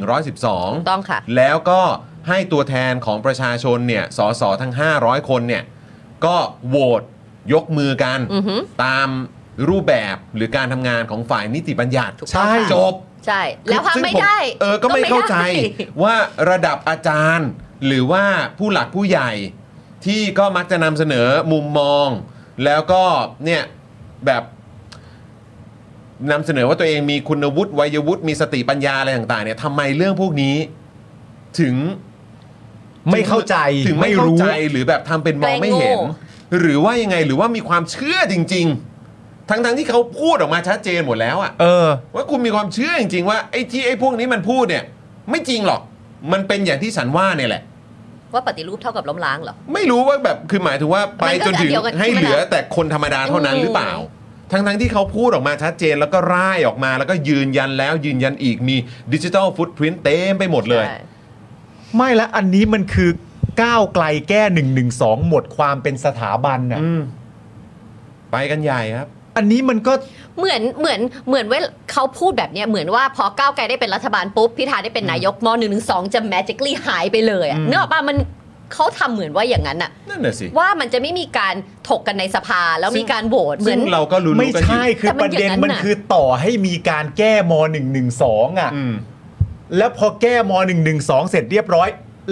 ต้องค่ะ
112 แล้วก็ให้ตัวแทนของประชาชนเนี่ย สสทั้ง 500 คนเนี่ย ก็โหวตยกมือกัน
อือหือ
ตามรูปแบบหรือการทำงานของฝ่ายนิติบัญญัติ
ถูกต้องค่ะ
จบ
ใช่ แล้ว
ซึ่ง
ทำไม่
ผ
ได้
เออ ก็ไม่เข้าใจ
ได้
ว่าระดับอาจารย์ หรือว่าผู้หลักผู้ใหญ่ ที่ก็มักจะนำเสนอมุมมอง แล้วก็เนี่ยแบบนำเสนอว่าตัวเองมีคุณวุฒิวัยวุฒิมีสติปัญญาอะไรต่างๆเนี่ยทำไมเรื่องพวกนี้ ถึง
ไม่เข้าใจ
ถึงไม่เข้าใจหรือแบบทำเป็นมองไม่เห็น
แปลงโง่
หรือว่ายังไงหรือว่ามีความเชื่อจริง ๆ ทั้งๆที่เขาพูดออกมาชัดเจนหมดแล้วอะ
เออ
ว่าคุณมีความเชื่อจริงๆว่าไอ้ที่ไอ้พวกนี้มันพูดเนี่ย ไม่จริงหรอก มันเป็นอย่างที่ฉันว่าเนี่ยแหละ
ว่าปฏิรูปเท่ากับล้มล้างเหรอ
ไม่รู้ว่าแบบคือหมายถึงว่าไป
มัน
จ
ก็
นถึง
เดียวกัน
ให้เหลือแต่คนธรรมดาเท่านั้น
อืม
หรือเปล่า ทั้งทั้งๆที่เขาพูดออกมาชัดเจนแล้วก็ร่ายออกมาแล้วก็ยืนยันแล้วยืนยันอีกมีดิจิทัลฟุตพิ้นเต็มไปหมดเลย
ใช่
ไม่และอันนี้มันคือก้าวไกลแก้1นึหมดความเป็นสถาบันน่ะ
อืมไปกันใหญ่ครับ
อันนี้มันก็
เหมือนเหมือนเหมือนเว่าเขาพูดแบบเนี้ยเหมือนว่าพอก้าวไกลได้เป็นรัฐบาลปุ๊บพิธาได้เป็นนายกมหนึ่งสองจะ magically หายไปเลยอะเนกอะป่ะมันเขาทำเหมือนว่าอย่างนั้นอะ
นั่นน่ะสิ
ว่ามันจะไม่มีการถกกันในสภาแล้วมีการโหวตเหมื
ซึ่
อง น
เราก็รู้ๆ
ไม่
กันอยู่
ใช่คือ
แต่มั
ป
น
ระ
อย่า
เด็
ง
น
นั้น
มัน
น่ะ
คือต่อให้มีการแก้ม .112 อ่ะ
อืม
แล้วพอแก้ม .112 เสร็จเรียบร้อย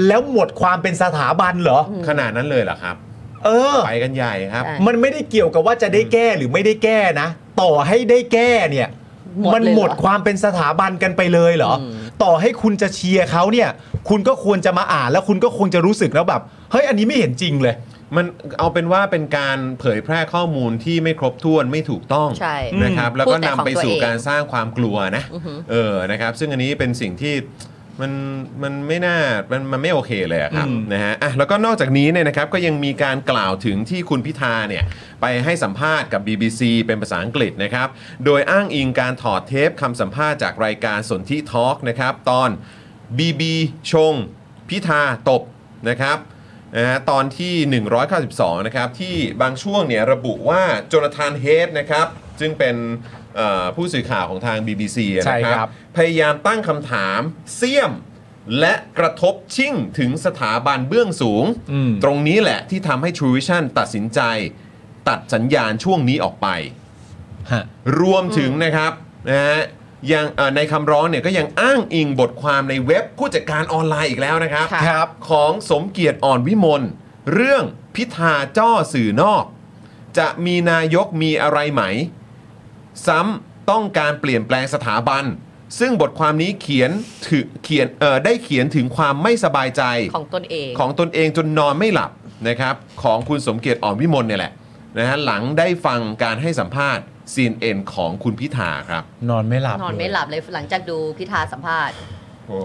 แล้วหมดความเป็นสถาบันเหรอ
ขนาดนั้นเลยเหรอครับ
เออ
ไปกันใหญ่ครับ
ใช่
มันไม่ได้เกี่ยวกับว่าจะได้แก้หรือไม่ได้แก้นะ ต่อให้ได้แก้เนี่ย
หมดเลยเหรอ
มันหมดความเป็นสถาบันกันไปเลยเหรอ
อืม
ต่อให้คุณจะเชียร์เขาเนี่ย คุณก็ควรจะมาอ่านแล้วคุณก็ควรจะรู้สึกแล้วแบบ เฮ้ย อันนี้ไม่เห็นจริงเลย
มันเอาเป็นว่าเป็นการเผยแพร่ข้อมูลที่ไม่ครบถ้วนไม่ถูกต้อง
ใช่
นะครับ แล้ว
พู
ก็
ดแต่
นำ
ของ
ไปสู่
ตัวเอง
การสร้างความกลัวนะ
อือฮึ
เออนะครับ ซึ่งอันนี้เป็นสิ่งที่มันมันไม่น่ามันมันไม่โอเคเลยอะครับ
อืม
นะฮะอ่ะแล้วก็นอกจากนี้เนี่ยนะครับก็ยังมีการกล่าวถึงที่คุณพิธาเนี่ยไปให้สัมภาษณ์กับ BBC เป็นภาษาอังกฤษนะครับ โดยอ้างอิงการถอดเทปคำสัมภาษณ์จากรายการสนธิทอล์กนะครับตอน BB ชง พิธาตบนะครับนะฮะตอนที่ 192 นะครับ ที่บางช่วงเนี่ยระบุว่าโจนาธานเฮดนะครับ ซึ่งเป็นเอ่อผู้สื่อข่าวของทาง BBC อะนะ
ใช่
ค
ครั
รับ
บ
พยายามตั้งคำถามเสี่ยม และกระทบชิ่งถึงสถาบันเบื้องสูง
อืม
ตรงนี้แหละที่ทำให้ True Vision ตัดสินใจ ตัดสัญญาณช่วงนี้ออกไป รวมถึงนะครับนะฮะยังเอ่อในคำร้องเนี่ยก็ยังอ้างอิงบทความในเว็บผู้จัดการออนไลน์อีกแล้วนะครับ
ค่ะครับ
ของสมเกียรติอ่อนวิมลเรื่องพิธาจ้อสื่อนอก จะมีนายกมีอะไรไหม ซ้ำต้องการเปลี่ยนแปลงสถาบัน ซึ่งบทความนี้เขียนถึงเขียนเอ่อได้เขียนถึงความไม่สบายใจ
ของตนเอง
ของตนเองจนนอนไม่หลับนะครับ ของคุณสมเกียรติอ่อนวิมลเนี่ยแหละนะฮะหลังได้ฟังการให้สัมภาษณ์ซีนเอ็นของคุณพิธาครับ
นอนไม่หลับ
นอนไม่หลับเลยหลังจากดูพิธาสัมภาษณ์
โอ้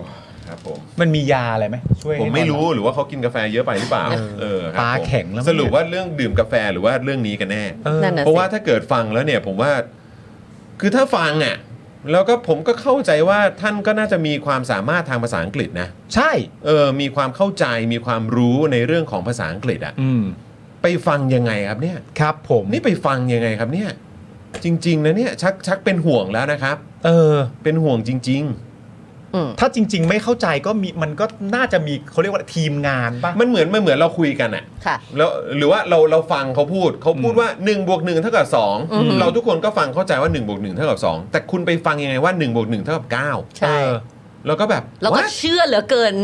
ครับผม
มันมียาอะไรไหมช่วยให้
ผมไม่
นอนหลับ
รู้หรือว่าเขากินกาแฟเยอะไปหรือเปล่าเออครับ
ตา
ผม
แข็งแล้วมั้ย
สรุปว่าเรื่องดื่มกาแฟหรือว่าเรื่องนี้กันแน่
เออ
นั่นน่ะ
เพราะ
สิ
ว่าถ้าเกิดฟังแล้วเนี่ยผมว่าคือถ้าฟังอ่ะแล้วก็ผมก็เข้าใจว่าท่านก็น่าจะมีความสามารถทางภาษาอังกฤษนะ
ใช่
เออมีความเข้าใจมีความรู้ในเรื่องของภาษาอังกฤษอ่ะ
อืม
ไปฟังยังไงครับเนี่ย
ครับผม
นี่ไปฟังยังไงครับเนี่ย จริง ๆ นะเนี่ยชักชักเป็นห่วงแล้วนะครับ
เออ
เป็นห่วงจริง
อืม
ถ้าจริง ๆ ไม่เข้าใจก็มีมันก็น่าจะมีเขาเรียกว่าทีมงานป่ะ
ๆ มันเหมือนมันเหมือนเราคุยกันอะ
ค่ะ
แล้วหรือว่าเราเราฟังเขาพูดเขาพูดว่า1บวก1เท่ากับ
อืม
2เราทุกคนก็ฟังเข้าใจว่า1บวก1เท่ากับ2แต่คุณไปฟังยังไงว่า1บวก1เท่ากับ9
ใช่
แล้วก็แบบ
แล้วก็
ว่า
เชื่อเหลือเกิน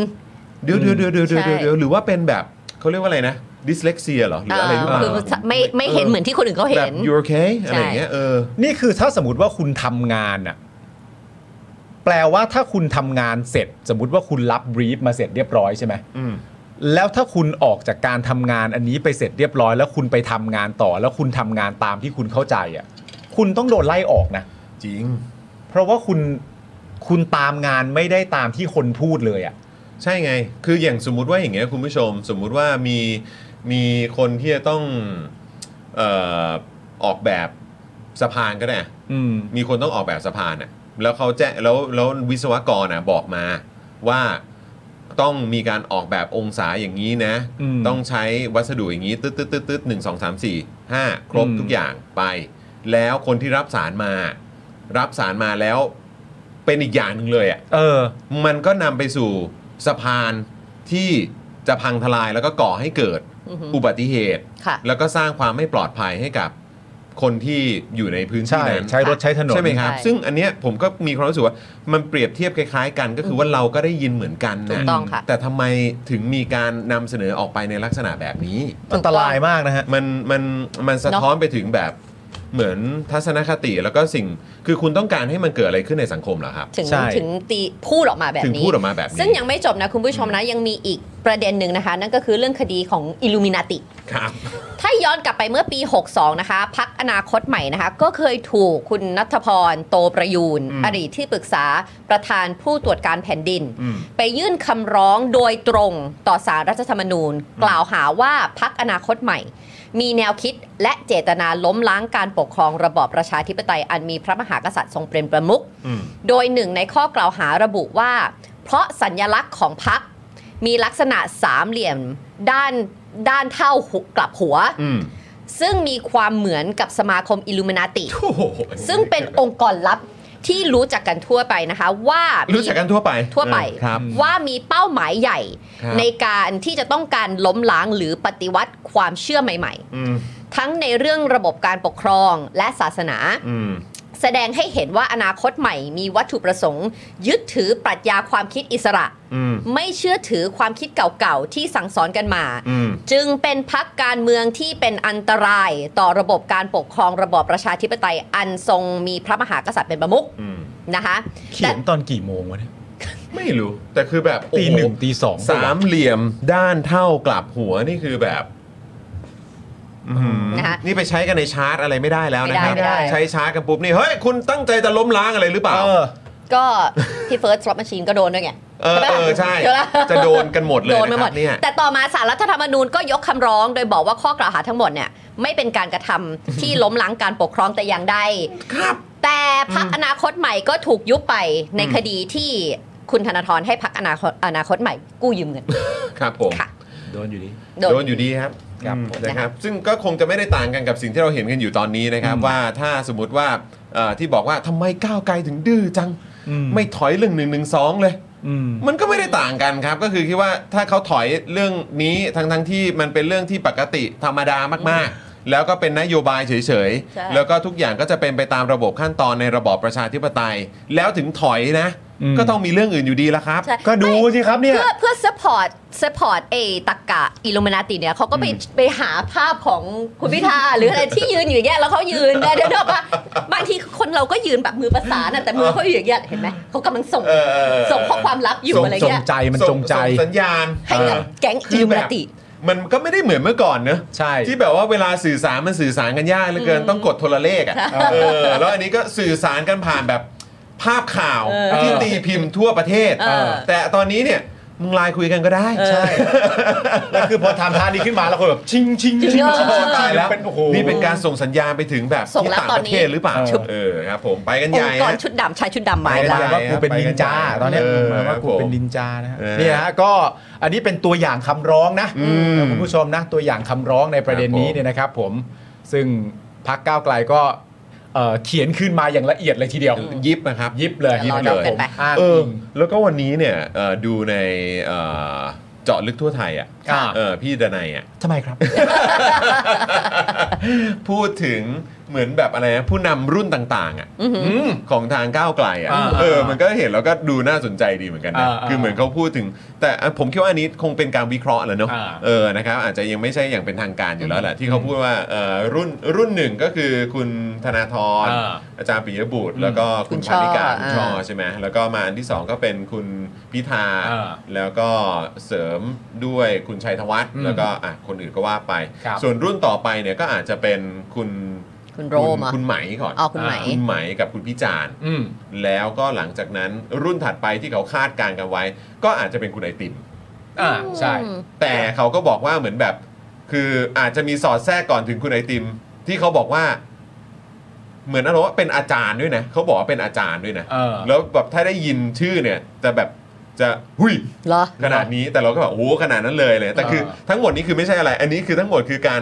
เดี๋ยวเดี๋ยวเดี๋ยวเดี๋ยวเดี๋ยว
ใช่
เดี๋ยวหรือว่าเป็นแบบเขาเรียกว่าอะไรนะดิสเลกเซียเหรอหรืออะไรหรือเปล่า
คือไม่ไม่เห็นเหมือนที่คนอื่นเขา
แบ
เห็
บ
น
you okay อะไรอย่าง
ใช่
เงี้ยเออ
นี่คือถ้าสมมติว่าคุณทำงานอะแปลว่าถ้าคุณทำงานเสร็จ สมมติว่าคุณรับบรีฟมาเสร็จเรียบร้อยใช่ไหม
อืม
แล้วถ้าคุณออกจากการทำงานอันนี้ไปเสร็จเรียบร้อย แล้วคุณไปทำงานต่อ แล้วคุณทำงานตามที่คุณเข้าใจอะคุณต้องโดนไล่ออกนะ
จริง
เพราะว่าคุณ คุณตามงานไม่ได้ตามที่คนพูดเลยอ่ะ
ใช่ไง คืออย่างสมมุติว่าอย่างเงี้ยคุณผู้ชม สมมุติว่ามีมีคนที่จะต้องเอ่อออกแบบสะพานก็ได้อะ
อืม
มีคนต้องออกแบบสะพานอ่ะ แล้วเขาแจ้งแล้วแล้ววิศวกรอ่ะบอกมาว่าต้องมีการออกแบบองศาอย่างนี้นะ
อืม
ต้องใช้วัสดุอย่างนี้ ตึ๊ดตึ๊ดตึ๊ดตึ๊ดหนึ่งสองสามสี่ห้าครบ
อืม
ทุกอย่างไป แล้วคนที่รับสารมา รับสารมาแล้วเป็นอีกอย่างหนึ่งเลยอ่ะ
เออ
มันก็นำไปสู่สะพานที่จะพังทลายแล้วก็ก่อให้เกิด
อือฮึ
อุบัติเหตุ
ค่ะ
แล้วก็สร้างความไม่ปลอดภัยให้กับคนที่อยู่ในพื้นที่
ใช่
นั้น
ใช้รถใช้ถนน
ใช่ไหมครับ
ใช่
ซึ่งอันเนี้ยผมก็มีความรู้สึกว่ามันเปรียบเทียบคล้ายๆกัน ก็คือว่าเราก็ได้ยินเหมือนกัน
ถูก
นะ
ต้องค่ะ
แต่ทำไมถึงมีการนำเสนอออกไปในลักษณะแบบนี้
อันตรายมากนะฮะ
มันมันมันสะท้อนไปถึงแบบเหมือนทัศนคติแล้วก็สิ่งคือคุณต้องการให้มันเกิดอะไรขึ้นในสังคมเหรอครับ
ถึง
ใช่
ถึงตีพูดออกมาแบบ
ถึง
นี้
พูดออกมาแบบนี้
ซึ่งยังไม่จบนะคุณผู้ชมนะ ยังมีอีกประเด็นหนึ่งนะคะ นั่นก็คือเรื่องคดีของอิลูมินาติ
ครับ
ถ้าย้อนกลับไปเมื่อปี 62 นะคะ พักอนาคตใหม่นะคะ ก็เคยถูกคุณนัทพร โตประยูน อดีตที่ปรึกษาประธานผู้ตรวจการแผ่นดิน ไปยื่นคำร้องโดยตรงต่อสารรัฐธรรมนูญ กล่าวหาว่าพักอนาคตใหม่ มีแนวคิดและเจตนาล้มล้างการปกครองระบอบประชาธิปไตยอันมีพระมหากษัตริย์ทรงเป็นประมุข โดยหนึ่งในข้อกล่าวหาระบุว่า เพราะสัญญลักษณ์ของพักมีลักษณะสามเหลี่ยมด้านด้านเท่าหุกลับหัว
อืม
ซึ่งมีความเหมือนกับสมาคมอิลูมินาติ
โอ้โห
ซึ่งเป็นองค์กรลับที่รู้จักกันทั่วไปนะคะ ว่ามี
รู้จักกันทั่วไป
ทั่วไป
เออครับ
ว่ามีเป้าหมายใหญ่
ครับ
ในการที่จะต้องการล้มล้างหรือปฏิวัติความเชื่อใหม่
อืม
ๆ ทั้งในเรื่องระบบการปกครองและศาสนา
อืม
แสดงให้เห็นว่าอนาคตใหม่มีวัตถุประสงค์ ยึดถือปรัชญาความคิดอิสระ
อืม
ไม่เชื่อถือความคิดเก่าๆ ที่สั่งสอนกันมา
อืม
จึงเป็นพักการเมืองที่เป็นอันตรายต่อระบบการปกครองระบอบประชาธิปไตยอันทรงมีพระมหากษัตริย์เป็นประมุข
อืม
นะคะ
เขียนตอนกี่โมงวะเนี่ย
ไม่รู้ แต่คือแบบโอ้
ตี
โ
หนึ่งตีสอง
สามเหลี่ยมด้านเท่ากลับหัวนี่คือแบบอื้อหือ
นะคะ
นี่ไปใช้กันในชาร์ตอะไรไม่ได้แล้วนะครับ
ไม่ได้ไม่ได้
ใช้ชาร์ตกันปุ๊บนี่ เฮ้ย คุณตั้งใจจะล้มล้างอะไรหรือเปล่า
เออ
ก็พี่เฟิร์สสล็อตมชชีนก็โดนด้วยไง
เออเออใช่
เดี๋ยวนะ
จะโดนกันหมดเลย
โดน
นะ
ไป
ค
หม
รั
ด
บเนี่ย
แต่ต่อมาสารรัฐธรรมนูญก็ยกคำร้องโดยบอกว่าข้อกล่าวหาทั้งหมดเนี่ยไม่เป็นการกระทำที่ ล้มล้างการปกครองแต่อย่างใด
ครับ
แต่พักอนาคตใหม่ก็ถูกยุบไปใน
อืม
คดีที่คุณธนาธรให้พักอนาคตอนาคตใหม่กู้ยืมเงิน
ครับผม
ค่ะ
โดนอยู่ดี
โด
โด
น
นอยู่ดีครับ
ครับ
อืม
ผม
นะครับ ซึ่งก็คงจะไม่ได้ต่างกันกับสิ่งที่เราเห็นกันอยู่ตอนนี้นะครับ ว่าถ้าสมมติว่าเอ่อที่บอกว่าทำไมก้าวไกลถึงดื้อจัง ไม่ถอยเรื่องหนึ่งหนึ่งสองเลย
อืม
มันก็ไม่ได้ต่างกันครับ ก็คือคิดว่าถ้าเขาถอยเรื่องนี้ทั้งทั้งๆที่มันเป็นเรื่องที่ปกติธรรมดามากๆ แล้วก็เป็นนโยบายเฉย
ใช่
ๆ แล้วก็ทุกอย่างก็จะเป็นไปตามระบบขั้นตอนในระบอบประชาธิปไตย แล้วถึงถอยนะ
อืม
ก็ต้องมีเรื่องอื่นอยู่ดีละครับ
ใช่
ก็ดู
ไม่
สิครับเนี่ย
เพื่อเพื่อ support support เอตักกะอิลูมินาติเนี่ยเขาก็ไปไปหาภาพของคุณพิ
[LAUGHS]
ธา หรืออะไรที่ยืนอยู่อย่างเงี้ยแล้วเขายืน เดี๋ยวเดี๋ยวว่าบางทีคนเราก็ยืนแบบมือประสานอะแต่มือเขาอยู่อย่างเงี้ยเห็นไหมเขากำลังส่ง
เออเออเออ
ส่งข้อความลับอยู่อะไร
จง
เงี้ย
ใจมันจงใจ
ส่สัญญาณ
ให้กับ
เออ
แก๊ง
คื
อิ
อ
ลูมิ
แบบ
นาติ
มันก็ไม่ได้เหมือนเมื่อก่อนเนอะ
ใช่
ที่แบบว่าเวลาสื่อสารมันสื่อสารกันยากเหลือเกินต้องกดโทรเลขอ่ะเออแล้วอันนี้ก็สื่อสารกันผ่านแบบภาพข่าว
เออ
ที่ตีพิมพ์ทั่วประเทศ
เออ
แต่ตอนนี้เนี่ยมึงไลน์คุยกันก็ได้ใช่
แล้วคือพอทำท่านี้ขึ้นมาแล้วคนแบบชิงชิงชิง
เออ
ชิงชิง
ตายแล้ว
เป็นโอ้โห
นี่เป็นการส่งสัญญาณไปถึงแบบ
ส่ง
ที่
แล้ว
ต่าง
ตอน
ประ
นี้
เทศหรือเปล่า
เออ
เออครับ ผมไปกัน
อ
ให
ง
ญ่
ค์กร
นะ
ชุดดำชายชุดดำหมาย
ไป
ไป
แล้
ละ
แล้วว่ากูเป็นนินจาตอนเนี้ย
เออ
เหมือนว่ากูเป็นนินจานะฮะ
เออ
เนี่ยฮะก็อันนี้เป็นตัวอย่างคำร้องนะ
อืม
คุณผู้ชมนะตัวอย่างคำร้องในประเด็น
ค
นี้
รับผม
เนี่ยนะครับผมซึ่งพักก้าวไกลก็เอ่อเขียนขึ้นมาอย่างละเอียดเลยทีเดียว
ยิบนะครับ
ยิบเลย
เดี๋ยวรอ
ครับ
ดูกันไป
ผมอ้าง
เออ
อิง
แล้วก็วันนี้เนี่ยเอ่อดูในเอ่อเจาะลึกทั่วไทยอ่ะ
อ่า
เออพี่ดนัยอ่ะ
ทำไมครับ
[LAUGHS] พูดถึงเหมือนแบบอะไรนะผู้นำรุ่นต่างๆอ่ะมของทางก้าวไกลอ่ะ
อ่า
เออมันก็เห็นแล้วก็ดูน่าสนใจดีเหมือนกันนะ
อ่าอ่า
คือเหมือนเขาพูดถึง แต่ผมคิดว่าอันนี้คงเป็นการวิเคราะห์แหละเนาะ
อ่า
เออนะครับอาจจะยังไม่ใช่อย่างเป็นทางการอยู่แล้วแหละที่เขาพูดว่าเออรุ่นรุ่นหนึ่งก็คือคุณธนาธร
อ่า
อาจารย์ปิยบุตร แล้วก็คุณ
คุณช่
พา
อ
นิกาคุณ
อ่า
ช่อใช่ไหมแล้วก็มาอันที่สองก็เป็นคุณพิธา
อ่า
แล้วก็เสริมด้วยคุณชัยธวัฒน์
อืม
แล้วก็อ่ะคนอื่นก็ว่าไป
ครับ
ส่วนรุ่นต่อไปเนี่ยก็อาจจะเป็นคุณ
คุณโรมเหรอ
คุณไหมก่อน
อ๋อคุณไหม
าคุณไหมกับคุณพิจารณ์
อืม
แล้วก็หลังจากนั้นรุ่นถัดไปที่เขาคาดการณ์กันไว้ ก็อาจจะเป็นคุณไอติม
อ่า ใช่
อืม
แต่เขาก็บอกว่าเหมือนแบบ คืออาจจะมีสอดแทรกก่อนถึงคุณไอติม ที่เขาบอกว่า เหมือนอารมณ์ว่าเป็นอาจารย์ด้วยนะเขาบอกว่าเป็นอาจารย์ด้วยนะ
เออ
แล้วแบบถ้าได้ยินชื่อเนี่ยจะแบบจะหุย
เหรอ
ขนาดนี้แต่เราก็แบบโอ้โหขนาดนั้นเลยเลย แต่คือ
เออ
ทั้งหมดนี้คือไม่ใช่อะไร อันนี้คือทั้งหมดคือการ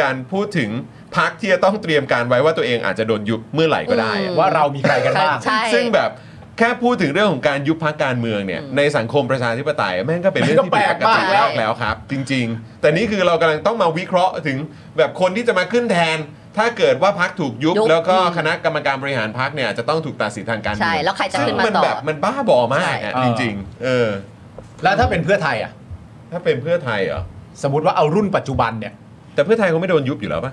การพูดถึงพักที่จะต้องเตรียมการไว้ว่าตัวเองอาจจะโดนยุบเมื่อไหร่ก็ได้อะ
อืม
ว่าเรามีใครกันบ้าง
ใช่
ซึ่งแบบแค่พูดถึงเรื่องของการยุบพักการเมืองเนี่ย
อืม
ในสังคมประชาธิปไตยแม่งก็เป็นเรื่องที่
มันก็แปลกมา
ผิดป
ก
ติ
แล้ว
แล้วครับ จริง ๆ แต่นี่คือเรากำลังต้องมาวิเคราะห์ถึงแบบคนที่จะมาขึ้นแทน ถ้าเกิดว่าพักถูกยุบ
ยุบ
แล้วก็
อืม
คณะกรรมการบริหารพักเนี่ยอาจจะต้องถูกตัดสินทางการเมื
ใช่
อง
แล้วใครจะขึ้นมา
มัน
ต่อ
แบบมันบ้าบอมากอะ
ใช่
จริง ๆ เออ
แล้วถ้าเป็นเพื่อไทยอ่ะ
ถ้าเป็นเพื่อไทยเหรอ
สมมติว่าเอารุ่นปัจจุบันเนี่ย
แต่เพื่อไทยเขาไม่โดนยุบอยู่แล้วป่ะ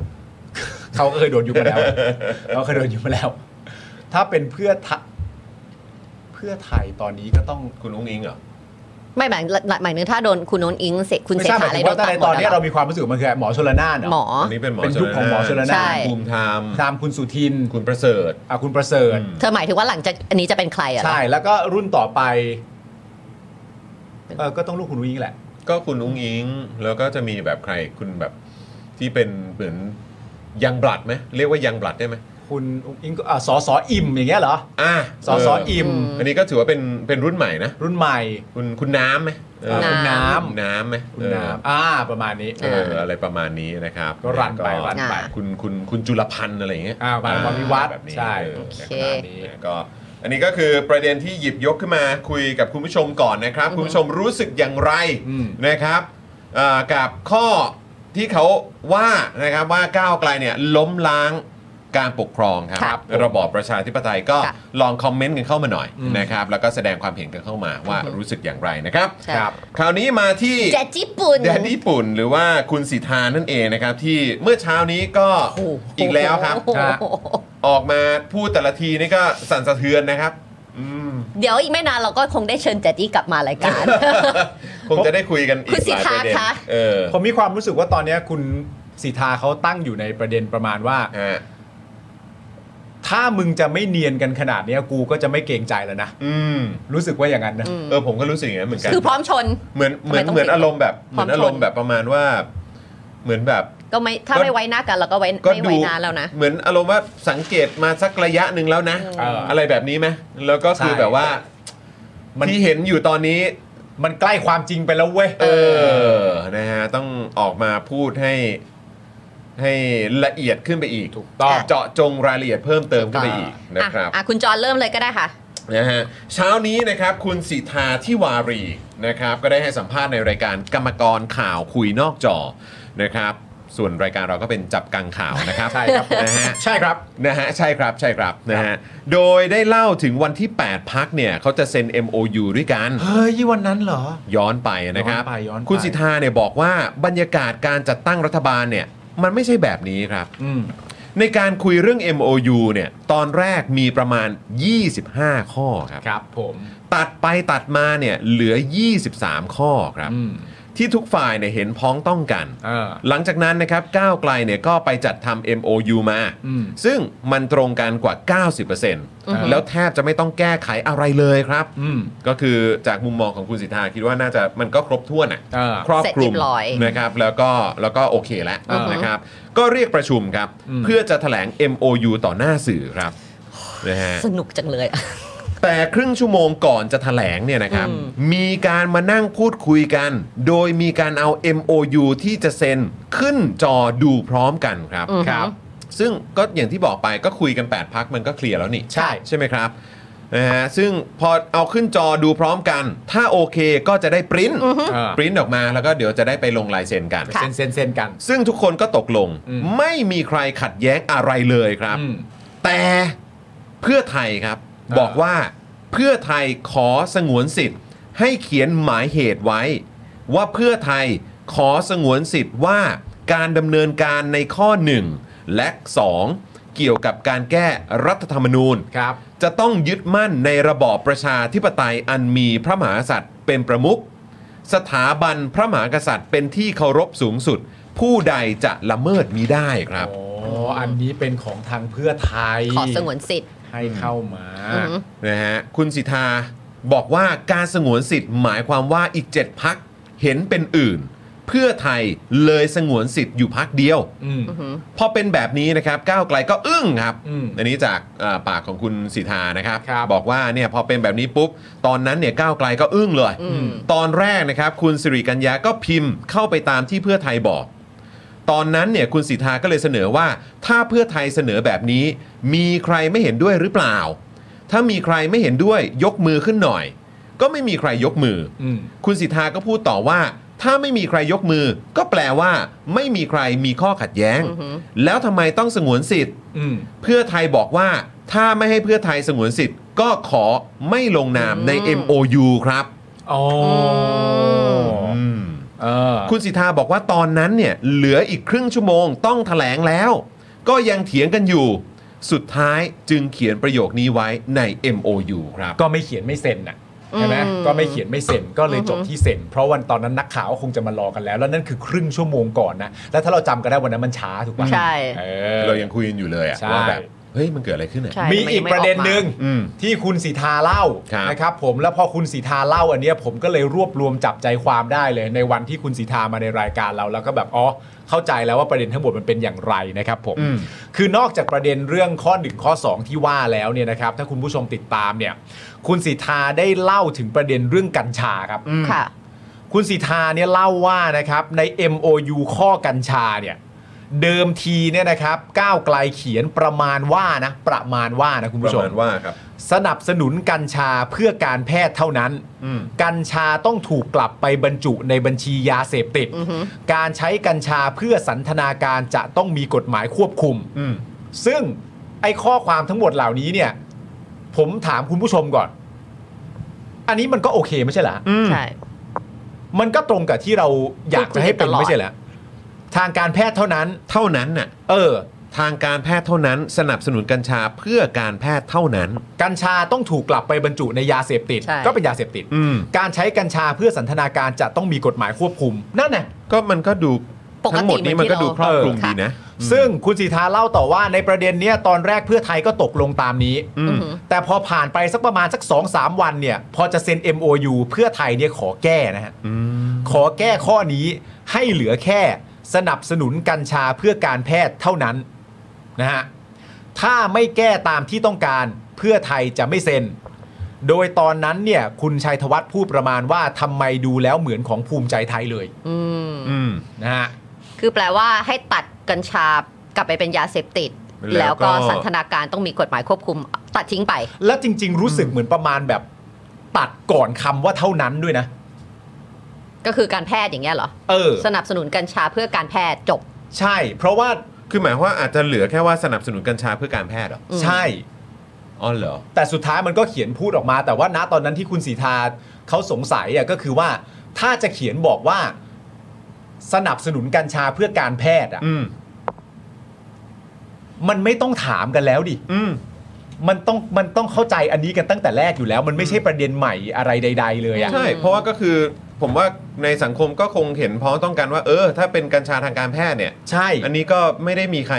เขาก็เคยโดนยุบมาแล้ว เขาเคยโดนยุบมาแล้ว ถ้าเป็นเพื่อไทยเพื่อไทยตอนนี้ก็ต้อง
คุณอุ้งอิงเหรอ
ไม่หมายหมายถึงถ้าโดนคุณโนนอิงเสกคุณ
ไม่
เสก
ใช่ห
ขา
มา
ย อะ
ถึ
ไรง โดน
ว่า
ตัด
ใน
หมด
ตอน
แล้ว
นี้
เหร
เรา
อ
มีความรู้สึกว่ามันคือหมอชลนานเหร
หมอ
อันนี้เป็นหมอ
เป็นยุคของหมอชล
ใช่
นาน
คุณภูมิธรรม
ตามคุณสุทิน
คุณประเสริฐ
อ่ะคุณประเสริฐ
อืม
เธอหมายถึงว่าหลังจากอันนี้จะเป็นใครอะเหรอ
ใช่ แล้วก็รุ่นต่อไปเออก็ต้องลูกคุณวิ่งแหละ
ก็คุณอุ้งอิง แล้วก็จะมีแบบใครคุณแบบที่เป็นเหมือนยังบลัดไหมเรียกว่ายังบลัดได้ไหม
คุณอุ๊งอิงก็อ่ะสอสออิ่มอย่างเงี้ยเหรอ
อ่ะ
สอสออิ่ม
อืม
อันนี้ก็ถือว่าเป็นเป็นรุ่นใหม่นะ
รุ่นใหม่
คุณคุณน้ำไหมเออ
อ่าคุณน้ำ
คุณน้ำไหม
คุณน้ำอ่าประมาณนี้
เออเอออะไรประมาณนี้นะครับ
ก็รันไปรันไป
คุณคุณคุณจุลพันธ์อะไรอย่างเงี้ย
อ่าบารมีวิวัฒน์
แบบนี้
ใช่
เออ
โอเค
ประมาณนี้
ก็อันนี้ก็คือประเด็นที่หยิบยกขึ้นมาคุยกับคุณผู้ชมก่อนนะครับ คุณผู้ชมรู้สึกอย่างไร
อืม
นะครับเอ่อกับข้อที่เขาว่านะครับว่าก้าวไกลเนี่ยล้มล้างการปกครองครั
ครับ
ระบอบประชาธิปไตยก็
ค่ะ
ลองคอมเมนต์กันเข้ามาหน่อย
อืม
นะครับแล้วก็แสดงความเห็นกันเข้ามาว่า
อือฮึ
รู้สึกอย่างไรนะครับ
ใช่
ครับคราวนี้มาที่
แจ๊ดญี่ปุ่น
แดนญี่ปุ่นหรือว่าคุณสิทธานั่นเองนะครับที่เมื่อเช้านี้ก็
โโห
อีกแล้วครับ
โอ้โห
ออกมาพูดแต่ละทีนี่ก็สั่นสะเทือนนะครับ อืม
เดี๋ยวอีกไม่นานเราก็คงได้เชิญแจ๊ดยี่กลับมารายการ
คงจะได้คุยกันอีก
คุณสิ
ห
ท
ลายป
ธา
ระเด็น
คะ
เออ
ผมมีความรู้สึกว่าตอนเนี้ยคุณสีทธาเขาตั้งอยู่ในประเด็นประมาณว่า
ฮะ
ถ้ามึงจะไม่เนียนกันขนาดเนี้ยกูก็จะไม่เกรงใจแล้วนะ
อืม
รู้สึกว่าอย่างนั้นนะ
อืม
เออผมก็รู้สึกอย่างนั้นเหมือนกัน
คือพร้อมชน
เหมือนเหมือน
ทำไมต้อง
เหมือนอารมณ์แบบเห
พร้
มือน
อม
อารม
ช
ณ์
น
แบบประมาณว่า เหมือนแบบ
ก็ไม่ถ้า
ก็
ไม่ไว้หน้ากันเราก็ไว้
ก็
ไม่ไว้หน้าแล้วนะ
เหมือนอารมณ์ว่าสังเกตมาสักระยะหนึ่งแล้วนะ
เอออ
ไรแบบนี้ไหมแล้วก็คือ
ใช่
แบบว่า
มัน
ที่เห็นอยู่ตอนนี้
มันใกล้ความจริงไปแล้วเว้ย
เออ นะฮะ ต้องออกมาพูดให้ ให้ละเอียดขึ้นไปอีก
ถูกต้อง
เจาะจงรายละเอียดเพิ่มเติมขึ้นไปอีกนะ
อ่ะ
ครับ
อ่ะคุณจอนเริ่มเลยก็ได้ค่ะ
นะฮะเช้านี้นะครับคุณสิทธาทิวารีนะครับก็ได้ให้สัมภาษณ์ในรายการกรรมกรข่าวคุยนอกจอนะครับส่วนรายการเราก็เป็นจับกังข่าวนะครับ
ใช่ครับผม
นะฮะ
ใช่ครับ
นะฮะใช่ครับใช่ครับนะฮะโดยได้เล่าถึงวันที่ 8 พักเนี่ยเขาจะเซ็น MOU ด้วยกัน
เฮ้ยวันนั้นเหรอ
ย้อนไปนะครับ
ย้อนไปย้อนไป
คุณสิทธาเนี่ยบอกว่าบรรยากาศการจัดตั้งรัฐบาลเนี่ยมันไม่ใช่แบบนี้ครับ
อืม
ในการคุยเรื่อง MOU เนี่ยตอนแรกมีประมาณ 25 ข้อครับ
ครับผม
ตัดไปตัดมาเนี่ยเหลือ 23 ข้อครับ
อืม
ที่ทุกฝ่ายเนี่ยเห็นพ้องต้องกัน
เออ
หลังจากนั้นนะครับก้าวไกลเนี่ยก็ไปจัดทำ MOU มา
อืม
ซึ่งมันตรงกันกว่า 90%แล้วแทบจะไม่ต้องแก้ไขอะไรเลยครับ
อืม
ก็คือจากมุมมองของคุณสิทธาคิดว่าน่าจะมันก็ครบถ้วนอ่ะ
เออ
ครอบคลุม
เสร็จเรียบร้อย
นะครับแล้วก็แล้วก็โอเคแล้ว
อือฮึ
นะครับ ก็เรียกประชุมครับ
อืม
เพื่อจะแถลง MOU ต่อหน้าสื่อครับนะฮะ
สนุกจังเลยอ่ะ
แต่ครึ่งชั่วโมงก่อนจะถแถลงเนี่ยนะครับ
อืม
มีการมานั่งพูดคุยกัน โดยมีการเอา MOU ที่จะเซ็นขึ้นจอดูพร้อมกันครับ
อือฮึ
ซึ่งก็อย่างที่บอกไปก็คุยกัน 8 พักมันก็เคลียร์แล้วนี่
ใช่
ใช่ไหมครับนะฮะซึ่งพอเอาขึ้นจอดูพร้อมกัน ถ้าโอเคก็จะได้ปริ้น
เออ
ปริ้นออกมาแล้วก็เดี๋ยวจะได้ไปลงลายเซ็นกัน
เซ็นเซ็นเซ็นกัน
ซึ่งทุกคนก็ตกลง
อืม
ไม่มีใครขัดแย้งอะไรเลยครับ
อืม
แต่เพื่อไทยครับ
อ่า
บอกว่าเพื่อไทยขอสงวนสิทธิ์ ให้เขียนหมายเหตุไว้ ว่าเพื่อไทยขอสงวนสิทธิ์ว่าการดำเนินการในข้อ 1 และ 2 เกี่ยวกับการแก้รัฐธรรมนูญ
ครับ
จะต้องยึดมั่นในระบอบประชาธิปไตยอันมีพระมหากษัตริย์เป็นประมุขสถาบันพระมหากษัตริย์เป็นที่เคารพสูงสุด ผู้ใดจะละเมิดมิได้ครับ
โอ้ อันนี้เป็นของทางเพื่อไทย
ขอสงวนสิทธิ์
ให้เข้ามา
อือหือ
นะฮะคุณสิทธาบอกว่าการสงวนสิทธิ์หมายความว่าอีก 7 พักเห็นเป็นอื่น เพื่อไทยเลยสงวนสิทธิ์อยู่พักเดียว
อืม
อือหือ
พอเป็นแบบนี้นะครับก้าวไกลก็อึ้งครับ
อืม
นนี้จากเอ่อปากของคุณสิทธานะครับ
ครับ
อกว่าเนี่ยพอเป็นแบบนี้ปุ๊บ ตอนนั้นเนี่ยก้าวไกลก็อึ้งเลย
อืม
ตอนแรกนะครับคุณสิริกัญญาก็พิมพ์เข้าไปตามที่เพื่อไทยบอก ตอนนั้นเนี่ยคุณสิทธาก็เลยเสนอว่า ถ้าเพื่อไทยเสนอแบบนี้ มีใครไม่เห็นด้วยหรือเปล่า ถ้ามีใครไม่เห็นด้วยยกมือขึ้นหน่อย ก็ไม่มีใครยกมืออ
ม
คุณสิทธาก็พูดต่อว่า ถ้าไม่มีใครยกมือ ก็แปลว่าไม่มีใครมีข้อขัดแย้ง
อือหือ
แล้วทำไมต้องสงวนสิทธิ์
อืม
เพื่อไทยบอกว่าถ้าไม่ให้เพื่อไทยสงวนสิทธิ์ ก็ขอไม่ลงนามใน
อืม
MOU ครับ
อ๋ออ
อืม
เออ
คุณสิทธาบอกว่าตอนนั้นเนี่ยเหลืออีกครึ่งชั่วโมงต้องถแถลงแล้ว ก็ยังเถียงกันอยู่ สุดท้ายจึงเขียนประโยคนี้ไว้ใน MOU ครับ
ก็ไม่เขียนไม่เซ็นน่ะใช่ไหม
อืม
ก็ไม่เขียนไม่เซ็นก็เลยจบที่เซ็น เพราะวันตอนนั้นนักข่าวก็คงจะมารอกันแล้ว แล้วนั่นคือครึ่งชั่วโมงก่อนนะ แล้วถ้าเราจำกันได้วันนั้นมันช้าถูกป่ะ
ใช่
เออ
เรายังคุยกันอยู่เลยอะ
ใช่
ว่าแบบ เฮ้ย มันเกิดอะไรขึ้นอะ
ใช่
มี
น
อี
ยั
ก
ไม่
ประเด็
อ
น
อกมา
หนึ่ง
อืม
ที่คุณสีทาเล่า
ครับ
นะครับผมแล้วพอคุณสีทาเล่าอันเนี้ยผมก็เลยรวบรวมจับใจความได้เลย ในวันที่คุณสีทามาในรายการเราแล้วก็แบบอ๋อเข้าใจแล้วว่าประเด็นทั้งหมดมันเป็นอย่างไรนะครับผม
อืม
คือนอกจากประเด็นเรื่องข้อ 1 ข้อ 2 ที่ว่าแล้วเนี่ยนะครับถ้าคุณผู้ชมติดตามเนี่ย คุณสิทธาได้เล่าถึงประเด็นเรื่องกัญชาครับ
ค่ะ
คุณสิทธาเนี่ยเล่าว่านะครับใน MOU ข้อกัญชาเนี่ยเดิมทีเนี่ยนะครับก้าวไกลเขียนประมาณว่านะประมาณว่านะคุณ
ป
ผู้
ระ
ชม
มาณว่าครับ
สนับสนุนกัญชาเพื่อการแพทย์เท่านั้น
อืม
กัญชาต้องถูกกลับไปบรรจุในบัญชียาเสพติด
อือฮึ
การใช้กัญชาเพื่อสันทนาการจะต้องมีกฎหมายควบคุม
อืม
ซึ่งไอ้ข้อความทั้งหมดเหล่านี้เนี่ย ผมถามคุณผู้ชมก่อน อันนี้มันก็โอเคไม่ใช่เหรอ
อืม
ใช่
มันก็ตรงกับที่เราอยากจะให้เป็น
พูดคุยกันตลอด
ไม่ใช่เหรอทางการแพทย์เท่านั้น
เท่านั้นน่ะ
เออ
ทางการแพทย์เท่านั้น สนับสนุนกัญชาเพื่อการแพทย์เท่านั้น
กัญชาต้องถูกกลับไปบรรจุในยาเสพติด
ใช่
ก็เป็นยาเสพติด
อืม
การใช้กัญชาเพื่อสันทนาการจะต้องมีกฎหมายควบคุม นั่นน่ะ
ก็มันก็ดู
ปกติ
ทั้งหมดนี้มันก็ดูครอบคลุม
เหมือนที่
ดี
เรา
นะ
ซึ่งคุณสีทธาเล่าต่อว่าในประเด็นเนี้ยตอนแรกเพื่อไทยก็ตกลงตามนี้
อืม
อือหือ
แต่พอผ่านไปสักประมาณสัก 2-3สามวันเนี่ย พอจะเซ็น MOU เพื่อไทยเนี่ยขอแก้นะฮะ
อืม
ขอแก้ข้อนี้ให้เหลือแค่สนับสนุนกัญชาเพื่อการแพทย์เท่านั้นนะฮะ ถ้าไม่แก้ตามที่ต้องการเพื่อไทยจะไม่เซ็น โดยตอนนั้นเนี่ยคุณชัยธวัฒน์พูดประมาณว่าทำไมดูแล้วเหมือนของภูมิใจไทยเลย
อืม
อืม
นะฮะ
คือแปลว่าให้ตัดกัญชากลับไปเป็นยาเสพติด
แล้วก็
แล้วก็สันทนาการต้องมีกฎหมายควบคุม ตัดทิ้งไป
และจริง ๆ รู้สึกเหมือนประมาณแบบตัดก่อนคำว่าเท่านั้นด้วยนะ
ก็คือการแพทย์อย่างเงี้ยเหรอ
เออ
สนับสนุนกัญชาเพื่อการแพทย์จบ
ใช่ เพราะว่า
คือหมายความว่าอาจจะเหลือแค่ว่าสนับสนุนกัญชาเพื่อการแพทย์เหรอ
อืม
ใช่
อ๋อเหรอ
แต่สุดท้ายมันก็เขียนพูดออกมา แต่ว่าณตอนนั้นที่คุณสีทาเขาสงสัยอ่ะก็คือว่า ถ้าจะเขียนบอกว่า สนับสนุนกัญชาเพื่อการแพทย์อ่ะ
อืม
มันไม่ต้องถามกันแล้วดิ
อืม
มันต้องมันต้องเข้าใจอันนี้กันตั้งแต่แรกอยู่แล้ว มันไม่ใช่ประเด็นใหม่อะไรใด ๆ เลยอ่ะ
ใช่ เพราะว่าก็คือผมว่าในสังคมก็คงเห็นพ้องต้องกันว่า เออ ถ้าเป็นกัญชาทางการแพทย์เนี่ย
ใช่
อันนี้ก็ไม่ได้มีใคร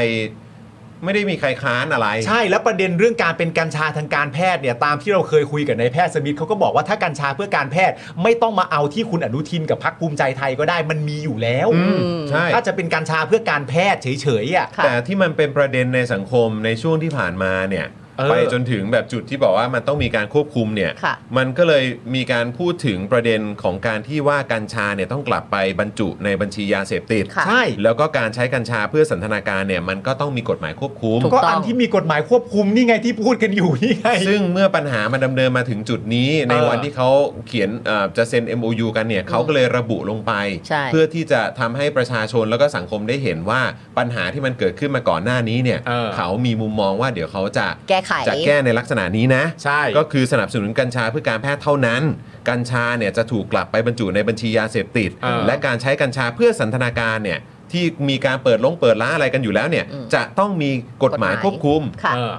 ไม่ได้มีใครค้านอะไร
ใช่แล้วประเด็นเรื่องการเป็นกัญชาทางการแพทย์เนี่ยตามที่เราเคยคุยกับนายแพทย์สมิธเขาก็บอกว่าถ้ากัญชาเพื่อการแพทย์ไม่ต้องมาเอาที่คุณอนุทินกับพักภูมิใจไทยก็ได้มันมีอยู่แล้ว
อืมใช่
ถ้าจะเป็นกัญชาเพื่อการแพทย์เฉยๆอ่ะ
ค่ะ
แต่ที่มันเป็นประเด็นในสังคมในช่วงที่ผ่านมาเนี่ย
เออ
ไปจนถึงแบบจุดที่บอกว่ามันต้องมีการควบคุมเนี่ย
ค่ะ
มันก็เลยมีการพูดถึงประเด็นของการที่ว่ากัญชาเนี่ยต้องกลับไปบรรจุในบัญชียาเสพติด
ค่ะ
ใช่
แล้วก็การใช้กัญชาเพื่อสันทนาการเนี่ยมันก็ต้องมีกฎหมายควบคุม
ถู ก
ก็
ต้อง
อันที่มีกฎหมายควบคุมนี่ไงที่พูดกันอยู่นี่ไง
ซึ่งเมื่อปัญหามันดำเนินมาถึงจุดนี้ ใน
เออ
วันที่เขาเขียนเอ่อจะเซ็น MOU กันเนี่ยเขาก็เลยระบุลงไป
ใช่
เพื่อที่จะทำให้ประชาชนแล้วก็สังคมได้เห็นว่าปัญหาที่มันเกิดขึ้นมาก่อนหน้านี้เนี่ย
เออ
มีมุมมองว่าเดี๋ยวเขาจะ
แก้ไข
จะแก้ในลักษณะนี้นะ
ใช่
ก็คือสนับสนุนกัญชาเพื่อการแพทย์เท่านั้น กัญชาเนี่ยจะถูกกลับไปบรรจุในบัญชียาเสพติด
เออ
และการใช้กัญชาเพื่อสันทนาการเนี่ยที่มีการเปิดลงเปิดล้านอะไรกันอยู่แล้วเนี่ย
อืม
จะต้องมีกฎหมายควบคุม
ค่ะ
เออ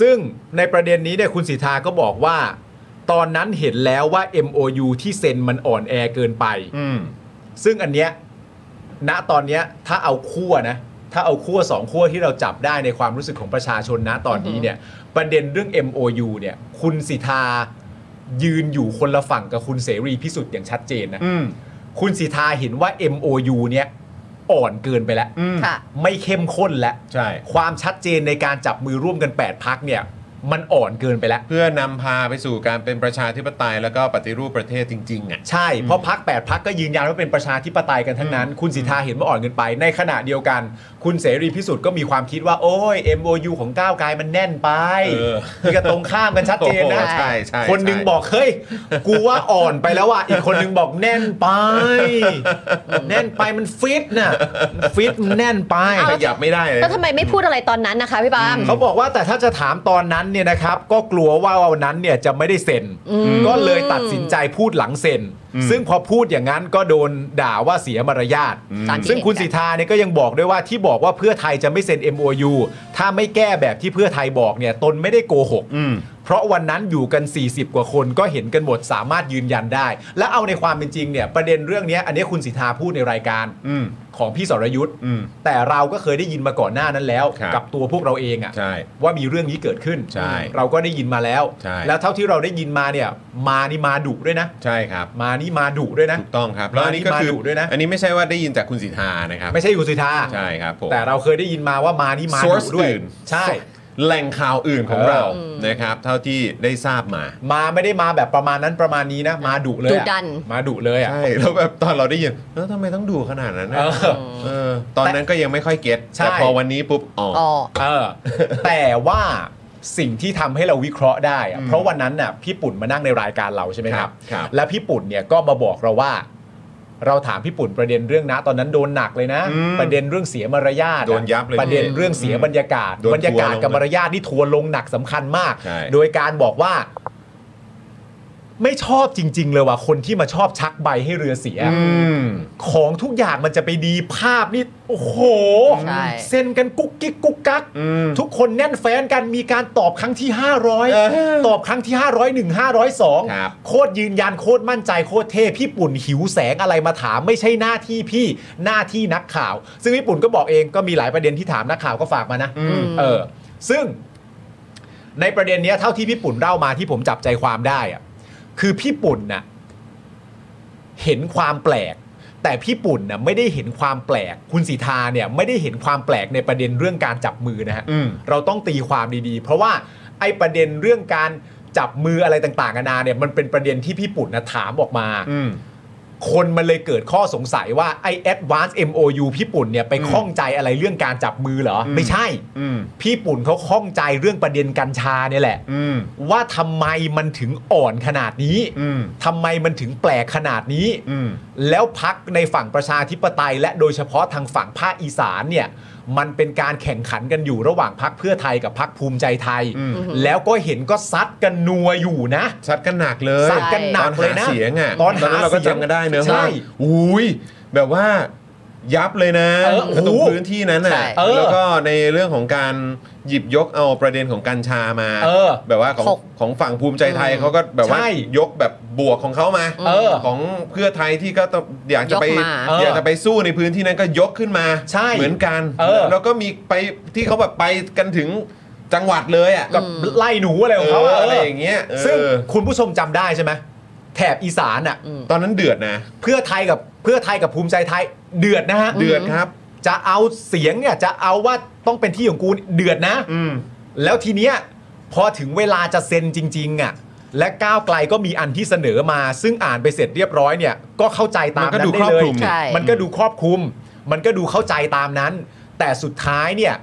ซึ่งในประเด็นนี้เนี่ยคุณสิทธาก็บอกว่า ตอนนั้นเห็นแล้วว่า MOU ที่เซ็นมันอ่อนแอเกินไป
อืม
ซึ่งอันเนี้ยณตอนเนี้ยถ้าเอาคั่วนะ ถ้าเอาขั้วสองขั้วที่เราจับได้ในความรู้สึกของประชาชนนะตอนนี้เนี่ย ประเด็นเรื่อง MOU เนี่ย คุณสิทธายืนอยู่คนละฝั่งกับคุณเสรีพิสุทธิ์อย่างชัดเจนนะ
อืม
คุณสิทธาเห็นว่า MOU เนี่ยอ่อนเกินไปแล้ว
อืม
ค่ะ
ไม่เข้มข้นแล้ว
ใช่
ความชัดเจนในการจับมือร่วมกัน 8 พักเนี่ย มันอ่อนเกินไปแล้ว
เพื่อนำพาไปสู่การเป็นประชาธิปไตยแล้วก็ปฏิรูปประเทศจริงๆอ่ะ
ใช่ เพราะพักแปดพักก็ยืนยันว่าเป็นประชาธิปไตยกันทั้งนั้น คุณสิทธาเห็นว่าอ่อนเกินไป ในขณะเดียวกัน คุณเสรีพิสุทธิ์ก็มีความคิดว่า โอ้ย MOU ของก้าวไกลมันแน่นไป
เออ
นี่ก็ตรงข้ามกันชัดเจนนะ
โอ้โหใช่ใช่ใช่
คนหนึงบอกเฮ้ย กูว่าอ่อนไปแล้วอ่ะ อีกคนหนึงบอกแน่นไป แน่นไปมันฟิตน่ะมันฟิตมันแน่นไป
เอ้า
ขยับไม่ได้เลย
แล้วทำไมไม่พูดอะไรตอนนั้นนะคะพี่ปาล์ม
เขาบอกว่าแต่ถ้าจะถามตอนนั้นเนี่ยนะครับ ก็กลัวว่าวันนั้นเนี่ยจะไม่ได้เซ็น ก็เลยตัดสินใจพูดหลังเซ็น ซึ่งพอพูดอย่างนั้นก็โดนด่าว่าเสียมารยาท
ตามที่
ซึ่งคุณ
เห็
สิ
นกัน
ทธาเนี่ยก็ยังบอกด้วยว่าที่บอกว่าเพื่อไทยจะไม่เซ็น MOU ถ้าไม่แก้แบบที่เพื่อไทยบอกเนี่ยตนไม่ได้โกหก
อืม
เพราะวันนั้นอยู่กัน 40 กว่าคนก็เห็นกันหมดสามารถยืนยันได้ และเอาในความเป็นจริงเนี่ยประเด็นเรื่องเนี้ยอันเนี้ยคุณสิทธาพูดในรายการ
อืม
ของพี่สรยุทธ์
อืม
แต่เราก็เคยได้ยินมาก่อนหน้านั้นแล้ว
ครับ
กับตัวพวกเราเอง
ใช่
อะ่ะว่ามีเรื่องนี้เกิดขึ้น
ใช่
เราก็ได้ยินมาแล้ว
ใช่
แล้วเท่าที่เราได้ยินมาเนี่ย มานี่มาดุด้วยนะ
ใช่ครับ
มานี่มาดุด้วยนะ
ถูกต้องครับ แล้วอันนี้ก็คือ
มาดุด้วยนะ
อันนี้ไม่ใช่ว่าได้ยินจากคุณสิทธานะครับ
ไม่ใช่คุณสิทธา
ใช่ครับผม
แต่เราเคยได้ยินมาว่ามานี่มาดุ
source
ด้วย
อื่น
ใช่
แหล่งข่าวอื่นของ
เออ
เรานะครับ เท่าที่ได้ทราบมา
มาไม่ได้มาแบบประมาณนั้นประมาณนี้นะ มาดุเลยอะ
ดุดัน
มาดุเลยอ่ะ
ใช่ แล้วแบบตอนเราได้ยินแล้วทำไมต้องดูขนาดนั้นนะ
เออ
เออ ตอนนั้นก็ยังไม่ค่อยเก็ต
ใช่
แต่พอวันนี้ปุ๊บอ๋ออ
อ๋อ
เออ แต่ว่าสิ่งที่ทำให้เราวิเคราะห์ได้อะเพราะวันนั้นน่ะพี่ปุ่นมานั่งในรายการเราใช่ไหมครั
ครั
บ
บครับ
และพี่ปุ่นเนี่ยก็มาบอกเราว่า เราถามพี่ปุ่นประเด็นเรื่องนะ ตอนนั้นโดนหนักเลยนะ ประเด็นเรื่องเสียมารยาทอะ
โดนยับเลย
ประเด็นเรื่องเสียบรรยากาศ
โดน
บรรยากาศ
ทัวร์ลง
กับมารยาทนี่ทัวร์ลงหนักสำคัญมาก
ใช่
โดยการบอกว่า ไม่ชอบจริง ๆ เลยว่ะคนที่มาชอบชักใบให้เรือเสีย
อืม
ของทุกอย่างมันจะไปดีภาพนี่โอ้โห
ใช่
เซ็นกันกุ๊กกิ๊กกุ๊กกัก
อืม
ทุกคนแน่นแฟนกันมีการตอบครั้งที่
เออ
500 ตอบครั้งที่ 501
ค
502
รับ
โคตรยืนยันโคตรมั่นใจโคตรเท่พี่ปุ่นหิวแสงอะไรมาถามไม่ใช่หน้าที่พี่หน้าที่นักข่าว ซึ่งพี่ปุ่นก็บอกเองก็มีหลายประเด็นที่ถามนักข่าวก็ฝากมานะเออ ซึ่ง ในประเด็นเนี้ยเท่าที่พี่ปุ่นเล่ามาที่ผมจับใจความได้อะคือพี่ปุ่นน่ะเห็นความแปลก แต่พี่ปุ่นน่ะไม่ได้เห็นความแปลก คุณสีทาเนี่ยไม่ได้เห็นความแปลกในประเด็นเรื่องการจับมือนะฮะ
อืม
เราต้องตีความดีๆ เพราะว่าไอ้ประเด็นเรื่องการจับมืออะไรต่างๆนานาเนี่ยมันเป็นประเด็นที่พี่ปุ่นนะถามออกมา
อืม
คนมันเลยเกิดข้อสงสัยว่าไอ้ Advance MOU พี่ปุ่นเนี่ยไปข้องใจอะไรเรื่องการจับมือเหรอไม่ใช่
อืม
พี่ปุ่นเขาข้องใจเรื่องประเด็นกัญชาเนี่ยแหละ
อืม
ว่าทำไมมันถึงอ่อนขนาดนี้
อืม
ทำไมมันถึงแปลกขนาดนี้
อืม
แล้วพักในฝั่งประชาธิปไตย และโดยเฉพาะทางฝั่งภาคอีสานเนี่ย มันเป็นการแข่งขันกันอยู่ระหว่างพักเพื่อไทยกับพักภูมิใจไทย
อืม
แล้วก็เห็นก็ซัดกันนัวอยู่นะ
ซัดกันหนักเลย
ซัดกันหนักเลย
ต
นะ
อหาเสียงอ่ะ
ตอนหา
นั้นเราก็
เสียง
จำกันได้เนอะ
ใช่
ว่าอุ้ยแบบว่ายับเลยนะ
เออโอ้โห
ตรงพื้นที่นั้นน่ะ
ใช่
เออ
แล้วก็ในเรื่องของการหยิบยกเอาประเด็นของกัญชามา
เออ
แบบว่าของ
ถก
ของฝั่งภูมิใจไทยเขาก็แบบว่า
ใช่
ยกแบบบวกของเขามา
เออ
ของเพื่อไทยที่ก็ต้องอยากจะไป
ยกมา
เอออย
ากจะไปสู้ในพื้นที่นั้นก็ยกขึ้นมา
ใช่
เหมือนกัน
เออ
แล้วก็มีไปที่เขาแบบไปกันถึงจังหวัดเลยอ่ะ
กับไล่หนูอะไรของเขา
เอออะไรอย่างเงี้ยเออ
ซึ่งคุณผู้ชมจำได้ใช่ไหมแถบอีสานอ่ะ
ตอนนั้นเดือดนะ
เพื่อไทยกับเพื่อไทยกับภูมิใจไทยเดือดนะฮะ
เดือดครับ
จะเอาเสียงเนี่ยจะเอาว่าต้องเป็นที่ของกูเดือดนะ
อืม
แล้วทีเนี้ยพอถึงเวลาจะเซ็นจริง ๆ อ่ะ และก้าวไกลก็มีอันที่เสนอมา ซึ่งอ่านไปเสร็จเรียบร้อยเนี่ย ก็เข้าใจตาม
มันก็
นั้
ดู
นได้
ครอบ
เลย
คลุมนี่
ใช่
มันก็ดูครอบคลุม มันก็ดูเข้าใจตามนั้น แต่สุดท้ายเนี่ย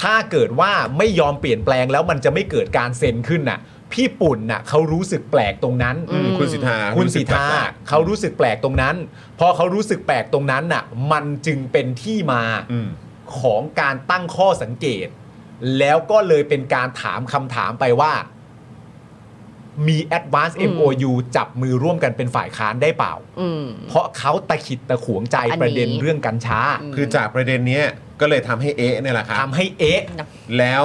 ถ้าเกิดว่าไม่ยอมเปลี่ยนแปลงแล้วมันจะไม่เกิดการเซ็นขึ้นน่ะ พี่ปุ่นน่ะเขารู้สึกแปลกตรงนั้น
อืมคุณสิทธา
คุณสิทธา
รู้สึกแปลก
เขารู้สึกแปลกตรงนั้น พอเขารู้สึกแปลกตรงนั้นน่ะ มันจึงเป็นที่มา
อืม
ของการตั้งข้อสังเกต แล้วก็เลยเป็นการถามคำถามไปว่า มี Advance
อืม
MOU จับมือร่วมกันเป็นฝ่ายค้านได้เปล่า
อืม
เพราะเขาตะขิดตะขวงใจ
อันนี้
ประเด็นเรื่องกัญชา
คือจากประเด็นเนี้ยก็เลยทำให้เอ๊ะเนี่ยแหละครับ
ทำให้เอ๊ะ
แล้ว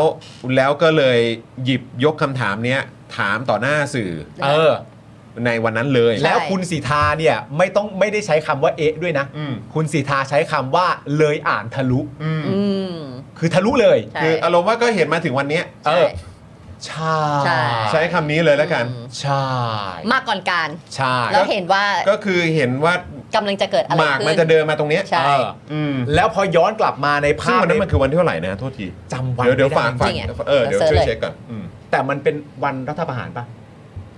แล้วก็เลยหยิบยกคำถามเนี้ยถามต่อหน้าสื่อ
เออ
ในวันนั้นเลย
แล้วคุณสีทาเนี่ยไม่ต้องไม่ได้ใช้คำว่าเอ๊ะด้วยนะ
อืม
คุณสีทาใช้คำว่าเลยอ่านทะลุ
อืม
อืม
คือทะลุเลย
ใช่
คืออารมณ์ว่าก็เห็นมาถึงวันเนี้ย
เอ
ใช่
อ
ใช่
ใช่
ใช้คำนี้เลยแล้วกัน
อืม
ใช่
มากก่อนการ
ใช่
แล้วเห็นว่า
ก็คือเห็นว่าก
ำลังจะเกิดอะไร
หมาก
ขึ้น
มันจะเดินมาตรงเนี้ย
ใช่
เออ
อืม
แล้วพอย้อนกลับมาใน
ซึ่ง
ภาพ
วันนั้นมัน
เย
คือวันที่เท่าไหร่นะโทษที
จำวัน
เดี๋ยวเดี๋ยว
ไม่
ฝากฝาก
จริงอะ
เออเดี๋ยว
เดี๋ยว
ช่วย
เสิร์ชเลย
เช็คก่อนอืม
แต่มันเป็นวันรัฐประหารปะ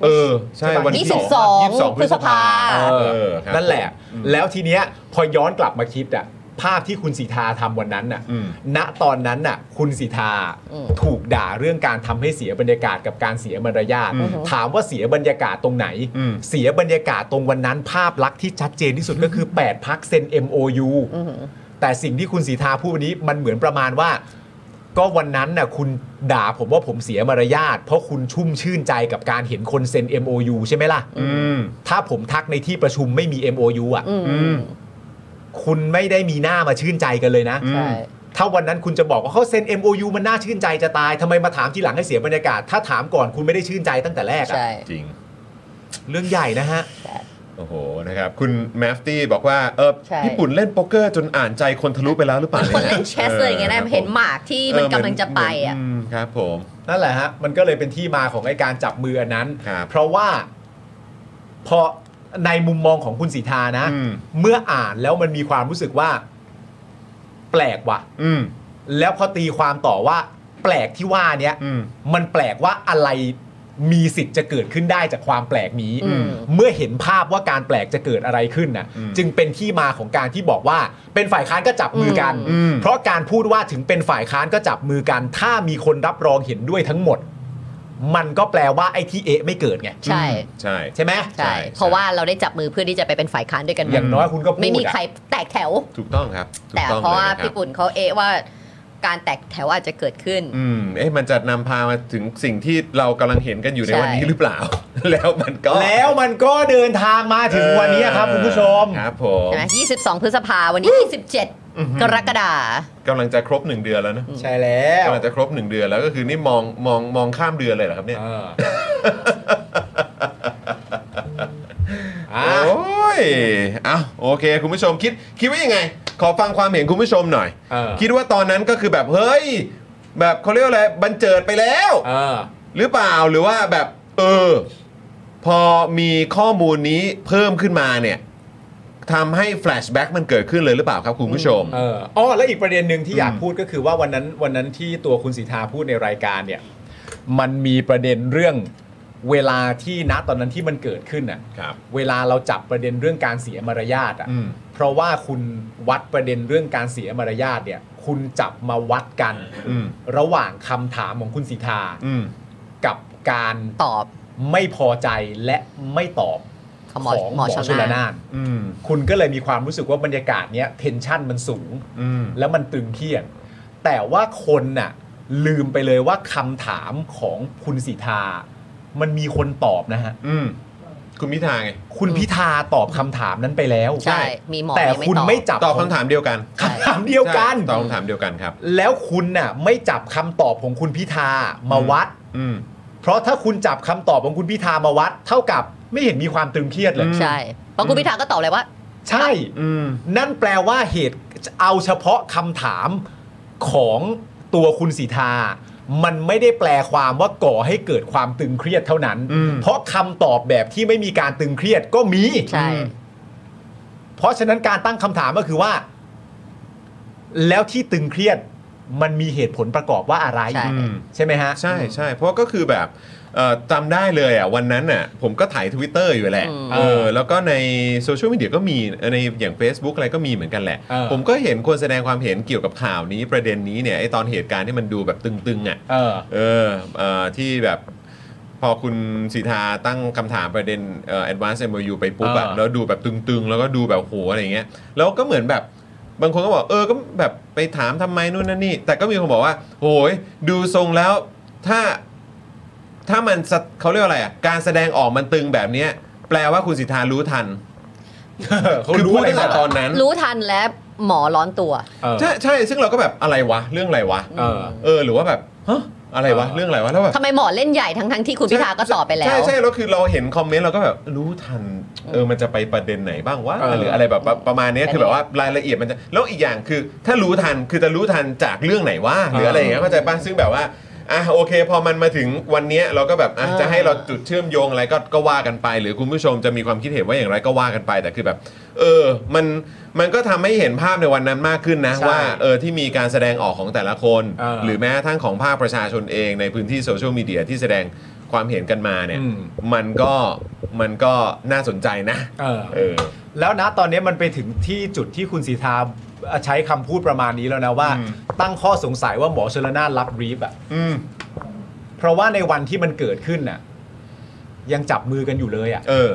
เออใช่วันที่
ยี่สิบสอง
ยี่สิบสองพฤษภา
พฤษภา
เออ
ครับ
นั่นแหละ
อืม
แล้วทีเนี้ยพอย้อนกลับมาคิดอะภาพที่คุณสีทาทำวันนั้นน่ะ
อืม
ณตอนนั้นน่ะ คุณสีทา
อืม
ถูกด่าเรื่องการทำให้เสียบรรยากาศกับการเสียมารยาท
อือฮึ
ถามว่าเสียบรรยากาศตรงไหน
อืม
เสียบรรยากาศตรงวันนั้น ภาพลักษณ์ที่ชัดเจนที่สุดก็คือ 8พักเซ็น MOU
อือหือ
แต่สิ่งที่คุณสีทาพูดวันนี้มันเหมือนประมาณว่า ก็วันนั้นน่ะคุณด่าผมว่าผมเสียมารยาทเพราะคุณชุ่มชื่นใจกับการเห็นคนเซ็น MOU ใช่ไหมล่ะ
อืม
ถ้าผมทักในที่ประชุมไม่มี MOU อ่ะ
อืม
อืม
คุณไม่ได้มีหน้ามาชื่นใจกันเลยนะ
อื
ใช่
ม
ถ้าวันนั้นคุณจะบอกว่าเขาเซ็น MOU มันน่าชื่นใจจะตายทำไมมาถามทีหลังให้เสียบรรยากาศ ถ้าถามก่อนคุณไม่ได้ชื่นใจตั้งแต่แรกอะ
ใช่
จริง
เรื่องใหญ่นะฮะ
ใช่
โอ้โห นะครับ คุณแมฟตี้บอกว่า เออ
ใช่
ญี่ปุ่นเล่นโป๊กเกอร์จนอ่านใจคนทะลุไปแล้วหรือเปล่า
มันคนเล่นเชสเลยไงยนะ
ครับผ
เห็นหมากที่มันกำลังจะไปอ่ะ
เเหมืนมครับผม
นั่นแหละฮะ มันก็เลยเป็นที่มาของไอการจับมืออันนั้น
ครับ
เพราะว่าพอในมุมมองของคุณสีทานะ
อืม
เมื่ออ่านแล้วมันมีความรู้สึกว่า แปลกว่ะ
อืม
แล้วพอตีความต่อว่า แปลกที่ว่าเนี้ย
อืม
มันแปลกว่าอะไรมีสิทธิ์จะเกิดขึ้นได้จากความแปลกนี้
อืม
เมื่อเห็นภาพว่าการแปลกจะเกิดอะไรขึ้นน่ะ
อืม
จึงเป็นที่มาของการที่บอกว่า เป็นฝ่ายค้านก็จับมือกัน
อืม
เพราะการพูดว่าถึงเป็นฝ่ายค้านก็จับมือกัน ถ้ามีคนรับรองเห็นด้วยทั้งหมด มันก็แปลว่าไอ้ที่เอะไม่เกิดไง
ใช่
ใช่
ใช่ไหม
ใช่ เพราะว่าเราได้จับมือเพื่อที่จะไปเป็นฝ่ายค้านด้วยกันหม
อ
ด
ย่างน้อยคุณก็พูดอะ
ไม่มีใครแตกแถว
ถูกต้องครับ ถู
แต่
กต้อง
เพราะว่า
ลยนคบ
พี่ปุ่นเขาเอะว่าการแตกแถวอาจจะเกิดขึ้น
อืม เอ๊ะ มันจะนำพามาถึงสิ่งที่เรากำลังเห็นกันอยู่ใน
ใช่
วันนี้หรือเปล่า [LAUGHS] แล้วมันก็
แล้วมันก็เดินทางมาถึงวันนี้ครับคุณผู้ชม
ครับผม
ใช่ไหม22 พฤษภาวันนี้ 27 กรกฎา
กำลังจะครบหนึ่งเดือนแล้วนะ
ใช่แล้ว
กำลังจะครบหนึ่งเดือนแล้วก็คือนี่มองมองมองข้ามเดือนเลยเหรอครับเนี่ย
เอออ่ะ
โอ้ยเอาโอเค คุณผู้ชมคิดคิดว่ายังไง ขอฟังความเห็นคุณผู้ชมหน่อย
เออ
คิดว่าตอนนั้นก็คือแบบเฮ้ย แบบเขาเรียกว่าอะไรบันเจิดไปแล้ว
เออ
หรือเปล่าหรือว่าแบบเออ พอมีข้อมูลนี้เพิ่มขึ้นมาเนี่ยทำให้แฟลชแบ็กมันเกิดขึ้นเลยหรือเปล่าครับคุณผู้ชม
เอออ๋อแล้วอีกประเด็นหนึ่งที่อยาก
อืม
พูดก็คือว่าวันนั้นวันนั้นที่ตัวคุณสีทาพูดในรายการเนี่ย มันมีประเด็นเรื่องเวลาที่ณตอนนั้นที่มันเกิดขึ้นน่ะ
ครับ
เวลาเราจับประเด็นเรื่องการเสียมารยาทอ่ะ
อืม
เพราะว่าคุณวัดประเด็นเรื่องการเสียมารยาทเนี่ย คุณจับมาวัดกัน
อืม
ระหว่างคำถามของคุณสีทา
อืม
กับการ
ตอบ
ไม่พอใจและไม่ตอบ
ของหม
ข
อ
อง
ห
ห
ม
ม
อ
อ
ช
ช
น
น
ละนาน
ละาน
อืม
คุณก็เลยมีความรู้สึกว่าบรรยากาศเนี้ยเทนชันมันสูง
อืม
แล้วมันตึงเครียด แต่ว่าคนน่ะ ลืมไปเลยว่าคำถามของคุณสีทา มันมีคนตอบนะฮะ
อืมคุณพิธาไง
คุณพิธาตอบคำถามนั้นไปแล้ว
ใช่ มีหมอ
แต่
ยังไม่
คุณ
ตอบ
ไม่จับ
ตอบคำถามเดียวกัน
คำถามเดียวกัน
ใช่ตอบคำถามเดียวกันครับ
แล้วคุณน่ะ ไม่จับคำตอบของคุณพิธามาวัด
อืม
เพราะถ้าคุณจับคำตอบของคุณพิธามาวัด เท่ากับไม่เห็นมีความตึงเครียดเลย
ใช่ เพราะคุณพิธาก็ตอบเลยว่า
ใช่
อืม
นั่นแปลว่าเหตุเอาเฉพาะคำถามของตัวคุณสีทา มันไม่ได้แปลความว่าก่อให้เกิดความตึงเครียดเท่านั้น
อืม
เพราะคำตอบแบบที่ไม่มีการตึงเครียดก็มี
ใช่
เพราะฉะนั้นการตั้งคำถามก็คือว่า แล้วที่ตึงเครียดมันมีเหตุผลประกอบว่าอะไร
ใช่
อืม
ใช่ไหมฮะ
ใช่ใช่เพราะก็คือแบบเอ่อจำได้เลยอ่ะวันนั้นน่ะผมก็ถ่าย Twitter อยู่แหละ
อืม
เออแล้วก็ในโซเชียลมีเดียก็มีในอย่าง Facebook อะไรก็มีเหมือนกันแหละ
เออ
ผมก็เห็นคนแสดงความเห็นเกี่ยวกับข่าวนี้ประเด็นนี้เนี่ยไอตอนเหตุการณ์ที่มันดูแบบตึงๆอ่ะ
เออ [LAUGHS]
เออเอ่อที่แบบพอคุณสีทาตั้งคำถามประเด็นเอ่อ advance MOU ไปปุ๊บอะ
เออ
แล้วดูแบบตึงๆ แล้วก็ดูแบบโหอะไรอย่างเงี้ยแล้วก็เหมือนแบบ บางคนก็บอกเออก็แบบไปถามทำไมนู่นนั่นนี่ แต่ก็มีคนบอกว่าโหยดูทรงแล้วถ้าถ้ามันสะเขาเรียกว่าอะไรอ่ะการแสดงออกมันตึงแบบเนี้ยแปลว่าคุณสิทธารู้ทัน
เขา
คือ
รู้
พูด
อะไร
ตั้งแต่
มา
ตอนนั้น
รู้ทันและหมอร้อนตัว
เออ
ใช่ใช่ซึ่งเราก็แบบอะไรวะ เรื่องอะไรวะ
เออ
เออหรือว่าแบบฮะ อะไรวะ เรื่องอะไรวะแล้วแบบ
ทำไมหมอเล่นใหญ่ทั้งทั้งๆที่คุณพิธาก็ตอบไปแล้
ใช่
ว
ใช่แล้วคือเราเห็นคอมเมนต์เราก็แบบรู้ทันเออมันจะไปประเด็นไหนบ้างวะ
เออ
หรืออะไรแบบประมาณเนี้ยคือแบบว่ารายละเอียดมันจะแล้วอีกอย่างคือ ถ้ารู้ทันคือจะรู้ทันจากเรื่องไหนว่าหรืออะไรอย่างเงี้ยเข้าใจป้ะซึ่งแบบว่าอ่ะโอเค พอมันมาถึงวันเนี้ยเราก็แบบอ่ะจะให้เราจุดเชื่อมโยงอะไรก็ก็ว่ากันไป หรือคุณผู้ชมจะมีความคิดเห็นว่าอย่างไรก็ว่ากันไปแต่คือแบบ เออมันมันก็ทำให้เห็นภาพในวันนั้นมากขึ้นนะ
ใช่
ว่าเออที่มีการแสดงออกของแต่ละคน
เออ
หรือ หรือแม้กระทั้งของภาคประชาชนเองในพื้นที่โซเชียลมีเดียที่แสดงความเห็นกันมาเนี่ย
อืม
มันก็มันก็น่าสนใจนะ
เออ
เออ
แล้วนะตอนนี้มันไปถึงที่จุดที่คุณสีทาใช้คำพูดประมาณนี้แล้วนะว่า
อืม
ตั้งข้อสงสัยว่าหมอชลนานรับบรีฟอ่ะ
อืม
เพราะว่าในวันที่มันเกิดขึ้นน่ะยังจับมือกันอยู่เลยอ่ะ
เออ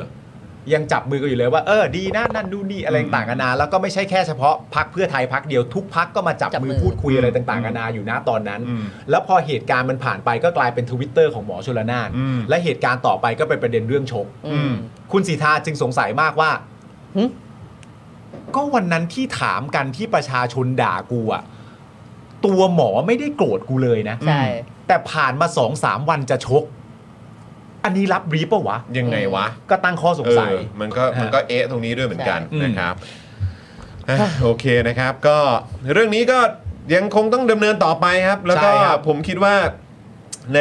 ยังจับมือกันอยู่เลยว่าเออดีนะนั่นนู่นนี่อะไรต่างกันานาแล้วก็ไม่ใช่แค่เฉพาะพักเพื่อไทยพักเดียวทุกพักก็มาจับ
จับมื
มื
อ
อพูดคุยอะไรต่างๆกันานาอยู่นะตอนนั้น
อืม
แล้วพอเหตุการณ์มันผ่านไปก็กลายเป็นทวิตเตอร์ของหมอชลนาน
อืม
และเหตุการณ์ต่อไปก็เป็นประเด็นเรื่องชก
อืม
คุณสีทาจึงสงสัยมากว่า
หึ
ก็วันนั้นที่ถามกันที่ประชาชนด่ากูอะตัวหมอไม่ได้โกรธกูเลยนะ
ใช่
แต่ผ่านมาสองสามวันจะชก อันนี้รับบรีฟปะวะ
ยังไงวะ
ก็ตั้งข้อสง
เอ
สัย
อมันก็มันก็เอ๊ะตรงนี้ด้วยเหมือนกัน
ใช่
นะครับอ่ะโอเคนะครับ ก็เรื่องนี้ก็ยังคงต้องดำเนินต่อไปครับ แล้วก็
ใช่ครับ
ผมคิดว่าใน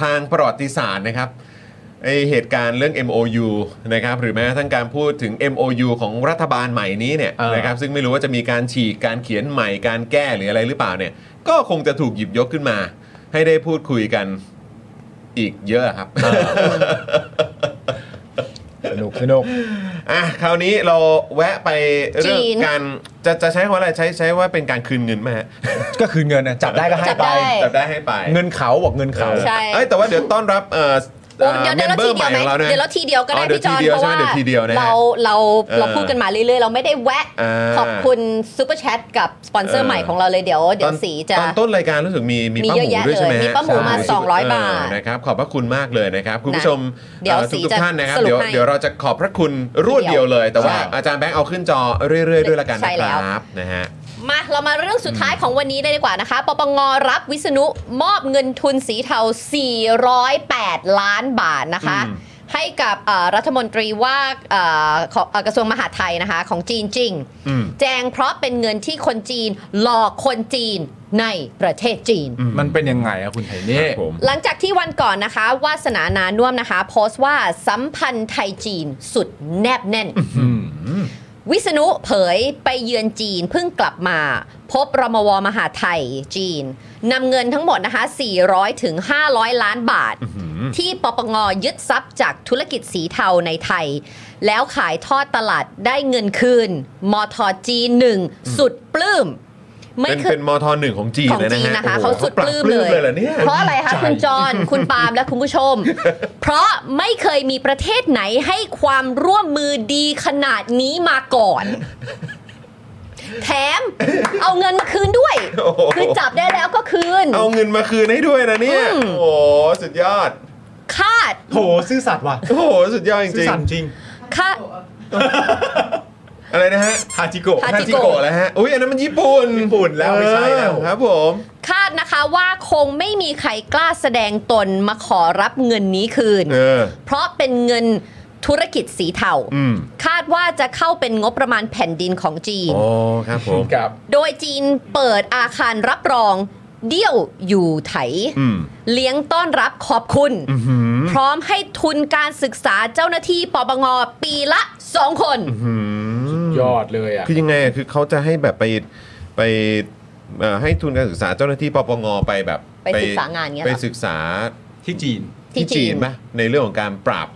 ทางประวัติศาสตร์นะครับ ไอเหตุการณ์เรื่อง MOU นะครับหรือแม้กระทั้งการพูดถึง MOU ของรัฐบาลใหม่นี้เนี่ย
เออ
นะครับซึ่งไม่รู้ว่าจะมีการฉีกการเขียนใหม่การแก้หรืออะไรหรือเปล่าเนี่ยก็คงจะถูกหยิบยกขึ้นมา ให้ได้พูดคุยกันอีกเยอะครับ
สนุกสนุก
อ่ะคราวนี้เราแวะไปเรื่อง
จีน
การจะจะใช้คำว่าอะไรใช้ใช้ว่าเป็นการคืนเงินไหมฮะ
ก็คืนเงินนะจับได้ก็ให้
จับ
ไป
ได้
จับได้ให้ไป
เงินเขาบอกเงินเขา
ใช่
เอ้ยแต่ว่าเดี๋ยวต้อนรับเอ่อ
โอ้เดี๋ยวเดี๋ยวเราที
ให
เดี
ม่
ยวไหม
ของเรานะ
เดี๋ยวเราทีเดียวก็ได้
อ๋อ
พี่จอน
เดี๋ยว
เพราะว่า
ทีเดียวใช่ไหมเดี๋ยวทีเดียวนะฮะ
เราเรา
เออ
เราพูดกันมาเรื่อยๆ เราไม่ได้แวะ
อ่า
ขอบคุณซูเปอร์แชทกับสปอนเซอ
เอ
ร์
อ
ใหม่ของเราเลยเดี๋ยวเดี๋ยวสีจะ
ตอนต้นรายการรู้สึกมีมี
มี
ป้า
เย
หมู
อะแยะ
ด้วยใช่ไหม
เลยมีป้าหมูมา
ใช่
สองร้อย
เ
บาท
นะครับขอบพระคุณมากเลยนะครับคุณผู้ชม
เดี๋ยว
อ่อ
สี
ทุก
จะ
ๆท่านนะครับ
สรุ
เดี๋ยว
ปให้
เดี๋ยวเราจะขอบพระคุณรวดเดียวเลย แต่ว่า
ใช่
อาจารย์แบงค์เอาขึ้นจอเรื่อย ๆ ด้วยละกัน
ใช่
นะ
แล้
คว รับนะฮะ
มาเรามาเรื่องสุดท้ายของวันนี้เลยดีกว่านะคะ ปปงรับวิษณุมอบเงินทุนสีเทา 408 ล้านบาทนะคะ
อืม
ให้กับเอ่อรัฐมนตรีว่าเอ่อของเอ่อกระทรวงมหาดไทยนะคะ ของจีนจริง
อืม
แจงเพราะเป็นเงินที่คนจีนหลอกคนจีนในประเทศจีน
มันเป็นยังไงอะคุณไทเน่
ผม
หลังจากที่วันก่อนนะคะ วาสนานานุ่วมนะคะ โพสต์ว่าสัมพันธ์ไทยจีนสุดแนบแน่น
อืม
วิษณุเผยไปเยือนจีนเพิ่งกลับมา พบรมวมหาไทยจีนนำเงินทั้งหมดนะคะ 400 ถึง 500 ล้านบาท ที่ปปงยึดทรัพย์จากธุรกิจสีเทาในไทย แล้วขายทอดตลาดได้เงินคืน มทจีนหนึ่งสุดปลื้ม ไม่
เป็น
เคย
เป็นมทหนึ่งของจีน
ของ
เลยนะ
จีน
ฮะ
นะคะ
โอ้โห
เขาสุดปลื้มเลย
เลยเหรอเนี่ย
ราะอะไรคะคุณจ
[LAUGHS]
ร คุณปาล์มและคุณผู้ชม เพราะไม่เคยมีประเทศไหนให้ความร่วมมือดีขนาดนี้มาก่อน
[LAUGHS]
แถม เอาเงินมาคืนด้วย
โอ้โห
คือจับได้แล้วก็คืน
เอาเงินมาคืนให้ด้วยนะเนี่ย
อืม
โอ้โหสุดยอด
คาด
โหซื่อสัตย์ว่ะ
โอ้โหสุดยอดจ
ซื่อ
ริง
สัตย์จริง
คาด
ๆอะไรนะฮะ
ฮาจิโกะ
ฮา จิโกะ
จิโกะแล้วฮะอุ้ยอันนั้นมันญี่ปุ่น
ญี่ปุ่นแล้วไม่ใช่แล้ว
เออครับผม
คาดนะคะว่าคงไม่มีใครกล้าแสดงตนมาขอรับเงินนี้คืน
เออ
เพราะเป็นเงินธุรกิจสีเทา
อืม
คาดว่าจะเข้าเป็นงบประมาณแผ่นดินของจีน
โอ้ครับผม
กับ
โดยจีนเปิดอาคารรับรอง เดี่ยวอยู่ไถ
อืม
เลี้ยงต้อนรับขอบคุณ พร้อมให้ทุนการศึกษาเจ้าหน้าที่ปปงปีละ 2 คน
ยอดเลยอ่ะ
คือยังไงอะคือเขาจะให้แบบไปไปเอ่อให้ทุนการศึกษาเจ้าหน้าที่ปปงไปแบบ
ไปศึกษางานเงี้ยเหรอ
ไปศึกษา
ที่จีน
ที่
ที่
จี
จี
น
นไหมในเรื่องของการปราบ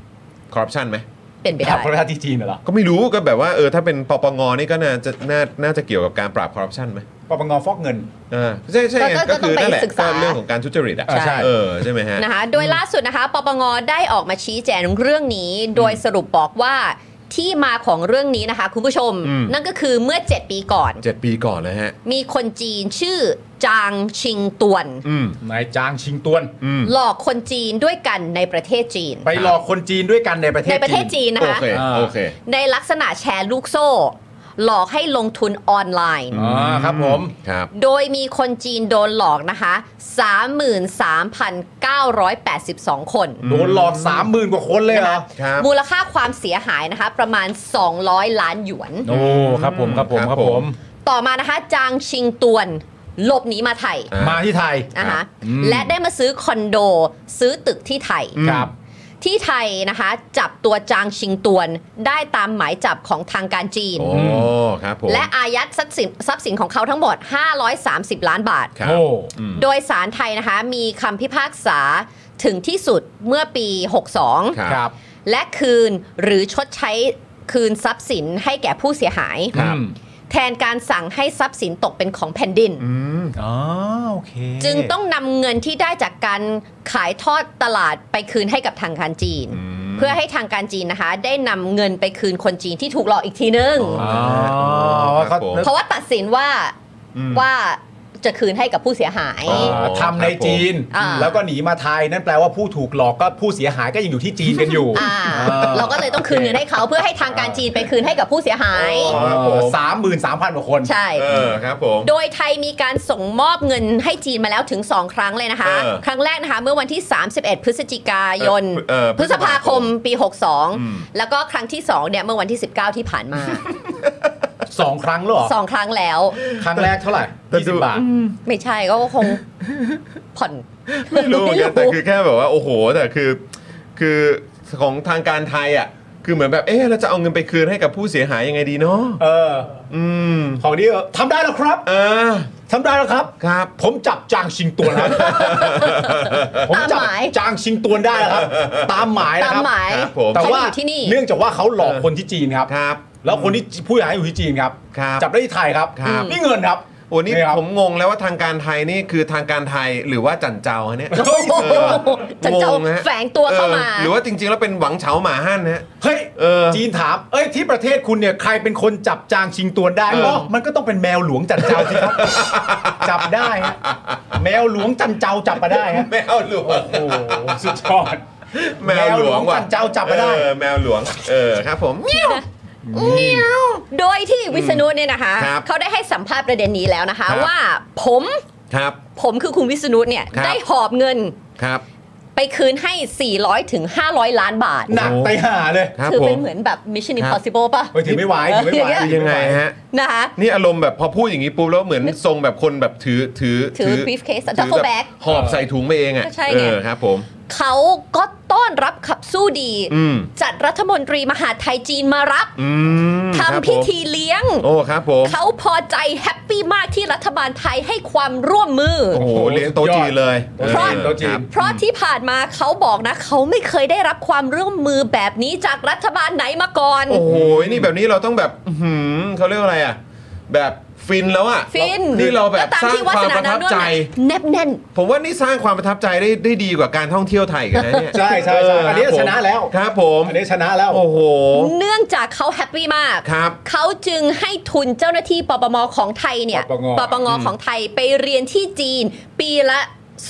คอร์รัปชันไหม
เป็นไป
ขั
ได้
บพระราชที่จีนเหรอ
ก็ไม่รู้ก็แบบว่าเออถ้าเป็นปปงนี่ก็น่าจะน่าน่าจะเกี่ยวกับการปราบคอร์รัปชันไหม
ปปงฟอกเงิน
อ่าใช่ใช่
ก็
ไง
ก็
ก็คือนั่นแหละ
ก็ต้องไปศึกษา
ก็เรื่องของการทุจริตอ่ะ
อ่าใช่
เออใช่ไหมฮะ
นะคะ โดยล่าสุดนะคะ ปปงได้ออกมาชี้แจงเรื่องนี้ โดยสรุปบอกว่าที่มาของเรื่องนี้นะคะคุณผู้ชม
อืม
นั่นก็คือเมื่อ 7 ปีก่อน
เจ็ดปีก่อนเลยฮะ
มีคนจีนชื่อจางชิงตวน
อืม
นายจางชิงตวน
อืม
หลอกคนจีนด้วยกันในประเทศจีน
ไปหลอกคนจีนด้วยกันในประเทศ
ในประเทศจีนนะ
โอ
คะ
เคโอเค
ในลักษณะแชร์ลูกโซ่ หลอกให้ลงทุนออนไลน์
อ๋อครับผม
ครับ
โดยมีคนจีนโดนหลอกนะคะ 33,982 คน
โดนหลอก 30,000 กว่าคนเลยเหรอ
ครับ
มูลค่าความเสียหายนะคะ ประมาณ 200 ล้านหยวน
โอ้ครับผมครับผ
ค
มครับ รับ
ผ
ผม ม
ต่อมานะคะ จางชิงตวน หลบหนีมาไทย
อ่าม
มาที่ไทย
นะคะ
อืม
และได้มาซื้อคอนโด ซื้อตึกที่ไทย
ครับ
ที่ไทยนะคะ จับตัวจางชิงตวน ได้ตามหมายจับของทางการจีน
โอ้ครับผม
และอายัดทรัพย์สินทรัพย์สินของเขาทั้งหมด 530 ล้านบาท
ครับ
โอ้
โดยสารไทยนะคะมีคำพิพากษาถึงที่สุดเมื่อปี
ครับ
ครับ
62 และคืนหรือชดใช้คืนทรัพย์สินให้แก่ผู้เสียหาย
ครับ
แทนการสั่งให้ทรัพย์สินตกเป็นของแผ่นดิน
อืม
อ๋อโอเค
จึงต้องนำเงินที่ได้จากการขายทอดตลาดไปคืนให้กับทางการจีน เพื่อให้ทางการจีนนะคะ ได้นำเงินไปคืนคนจีนที่ถูกหลอกอีกทีนึง
อ๋อ
ครับ
เขา
ผม
เพราะว่าตัดสินว่าว่าจะคืนให้กับผู้เสียหาย
อ๋อ
อ่าทำในจีน
อ่า
แล้วก็หนีมาไทย นั่นแปลว่าผู้ถูกหลอกก็ผู้เสียหายก็ยังอยู่ที่จีนกันอยู่
อ่าเราก็เลยต้องคืนเงินให้เขาเพื่อให้ทางการจีนไปคืนให้กับผู้เสียหาย
สามหมื่นสามพันกว่าคน
ใช่
เออครับผม
โดยไทยมีการส่งมอบเงินให้จีนมาแล้วถึง 2 ครั้งเลยนะคะ
เออ
ครั้งแรกนะคะ เมื่อวันที่ 31 พฤศจิกายน
เออเออ
พฤษภาคมปี
อืม
62 แล้วก็ครั้งที่ 2 เนี่ย เมื่อวันที่ 19 ที่ผ่านมา
สองครั้งเหรอ
2 ครั้งแล้ว
ครั้งแรกเท่าไหร่
แต่
ยี่
ดู
สิบบาท
ไม่ใช่ก็คงผ่อน
ไม่รู้เหมือนกันแต่คือแค่แบบว่าโอ้โหแต่คือ คือของทางการไทยอ่ะคือเหมือนแบบเอ๊ะเราจะเอาเงินไปคืนให้กับผู้เสียหายยังไงดีเนาะ
เออ
อืม
ของนี้ทำได้แล้วครับ
เออ
ทำได้แล้วครับ
ครับ
ผมจับจางชิงตัวนแล้ว ผมจับ
ตามหมาย
จางชิงตัวนได้แล้วครับ ตามหมาย
ตาม
นะครับ
หมาย
ครับผม
แต่
เขา
ว่า
อยู่ที่นี่
เนื่องจากว่าเขาหลอกคนที่จีนครับ
ครับ
แล้วคนที่ผู้เสียหายอยู่ที่จีนครับ
ครับ
จับได้ที่ไทยครับ
ครับ
นี่เงินครับ
โอ้นี่
ครับ
ผมงงแล้วว่าทางการไทยนี่คือทางการไทยหรือว่าจันเจ้าฮะเนี่ย
โอ้โห
เออ
จันเจ้าง
ฮะ
แฝงตัวเข้า
อ
มา
อหรือว่าจริง ๆ แล้วเป็นหวังเฉาหมาฮั่นนะ
เฮ้ย
เออ
จีนถามเอ้ยที่ประเทศคุณเนี่ยใครเป็นคนจับจางชิงตัวนได้
เออ
อ๋อมันก็ต้องเป็นแมวหลวงจันเจ้าสิครับ [LAUGHS] จับได้ฮะแมวหลวงจันเจ้าจับมาได้ฮะ
แมวหลวง
โอ้โหสุดยอด
แมวหลวงว่ะ
จันเจ้าจับมาได้
เออแมวหลวงเออครับผม
โดยที่วิษณุเนี่ยนะคะ
ครับ
เขาได้ให้สัมภาษณ์ประเด็นนี้แล้วนะคะ
ครับ
ว่าผม
ครับ
ผมคือคุณวิษณุเนี่ย
ครับ
ได้หอบเงิน
ครับ
ไปคืนให้ 400ถึง500 ล้านบาท
หนักไปหาเลย
ครับ
อ
ผม
เป็นเหมือนแบบ Mission
ครับ
Impossible ป่ะ
เฮ้ยถือไม่ไหวถือไม่ไหว
เออ
คือยังไงฮะ
นะคะ
นี่อารมณ์แบบพอพูดอย่างนี้ปุ๊บแล้วเหมือนทรงแบบคนแบบถือถือ
ถือ briefcase อะ
ถือ
duffel
แบบ
bag
หอบใส่ถุงไปเองอ่ะ
ก็ใช่
เอ
ไง
อครับผม
เขาก็ต้อนรับขับสู้ดี
อืม
จัดรัฐมนตรีมหาดไทยจีนมารับ
อืมครับ
ทำพิธีเลี้ยง
ผมโอ้ครับผม
เขาพอใจแฮปปี้มากที่รัฐบาลไทยให้ความร่วมมือ
โอ้โหเลี้ยงโต๊ะจีนเลย
โต๊ะจีนโต๊ะจี
คน รับ
เพราะที่ผ่านมาเขาบอกนะ เขาไม่เคยได้รับความร่วมมือแบบนี้จากรัฐบาลไหนมาก่อน
โอ้โห นี่แบบนี้เราต้องแบบอื้อหือเขาเรียกว่าอะไรอ่ะ แบบฟินแล้วอ่ะ
ฟิน
นี่เราแบบ
ตม
สร้าง
ที่
ความประทับใจ
แนบแน่น
ผมว่านี่สร้างความประทับใจได้ได้ดีกว่าการท่องเที่ยวไทยอีกันนะเนี่ย
ใช่ใช่ใช่อันนี้
เครับผม
ชนะแล้ว
ครับผม
อันนี้ชนะแล้ว
โอ้โห
เนื่องจากเขาแฮปปี้มาก
ครับ
เขาจึงให้ทุนเจ้าหน้าที่ปปมของไทยเนี่ย
ปปง
งของไทยไปเรียนที่จีน ปีละ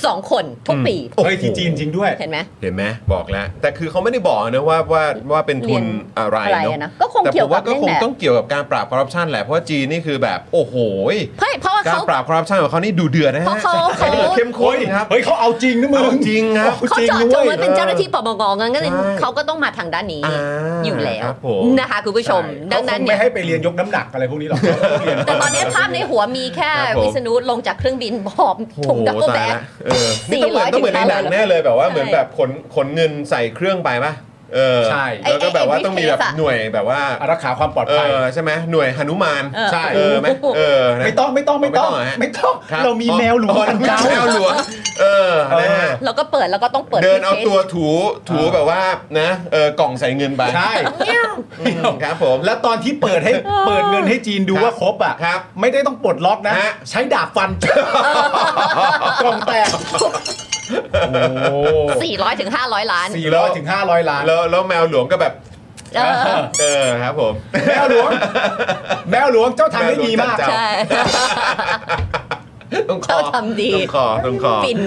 2 คนทุกปี
โอ้โห
เฮ้ยที่จีนจริงด้วย
เห็นไหม
เห็นไหมบอกแล้ว แต่คือเขาไม่ได้บอกนะว่าว่าว่าเป็นทุน
เรียน
อะไร
อะไรอะนะ
เนาะ
ก็คง
แต่ผ
เกี่ยว
ม
กับ
ว่าก็คง
เรื่องแบบ
ต้องเกี่ยวกับการปราบคอร์รัปชันแหละ เพราะว่าจีนนี่คือแบบ โอ้โหย
เฮ้ยเพราะว่า
การ
เขา
ปราบคอร์รัปชันของเขานี่ดูเดือดนะ
เพ
ฮะ
ราะเขาเขา
เข้ม
เฮ้
ข้
ย
นครับ
เฮ้ยเขาเอาจริงนะมึง
เอาจริงครับ
เขาเจาะจงไว้เป็นเจ้าหน้าที่ปปงงั้นก็เลย
ใช่
เขาก็ต้องมาทางด้านนี้
อ่า
อยู่แล้ว
ครับผม
นะคะคุณผู้ชม ดั
เขา
ง
ค
นั้น
ง
เนี่
ไม่
ย
ให้ไปเรียนยกน้ำหนักอะไรพวก
[LAUGHS]
นี้หรอก
แต่ตอนนี้ภาพในหัวมีแค่
ครับผม
วิษณุลงจากเครื่องบินหอบ
โอ้
ถุง
โห
ดับเบิล
ตา
แบ็
ย
ค
ละเออนี่ต้องเหมือน
400
ต้องเหมือนในหนังแน่เลยแบบว่าเหมือนแบบขนขนเงินใส่เครื่องไปป่ะเออ
ใช่
แล้วก็แบบว่าต้องมีแบบ
ไอ้ไอ้ briefcase อะ
หน่วยแบบว่า
รักษาความปลอด
เอ
ภัย
อใช่ไหมหน่วยหนุมาน
เออ
ใช่เออไหมเออนะ
ไม่ต้องไม่ต้องไม่ต้อ
ไม่ต้อ
ง
งเหรอฮะ
ไม่ต้อง
คบ
เรามีแมวหลวง
อ๋อ
กันเจ้า
แมวหลวงเออนะฮะ
แล้วก็เปิดแล้วก็ต้องเปิด
เดินเอาตัว
ที่
ถูถูแบบว่านะเออกล่องใส่เงินไป
ใช่
อืมครับผมแล้ว
แล้วตอนที่เปิดให้เปิดเงินให้จีนดู
ครับ
ว่าครบอ่ะ
ครับ
ไม่ได้ต้องปลดล็อกนะ
ฮะ
ใช้ดาบ [LAUGHS] ฟันกล่องแตกโอ้
Case 400ถึง500 ล้าน
สี่ร้อยถึงห้าร้อยล้าน
แล้วแล้วแมวหลวงก็แบบ
เออ
เออครับผม
แมวหลวง แมวหลวงเจ้าทำได้ดีมาก
แมวหลวงจันเจ้า ต้องคอ
เจ้าทำดี
ต้องคอต้องคอ
ฟิน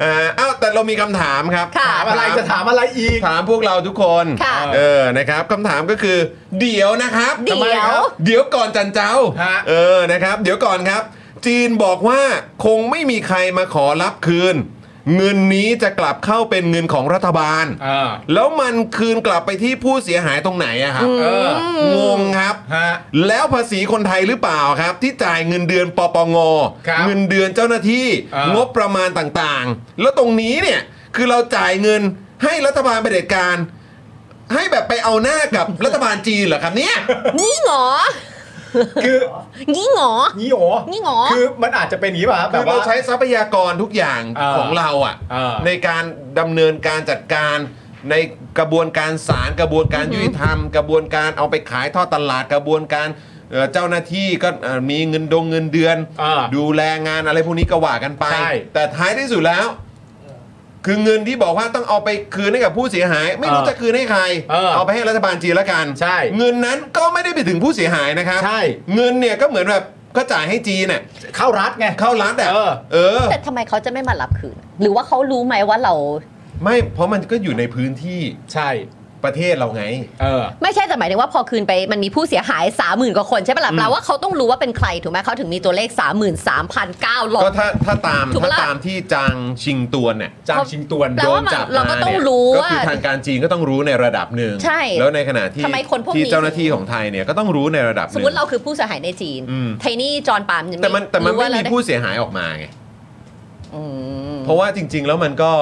เอ่ออ้าวแต่เรามีคำถามครับ
ค่ะ
ถามอะไรจะถามอะไรอีก
ถามพวกเราทุกคน
ค่ะ
เออนะครับคำถามก็คือ เดี๋ยวนะครับ
เดี๋ยว
ทำไมครับเดี๋ยวก่อนจันเจ้า
ฮะ
เออนะครับ เดี๋ยวก่อนครับ จีนบอกว่าคงไม่มีใครมาขอรับคืน เงินนี้จะกลับเข้าเป็นเงินของรัฐบาล
เออ
แล้วมันคืนกลับไปที่ผู้เสียหายตรงไหนอะครับ
เออ
งงครับ
ฮะ
แล้วภาษีคนไทยหรือเปล่าครับ ที่จ่ายเงินเดือนปปง
ครับ
เงินเดือนเจ้าหน้าที่
อ่าง
งบประมาณต่างๆ แล้วตรงนี้เนี่ยคือเราจ่ายเงินให้รัฐบาลเผด็จการ ให้แบบไปเอาหน้ากับ รัฐบาลจีนเหรอครับเนี่ย
งี้หงอ
คือ
งี้หงอ
งี้โอ
งี้โง่
คือมันอาจจะเป็นอย่างนี้ป่ะครับ
คื
แบ
อบ เรา
ว่า
ใช้ทรัพยากรทุกอย่าง
อ่า
ของเราอะ
อ่า
ในการดำเนินการจัดการในกระบวนการศาลกระบวนการยุติธรรม กระบวนการเอาไปขายทอดตลาดกระบวนการเอ่อเจ้าหน้าที่ก็เอ่อมีเงินดงเงินเดือน
อ่า
ดูแลงานอะไรพวกนี้ก็ว่ากันไป
ใช่
แต่ท้ายที่สุดแล้ว คือเงินที่บอกว่าต้องเอาไปคืนให้กับผู้เสียหาย ไม่รู้จะคืนให้ใคร
เออ
ไปให้รัฐบาลจีนละกัน
ใช่
เงินนั้นก็ไม่ได้ไปถึงผู้เสียหายนะครับ
ใช่
เงินเนี่ยก็เหมือนแบบก็จ่ายให้จีนเนี่ย
เข้ารัฐไง
เข้าร้านแต่
เออ
เออ
แต่ทำไมเขาจะไม่มารับคืน หรือว่าเขารู้ไหมว่าเรา
ไม่เพราะมันก็อยู่ในพื้นที่
ใช่
ประเทศเราไง
เออ
ไม่ใช่แต่หมายถึงว่าพอคืนไปมันมีผู้เสียหาย 30,000 กว่าคนใช่ปะล่ะแปลว่าเขาต้องรู้ว่าเป็นใครถูกไหมเขาถึงมีตัวเลข 33,900
ก็ถ้าถ้าตาม
ถูกปะ
ถ้า
ล่ะ
ตามที่จางชิงตัวนเนี่ย
จางชิงตวน
แปล
โด
ว่าน มัน
จับ
เราก็
มา
ต้อง
เนี่ย
รู้
ก็
ว่า
คือทางการจีนก็ต้องรู้ในระดับหนึ่ง
ใช่
แล้วในขณะที่
ทำไมคนพวกนี้
ที่เจ้าหน้าที่ของไทยเนี่ยก็ต้องรู้ในระดับห
สม
นึ่
ม
ง
ติเราคือผู้เสียหายในจีน
อืม
ไทนี่จอนปาล์มยัง
แต่มันแต่มัน
รู้
ไม่
ว่าเรา
มี
ได้
ผู้เสียหายออกมาไง
อืม
เพราะว่าจริง ๆ แล้วมันก็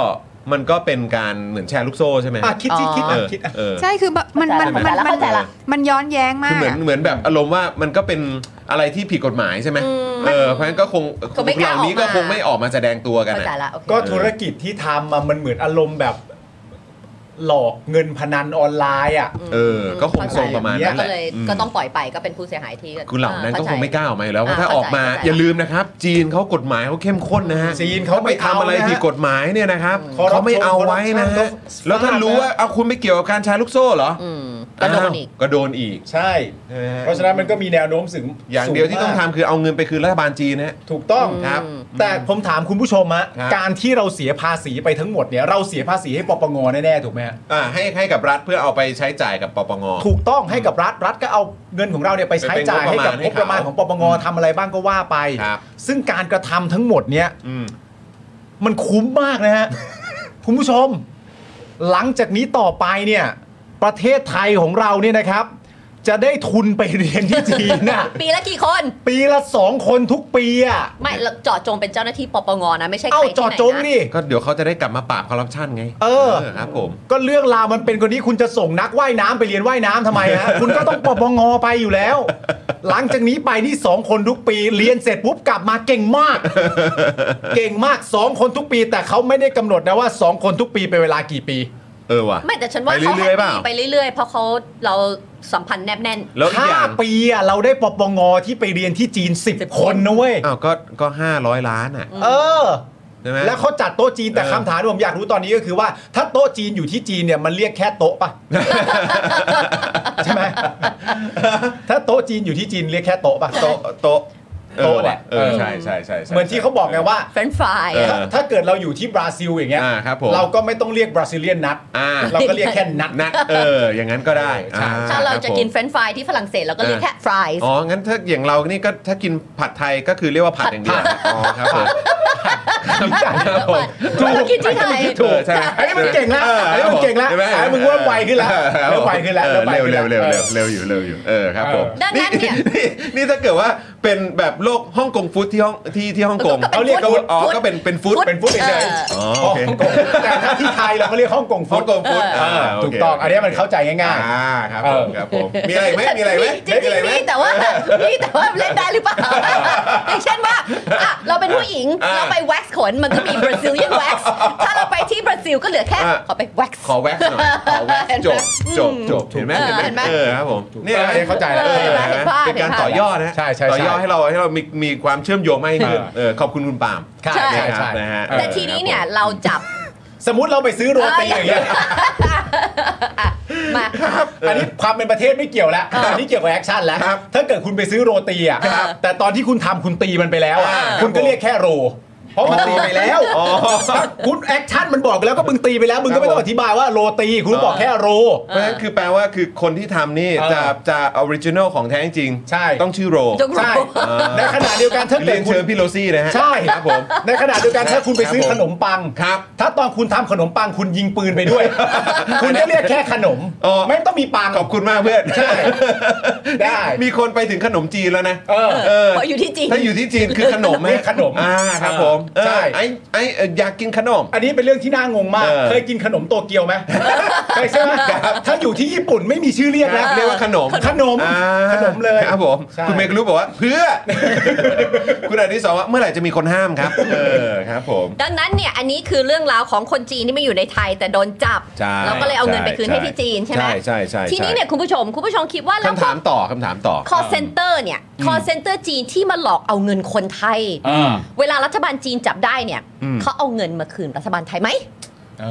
มันก็เป็นการเหมือนแชร์ลูกโซ่ใช่ไหม
อ่ะคิดที่คิด
เอ
อ่ะ
อ
คิดอ่ะ
เออ
ใช่คือแบบมันมัน
เข้าใจละ
มันมัน
เข้าใจละ
มันย้อนแย้งมา
คื
ก
อเหมือน
อะ
เหมือนแบบอารมณ์ว่ามันก็เป็นอะไรที่ผิดกฎหมายใช่ไหม
อืม
เออเพราะฉะนั้นก็คง
ก็ไม่
กเห
กล้า
ล่านี้
ออกมา
ก็คงไม่ออกมาแสดงตัวกัน
เข้าใจ
อะ
ละโอเค
ก็ธุรกิจที่ทำมามันเหมือนอารมณ์แบบ หลอกเงินพนันออนไลน์อ่ะ
เออก็คงทรงประมาณนั้นแห
ก็
ละ
เลย
อืม
ก็ต้องปล่อยไปก็เป็นผู้เสียหายที่
คือเหล่านั้น
อ่
ก็คงไม่กล้าออกมาอยู่แล้วเพ
เข้
ราะถ้า
ใจ
ออกมา
เข้ใจ
อย่าลืมนะครับ จีนเขากฎหมายเขาเข้มข้นนะฮะ
จีนเขา
ไป
ไม่
ทำ
เอา
อะไรผิดกฎหมายเนี่ยนะครับ
คอร์รัปชัน
เขาไม่เอาไว้นะ
คอร์รั
ฮะ
ปชัน
แล้วถ้ารู้ว่าเอาคุณไปเกี่ยวกับการแชร์ลูกโซ่เหรอ
อืมก็โดน
าว
อีก
ก็โดนอีก
ใช่ เพราะฉะนั้นมันก็มีแนวโน้มสูง
อย่างเดียวที่
สู
ต้อง
ม
ทำ
ก
คือเอาเงินไปคืนรัฐบาลจีนนะฮะ
ถูกต้อง
ครับ
แต่ผมถามคุณผู้ชมอะ
ครับ
การที่เราเสียภาษีไปทั้งหมดเนี่ย เราเสียภาษีให้ปปงแน่ๆถูกไหมฮะ
อ่าให้ให้กับรัฐเพื่อเอาไปใช้จ่ายกับปปง
ถูกต้องให้กับรัฐรัฐก็เอาเงินของเราเนี่ยไปใช้จ่ายให้กับงบประมาณของปปงทำอะไรบ้างก็ว่าไป
ครับ
ซึ่งการกระทำทั้งหมดเนี่ย
อืม
มันคุ้มมากนะฮ [LAUGHS] ะ คุณผู้ชม หลังจากนี้ต่อไปเนี่ย ประเทศไทยของเราเนี่ยนะครับ จะได้ทุนไปเรียนที่จีน
[LAUGHS]
น่ะ
ปีละกี่คน
ปีละสองคนทุกปีอ่ะ
ไม่เราเจาะจงเป็นเจ้าหน้าที่ปปงนะไม่ใช่ใคร
เอ้า
ที่
จอด
ไหน
จง
นะ
ดิ
ก็เดี๋ยวเขาจะได้กลับมาปราบคอร์รัปชันไง
เออ
ครับผม
ก็เรื่องราวมันเป็นคนนี้คุณจะส่งนักว่ายน้ำไปเรียนว่ายน้ำทำไม
[LAUGHS]
ฮะ คุณก็ต้องปปงไปอยู่แล้ว หลังจากนี้ไปนี่สองคนทุกปี เรียนเสร็จปุ๊บกลับมาเก่ง
[LAUGHS]
มาก เก่งมากสองคนทุกปี แต่เขาไม่ได้กำหนดนะว่าสองคนทุกปีเป็นเวลากี่ปี
เออว่ะ
ไม่แต่ฉันว่า
ไป
เขาแฮ
เรื่อยๆ
ป
เปล่า
ปี้ไปเรื่อยๆ เพราะเขาเราสัมพันธ์แนบแน่น
แล้วอีก
ห้า
อย่าง
ปีอะเราได้ปปงที่ไปเรียนที่จีน 10 คนนะเว้ย
อ้าวก็ก็ห้าร้อยล้านอ่ะ
เออ
ใช่ไหม
แล้วเขาจัดโต๊ะจีนแต่
เออ
คำถามที่ผมอยากรู้ตอนนี้ก็คือว่า ถ้าโต๊ะจีนอยู่ที่จีนเนี่ยมันเรียกแค่โต๊ะปะ ใช่ไหมถ้าโต๊ะจีนอยู่ที่จีนเรียกแค่โต๊ะปะ
โต๊ะโต๊ะเออ
โต๊ะแหละ
เออใช่ใช่ใช่ใช่
เหมือนที่เขาบอกไงว่า
เฟรนช์ฟราย
เออ
ถ้าถ้าเกิดเราอยู่ที่บราซิลอย่างเงี้ย
อ่าครับผม
เราก็ไม่ต้องเรียกบราซิเลียนนัด
อ่า
เราก็เรียกแค่นัด
นัดเออ อย่างนั้นก็ได้
ใช่
อ่
ถ้าเราจะ
คบผม
กินเฟรนช์ฟรายที่ฝรั่งเศสเราก็เรียกแค่ฟรายส์
อ๋อ งั้นถ้าอย่างเรานี่ก็ถ้ากินผัดไทยก็คือเรียกว่าผัดอย่างเดียวอ๋อครับผมครับผม
เราก็กินที่ไทย
เออใช่
อันนี้มันเก่งละอันนี้มันเก่งละ
ใช่ไห
อันนี้มึงว่าไวขึ้นละ
เออครับ
เริ่มไวขึ้นละ
เออ
เริ่มไวขึ้น
เร็
ละ
วเร็วเร็วเร็วอยู่เร็วอยู่เออครับผม
ดังนั้นเนี่ย
นี่ถ้าเกิดว่าเป็นแบบโลกฮ่องกงฟู้ดที่ห้องที่ที่ฮ่องกง
เขาเรียก
ก็อ๋อก็เป็นเป็นฟู้ดเป็นฟู้ด
เอ
เฉย
อ
ๆอ๋อโอเค
แต่ถ้าที่ไทยเราก็เรียกฮ่องกงฟุ
ฮ่อ
ต
งกงฟุต
อ่าถูกต้องอันนี้มันเข้าใจง่าย
อ่าครับผมครับผมมีอะไรไหมมีอะไรไหม
จริง
มีอะไร
ๆ
ไหม
มีแต่ว่า [LAUGHS] มีแต่ว่าเล่นได้หรือ
[LAUGHS]
เปล่า อย่างเช่นว่าอ่ะเราเป็นผู้หญิง
อ่ะ
เราไปแว็กซ์ขนมันก็มีบราซิลยังแว็กซ์ถ้าเราไปที่บราซิลก็เหลือแค่
อ่ะ
ขอไปแว็กซ์
ขอแว็กซ์หน่อยขอแว็กซ์
เห็น
จ
ไหม
บจบจบ
เออ
เห็นไหม
เห็นไหม
เออครับผม
เออเข้าใจแล้ว
ออห็นไหม
เห็นภาพ
เป็นการ
เห็นภาพ
ต่อยอดนะ
ใช่ใช่
ต่อยอด
ใช่
ให้เราให้เรามีมีความเชื่อมโยงมากขึ้น
เออ
เออขอบคุณคุณปาล์ม
ๆครับ
ใช่
นะค
ใช่
รับ
ใช่
นะฮะ
แต่ทีนี้เนี่ยเราจับ
สมมติเราไปซื้อโรตีอย่างเงี้ย
อ่ะมา
อันนี้ความเป็นประเทศไม่เกี่ยวแล้วอันนี้เกี่ยวกับแอคชั่นแล้วถ้าเกิดคุณไปซื้อโรตีอ่ะแต่ตอนที่คุณทำคุณตีมันไปแล้วอ่ะ
อ่า
คุณก็เรียกแค่โร เพราะมันตีไปแล้ว
อ๋อ
คุณแอคชั่นมันบอกแล้วก็มึงตีไปแล้วมึงก็ไม่ต้องอธิบายว่าโรตีคุณก็บอกแค่โร
เพราะฉะนั้นคือแปลว่าคือคนที่ทำนี่
เออ
จะจะออริจินอลของแท้จริง
ใช่
ต้องชื่อโร
ต้องโร
ใช่ในขณะเดียวกันถ้าเกิ
เรี
ด
ยน
คุณ
เชิญพี่โรซี่นะฮะ
ใช่ครับผม ในขณะเดียวกันถ้าคุณไปซื้อ
ครับผม
ขนมปัง
ครับ
ถ้าตอนคุณทำขนมปังคุณยิงปืนไปด้วย คุณก็เรียกแค่ขนม
อ๋อ
ไม่ต้องมีปัง
ขอบคุณมากเพื่อน [LAUGHS]
ใช่ได้
มีคนไปถึงขนมจีนแล้วนะ
เออ
เออ
เพราะอยู่ที่จีน
ถ้าอยู่ที่จีนคือขนมไหม
นี่ขนม
อ่าครับ
อ่า
ผม
ใช่
เออไอ้ไอ้เอ่ออยากกินขนม
อันนี้เป็นเรื่องที่น่างงมาก
เออ
เคยกินขนมโตเกียวไหมเคยใช่ไหมถ้าอยู่ที่ญี่ปุ่นไม่มีชื่อเรียก
ค
นะ
รับเรียกว่าขนม
ขนม
อ่า
ขนมเลย
ครับผม
ใช่
คุณเมย์ก็รู้บอกว่า เพื่อ คุณอันที่สองว่าเมื่อไหร่จะมีคนห้ามครับ เออครับผม
ดังนั้นเนี่ยอันนี้คือเรื่องราวของคนจีนที่ไม่อยู่ในไทยแต่โดนจับ
ใช่
แล้วก็เลยเอาเงินไปคืน
ใช่
ให้ที่จีนใช่ไหม
ใช่ใช่ใช่ใช่
ทีนี้เนี่ยคุณผู้ชมคุณผู้ชมคิดว่าแล้ว
คำถามต่อคำถามต่อ
คอเซ็นเตอร์เนี่ยคอเซ็นเตอร์จีนที่มาหลอกเอาเงินคนไทย
อ่า
เวลารัฐบาลจีนจับได้เนี่ยเขาเอาเงินมาคืนรัฐบาลไทยไหม
เอ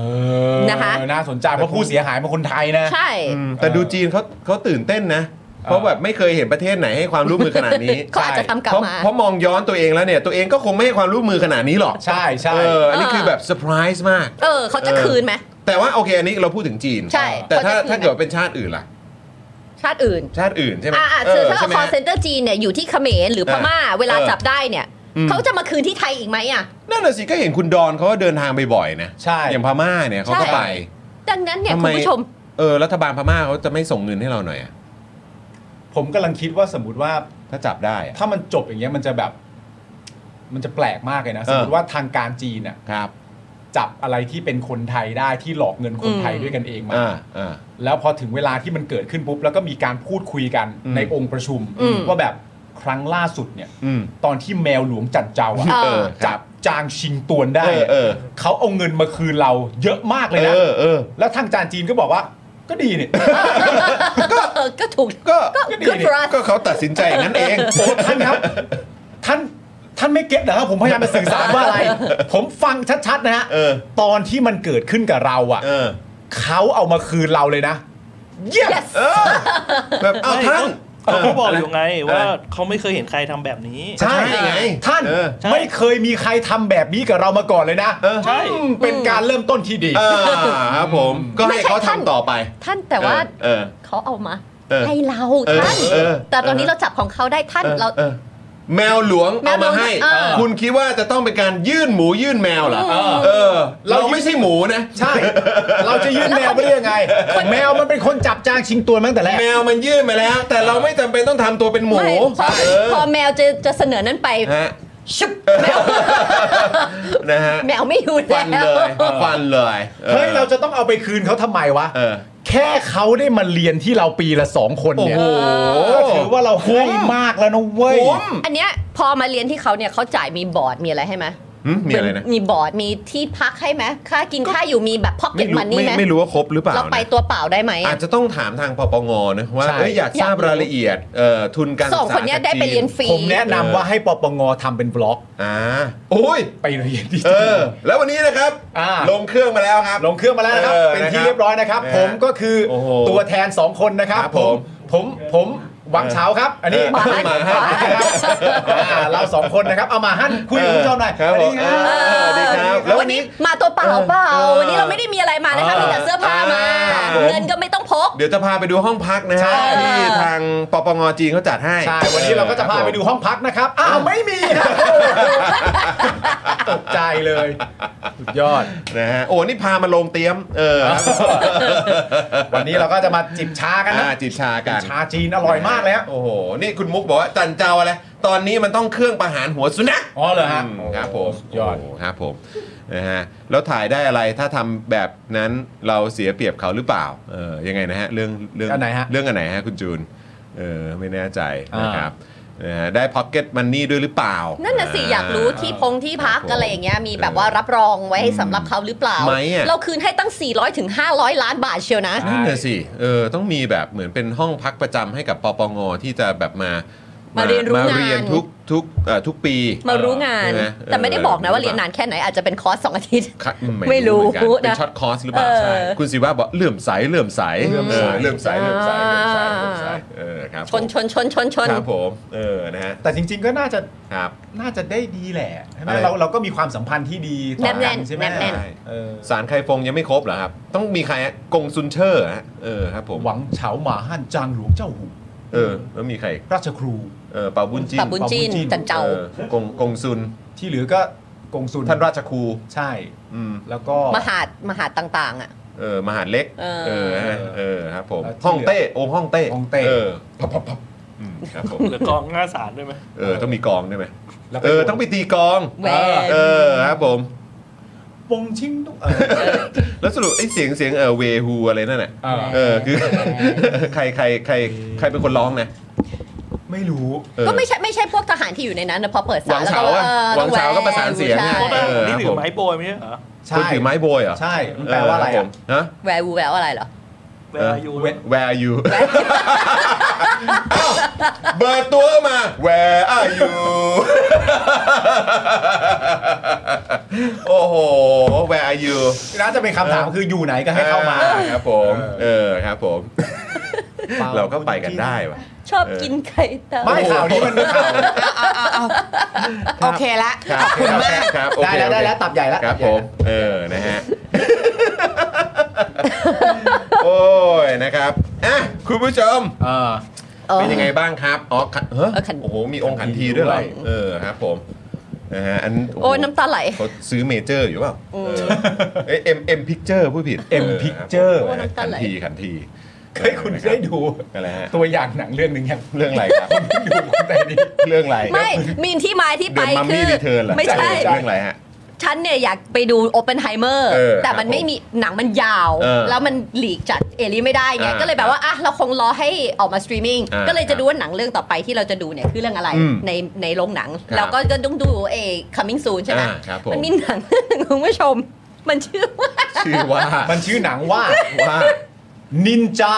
อ
นะคะ
น่าสนใจเพราะผู้เสียหายเป็นคนไทยนะ
ใช่
อืมแต่ดูจีนเขาเขาตื่นเต้นนะ เพราะแบบไม่เคยเห็นประเทศไหนให้ความร่วมมือขนาดนี้
เขาอาจจะทำกลับ
เพราะ
มา
เพราะมองย้อนตัวเองแล้วเนี่ย ตัวเองก็คงไม่ให้ความร่วมมือขนาดนี้หรอก
ใช่ใช่
เอออันนี้คือแบบเซอร์ไพรส์มาก
เออเขาจะ
เออ
คืนไหม
แต่ว่าโอเคอันนี้เราพูดถึงจีน
ใช่
แต่ถ้า
เขา
ถ้า
จะคืน
เกิดเป็นชาติอื่นล่ะ
ชาติอื่น
ชาติอื่นใช่ไหม
อ่าอ่า
เออ
คือถ้า
ใช่ไหม
คอ
ฮะ
เซ็นเตอร์จีนเนี่ยอยู่ที่เขมรหรือพม่าเวลา
เออ
จับได้เนี่ย
อืม
เขาจะมาคืนที่ไทยอีกไหมอ่ะ
นั่นน่ะสิก็เห็นคุณดอนเขาก็เดินทางไปบ่อยนะ
ใช่
อย่างพม่าเนี่ยเขาก็
ใช่
ไป
ดังนั้นเนี่ย
ทำ
คุ
ไม
ณผู้ชม
เออรัฐบาลพม่าเขาจะไม่ส่งเงินให้เราหน่อยอะ
ผมกำลังคิดว่าสมมติว่า
ถ้าจับได้อะ
ถ้ามันจบอย่างเงี้ยมันจะแบบ มันจะแปลกมากเลยนะ
เอ
ส
อ
มมติว่าทางการจีนน่ะ
ครับ
จับอะไรที่เป็นคนไทยได้ที่หลอกเงินคนไทยด้วยกันเองมา
อ่าอ่า
แล้วพอถึงเวลาที่มันเกิดขึ้นปุ๊บ แล้วก็มีการพูดคุยกัน
อืม
ในองค์ประชุม
อืม
ว่าแบบครั้งล่าสุดเนี่ย
อืม
ตอนที่แมวหลวงจันเจ้าอะ
เออ
จับจางชิงตวนได้
เออเออ
เขาเอาเงินมาคืนเราเยอะมากเลย
เอ
นะ
อเออ
แล้วทางจานจีนก็บอกว่า ก็ดี
[LAUGHS]
นี่
เออก็ถูก
ก็
ก็ good for us
ก็เขาตัดสินใจอย่างนั้นเอง
โอ้ท่านครับ ท่านท่านไม่เก็ตเหรอครับผมพยายามจะสื่อสารว่าอะไร ผมฟังชัดๆนะฮะ
เออ
ตอนที่มันเกิดขึ้นกับเราอ่ะ
เออ
เขาเอามาคืนเราเลยนะเยี่ยม
yes
เออ แบบเอาท่าน
เขาบอกอยู่ไงว่า
อะไร
เขาไม่เคยเห็นใครทำแบบ [LAUGHS] นี้
ใช่
ใช่ไง
ท่าน
เออ
ไม่เคยมีใครทำแบบนี้กับเรามาก่อนเลยนะ
เออ
ใช่
อืมเป็นการเริ่มต้นที่ดี
เออครับผมก็ให้เขาทำต่อไป
ท่านแต่ว่า
เออ
เขาเอามา
เออ
ให้เรา
เออ
ท่าน
เออ
แต่ตอนนี้เราจับของเขาได้ท่าน
เออ
เรา
เออแมวหลวงเอามาให้
แมวหลวงเออ
คุณคิดว่าจะต้องเป็นการยื่นหมูยื่นแมวเหรอ
เออ
เออ เราไม่ใช่หมูนะ
ใช่ เราจะยื่นแมวไปได้ยังไง แมวมันเป็นคนจับจ้างชิงตัวมาตั้งแต่แรก
แมวมันยื่นมาแล้ว แต่เราไม่จำเป็นต้องทำตัวเป็นหมู
ไม่พอ
ใช่เออ
พอแมวจะจะเสนอนั้นไป
ฮะ
ชุบแมว
นะฮะ
แมวไม่อยู่
ฟัน
แล้
เล
วย
ฟันเลยออ
เฮ้ยเราจะต้องเอาไปคืนเขาทำไมวะ
เออ
แค่เขาได้มาเรียนที่เราปีละสองคนเนี่ย
โอ้โห
ก็ถือว่าเราคุ้มมากแล้วนะเว้ย
ผม
อันเนี้ยพอมาเรียนที่เขาเนี่ยเขาจ่ายมีบอร์ดมีอะไรให้ไหม
หึมีอะไรนะ
มีบอร์ดมีที่พักให้ไหมค่ากินค่าอยู่มีแบบพ็อกเก็
ไม่
ต
รู้
มันนี่
ไม่
ไหม
ไม่รู้ว่าครบหรือเปล่า
เราไป
นะ
ตัวเปล่าได้ไหมอะ
อาจจะต้องถามทางปปงนะว่า
ใช่
เอ้ยอยากทราบ
อยากรู้
รายละเอียดเอ่อทุนการศึ
ส
ก
อง
ษา
คนเนี้ยได้ไปเรียนฟรี
ผมแนะนำว่าให้ปปงทำเป็นบล็อก
อ่าโอ้ย
ไปเรียนที่
เอ
จี
อน แล้ววันนี้นะครับ
อ่า
ลงเครื่องมาแล้วครับ
ลงเครื่องมาแล้วนะครับ
เออ
เป็น
นะครับ
ที่เรียบร้อยนะครับ
นะฮะ
ผมก็คือ
โอ้โห
ตัวแทน 2 คนนะครับ
ครับผ
ผ
ม ม
ผมผมหวังเช้าครับ อันนี้
เออ
มาฮั่น
มาฮั่น
ครับอ่าเราสองคนนะครับ เอามาฮั่นคุยกับคุณผู้ชมหน่อย
ครับ
สวั
ผ
สดี
มเ
ค
ออสวัส
เออ
รับ
ดีครับ แล้ววันนี้
มาตัวเปล่าเปล่า
เออ
วันนี้เราไม่ได้มีอะไรมานะคะ
เออ
มีแต่เสื้อผ้ามา
ครับผม
เงินก็ไม่ต้องพก
เดี๋ยวจะพาไปดูห้องพักนะ
ใช่
ฮะที่ทางปปงจีนเขาจัดให้
ใช่ วันนี้เราก็จะพาไปดูห้องพักนะครับ อ้าว ไม่มีนะตกใจเลยสุดยอด
นะฮะโอ้นี่พามาลงเตรียม เออ
[LAUGHS] วันนี้เราก็จะมาจิบชากันนะ
อ่าจิบชากัน
ชาจีนอร่อยมากเลยฮะ
โอ้โหนี่คุณมุกบอกว่าจันเจ้าอะไรตอนนี้มันต้องเครื่องประหารหัวสุนัข
อ๋อเหรอฮะ
อืมครับผม
สุดยอด
โโหครับผมนะฮะแล้วถ่ายได้อะไรถ้าทำแบบนั้นเราเสียเปรียบเขาหรือเปล่าเออยังไงนะฮะเรื่องเรื่อง
อันไหนฮะ
เรื่องอันไหนฮะคุณจูนเออไม่แน่ใจ
อ่าน
นะครับนะฮะได้พ็อกเก็ตมันนี่ด้วยหรือเปล่า
นั่นน่ะสิ อยากรู้ที่พงที่พัก
ครับผม
อะไรอย่างเงี้ยมีแบบว่ารับรองไว้ให้สำหรับเขาหรือเปล่า
ไหมอะ
เราคืนให้ตั้ง 400ถึง500 ล้านบาทเชียวนะ
นั่นน่ะสิเออต้องมีแบบเหมือนเป็นห้องพักประจำให้กับปปงที่จะแบบมา
มาเรียนรู้
มาง
าน
เรียนทุกทุกเอ่อทุกปี
มารู้งาน
ใช่ไหม
แต่ไม่ได้
เออ
บอกนะว่าเรียนนานแค่ไหนอาจจะเป็นคอร์สสองอาทิตย์
ค่ะ
ไม่รู้
เหอนกันเป็น
นะ
ช็อตคอร์สหรือเปล่า
เออ
ใช่คุณศิวะบอกเลื่อมใสเลื่อมใส
เลื่อมใส
ออเลื่อมใสเลื่อมใสเลื่อมใส
อ่า
เลื่อมใสเออครับ
ชนชนชนชนชน
ครับผมเออนะฮะ
แต่จริง ๆ ก็น่าจะ
ครับ
น่าจะได้ดีแหละใช่ไหม
อะไร
เราเราก็มีความสัมพันธ์ที่ดีต่อกั
แนบแน่น
ใช่ไหม
แนบแน่น
ใช่เออ
สารไครฟงยังไม่ครบเหรอครับ ต้องมีใครฮะกงซุนเชอร์ฮะเออครับผม
หวังเฉาหมาหั่นจางหลวงเจ้าหู
เออแล้วมีใครอีก
ราชครู
เออเปาบุญจิน
ปะบุญจีน
ปะบุญจีน
จันเจ้า
ออกงกงซุน
ที่เหลือก็กงสุน
ท่านราชครู
ใช่
อืม
แล้วก็
มหาดมหาดต่างๆ อ่ะ
เออมหาดเล็ก
เออ
ฮะเออครับผม
แล้วที่
ห้องเต้องค์ห้องเต้
ฮ่องเต้
เออพับพับพับอืมครับผม
เหลือกองหน้าศาลด้วยไหม
เออต้องมีกองด้วยไหม
แล้วก็
เออต้องไปตีกอง
แหวน
เออครับผม
ปงชิงตุ๊กเออ
แล้วสรุปไอ้เสียงเสียงเออเวฮูอะไรนั่นน่ะ
เออ
เออคือ ใครใครใครใครเป็นคนร้องนะ
ไม่รู้
เออ
ก็ไม่ใช่ไม่ใช่พวกทหารที่อยู่ในนั้นนะพอเปิด
ห
สา
วั
รง แล้ว
เฉา
ก็
อะ
เออ
หวังเฉาก็ประสานเสียง
ใช่
อะ
เพราะ
เออ
นี่ถื
ผ
อ
ม
ไม้โบยไม่ใช่เหรอ
คุณถือไม้โบยเหรอ
ใช่ มันแปลว่าอะไร
เคบ
อ่ะ
ผมฮะ
แวร์วูแวร์อะไรเหรอ
เว
เอ
ลา
ออ
อยู่
Where are you
[LAUGHS]
อ้าวเบิดตัวมา Where are
[LAUGHS]
you โอ้โห Where are you
น่าจะเป็นคำถามคืออยู่ไหนก็ให้เข้ามา
ครับผม เออครับผม เราก็ไปกันได้ว่ะ
ชอบ
เออ
กินไข่เต่า
ไม่ข่าวนี้มันเป็นข่าว
เอาเอาเอาโอเคละ
ครับครับโอ
ได้
เค
แล้วได้แล้วตับใหญ่แล้ว
ครับผม เออ นะ
[LAUGHS]
ฮะ โอ้ย นะครับ อ่ะ คุณผู้ชม
เออ
เป็นยังไงบ้างครับ อ๋อขันเฮ้ย
เออขัน
โอ้โห มีองค์ขันทีด้วยเหรอ
ด้วย
เออ ครับผม นะฮะ อัน
โอ้ยน้ำตาไหล
เขาซื้อเมเจอร์อยู่เปล่าเออเอ้ย M M Picture ผู้ผิด
M Picture
เออครับ
โอ้ยน้ำตา
ขัน
ไหล
ทีขันที
เคยคุณได้ดู
อะไรฮะ
ตัวอย่างหนังเรื่องหนึ่งยัง
เรื่องอะไรครับ
ดูคนแต่นี้
เรื่องอะไร
ไม่มีที่มาที่ไป
เดินมัม
คื
มี่
อ
รีเทิร์นเหรอ
ไม่ใช่
เรื่องอะไรฮะ
ฉันเนี่ยอยากไปดูโอเปนไฮเมอร์
เออ
แต่มันไม่มีหนังมันยาว
เออ
แล้วมันหลีกจากเอลี่ไม่ได้ไง
อ่า
ก็เลยแบบว่าอ่ะเราคงรอให้ออกมาสตรีมมิ่ง
อ่า
ก็เลยจะดูว่าหนังเรื่องต่อไปที่เราจะดูเนี่ยคือเรื่องอะไร
อืม
ในในโรงหนัง
ครับ
แล้วก็ก็ต้องดูเอ coming soon ใช่ไหม
อ่าครับผม
มันมีหนัง [LAUGHS] คุณผู้ชม มันชื่อว่า
ชื่อว่า
มันชื่อหนังว่า
ว่า
นินจา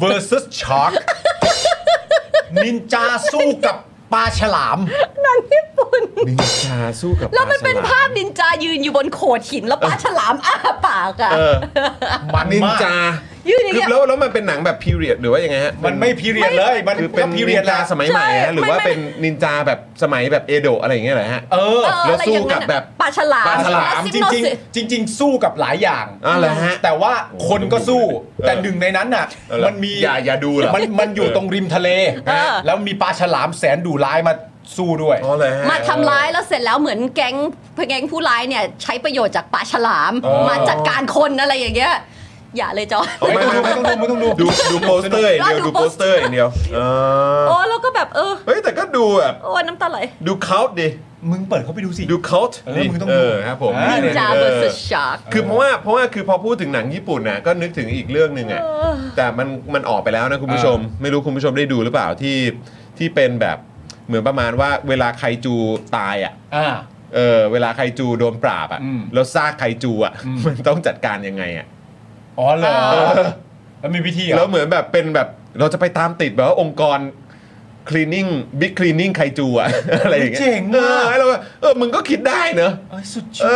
vs shark นินจาสู้กับปลาฉลาม
นินจาสู้กับ
แล้วมันเป็น
ปลฉล
ภาพนินจายืนอยู่บนโขดหินแล้วปลาฉลามอ้าปากอะ
เออ
มัน
นิน
มาก
จา
ยืนอย่าง
คือ
เงี้ย
แล้วแล้วมันเป็นหนังแบบพีเรียดหรือว่ายังไงฮะ
มันไม่พีเรียดเลย มัน
คือเป็น
ก็
นิ
พีเรียด
น
แห
จา
ละ
สมัยใหม่
ใช่
ฮะหรือว่า
ไม่ไม่
เป็นนินจาแบบสมัยแบบเอโดะอะไรอย่างเงี้ยเหรอฮะ
เออ
เออ
แล้ว
อะไร
สู้
อย่าง
กั
นั้
บ
น
แบบ
อะปลาฉลาม
ปลาฉลาม
แล้ว
จ
ซิโน
ริง
ซิ
ๆจริง ๆ สู้กับหลายอย่าง
อ๋อเหรอฮะ
แต่ว่าคนก็สู้
เออ
แต่หนึ่งในนั้นน่ะ
เออเหรอ
มันมี
อย่าอย่าดูเหรอ
มันมันอยู่ตรงริมทะเล
เออ
แล้วมีปลาฉลามแสนดุร้ายมาสู้ด้วย
อ๋อเลยฮะ
มาทำร้ายแล้วเสร็จแล้วเหมือนแก๊งแก๊งผู้ร้ายเนี่ยใช้ประโยชน์จากป่าฉลาม
อ๋อ
มาจัดการคนอะไรอย่างเงี้ยอย่าเลยจอย
อ๋อไม่ไม่ไม่
ไม่ต้องดูไม่ต้องดู
ดูดูโปสเตอร์อย่างเดียว
อ๋อดู
ดูโปสเตอร์อย่างเดียวเออ
โอ้แล้วก็แบบเออ
เฮ้ยแต่ก็ดูแบบ
โอ้น้ำตาไหล
ดูเคาท์ดิ
มึงเปิดเข้าไปดูสิ
ดูเคาท์
เออ
ดิ
มึงต้องดู
เออครับผม
อ่า
นินจา
เออ
versus shark
คือเพราะว่าเพราะว่าคือพอพูดถึงหนังญี่ปุ่นนะก็นึกถึงอีกเรื่องหนึ่งอ่ะแต่มันมันออกไปแล้วนะคุณผู้ชม ไม่รู้คุณผู้ชมได้ดูหรือเปล่าที่ที่เป็นแบบเหมือนประมาณว่าเวลาไคจูตายอ่ะ
อ่า
เออเวลาไคจูโดนปราบอ่ะ
อืม
แล้วซากไคจูอ่ะ
อืม
มันต้องจัดการยังไงอ่ะ
อ๋อเหรอแล้วมีวิธีเหร
แล้ว
อ
เหมือนแบบเป็นแบบเราจะไปตามติดแบบว่าองค์กร cleaning big cleaning ไคจูอ่ะ [LAUGHS] อะไรอย่างเงี้ย
เจ๋ง
เอ
มา
อกแล้วก็เออมึงก็คิดได้เนอะ
เอ้ยสุดย
เอ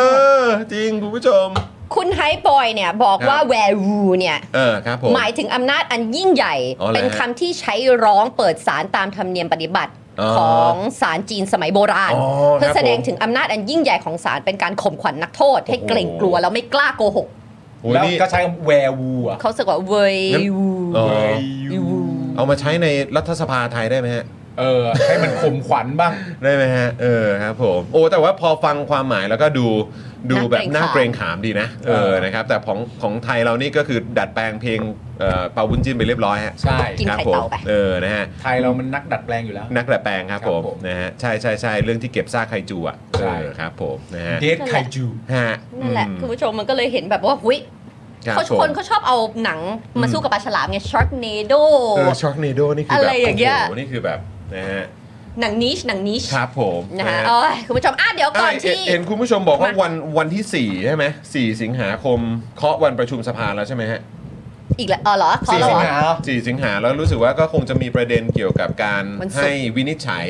อด
อจริงคุณผู้ชม
คุณไฮปอยเนี่ยบอกว่า
ครับ
แวร์วูเนี่ย
เออครับผม
หมายถึงอำนาจอันยิ่งใหญ่
อ๋อเหรอ
เป็นคำที่ใช้ร้องเปิดสารตามธรรมเนียมปฏิบัติ
อ๋อ
ของศาลจีนสมัยโบราณ
อ๋อ
เพื่อ
ครับ
แสดง
ผม
ถึงอำนาจอันยิ่งใหญ่ของศาลเป็นการข่มขวัญนักโทษ ให้
โอ้โห
เกรงกลัวแล้วไม่กล้าโกหก
โอ้ย
แล้ว
นี่
ก็ใช้แวร์วูอ่ะ
เขาสึกว่าเว
งั้น
ยวู
อ๋อ
วู
เอามาใช้ในรัฐสภาไทยได้ไหมฮะ
เออ ให้มันข่มขวัญบ้าง
ได้ไหมฮะ เออครับผม โอ้แต่ว่าพอฟังความหมายแล้วก็ดูดูแบบน่า
น่า
เก
เก
ร
รง ง
ขา
ขาม ม
ดีนะ เอ
เอ
อ
อ
นะครับ แต่ของของไทยเรานี่ก็คือดัดแปลงเพลงเอ่อเปาวุ้นจิ้นไปเรียบร้อยฮะ
ใช่
กิน
ครับ
ไข่
ผม
เต่าไป
เออนะฮะ
ไทยเรามันนักดัดแปลงอยู่แล้ว
นักดัดแปลงครับผม
ครับผม
นะฮะใช่ใช่ใช่เรื่องที่เก็บซากไคจูอ่ะ
ใช่
เออครับผมนะฮะ
เดทไคจู
ฮะ
นั่นแหละ
อืม
คุณผู้ชมมันก็เลยเห็นแบบว่าหุย
รับ
เขา
ผม
คนเขาชอบเอาหนังมาสู้กับปลาฉลามไงชาร์กเนโด
เออช็อกเนโดนี่คือ
อะ
แบ
ไร
บ
อย่างเงี้ย
โโหนี่คือแบบนะฮะ
หนังนิชหนังนิช
ครับผม
นะ
ฮ
คะโอ้ยคุณผู้ชมอ่ะเดี๋ยวก่อน
อ่ะเห็
ที่
เห็นคุณผู้ชมบอกว่า
มา
วันวันที่4ใช่ไหม4สิงหาคมเคาะวันประชุมสภาแล้วใช่ไหมฮะ
อีกแล้วอ๋อเหรอขอ
สี่
เรา
สิ
เหรง อ
หาสี่สิงหาแล้วรู้สึกว่าก็คงจะมีประเด็นเกี่ยวกับการ
วันศุกร์
ให้วินิจฉัย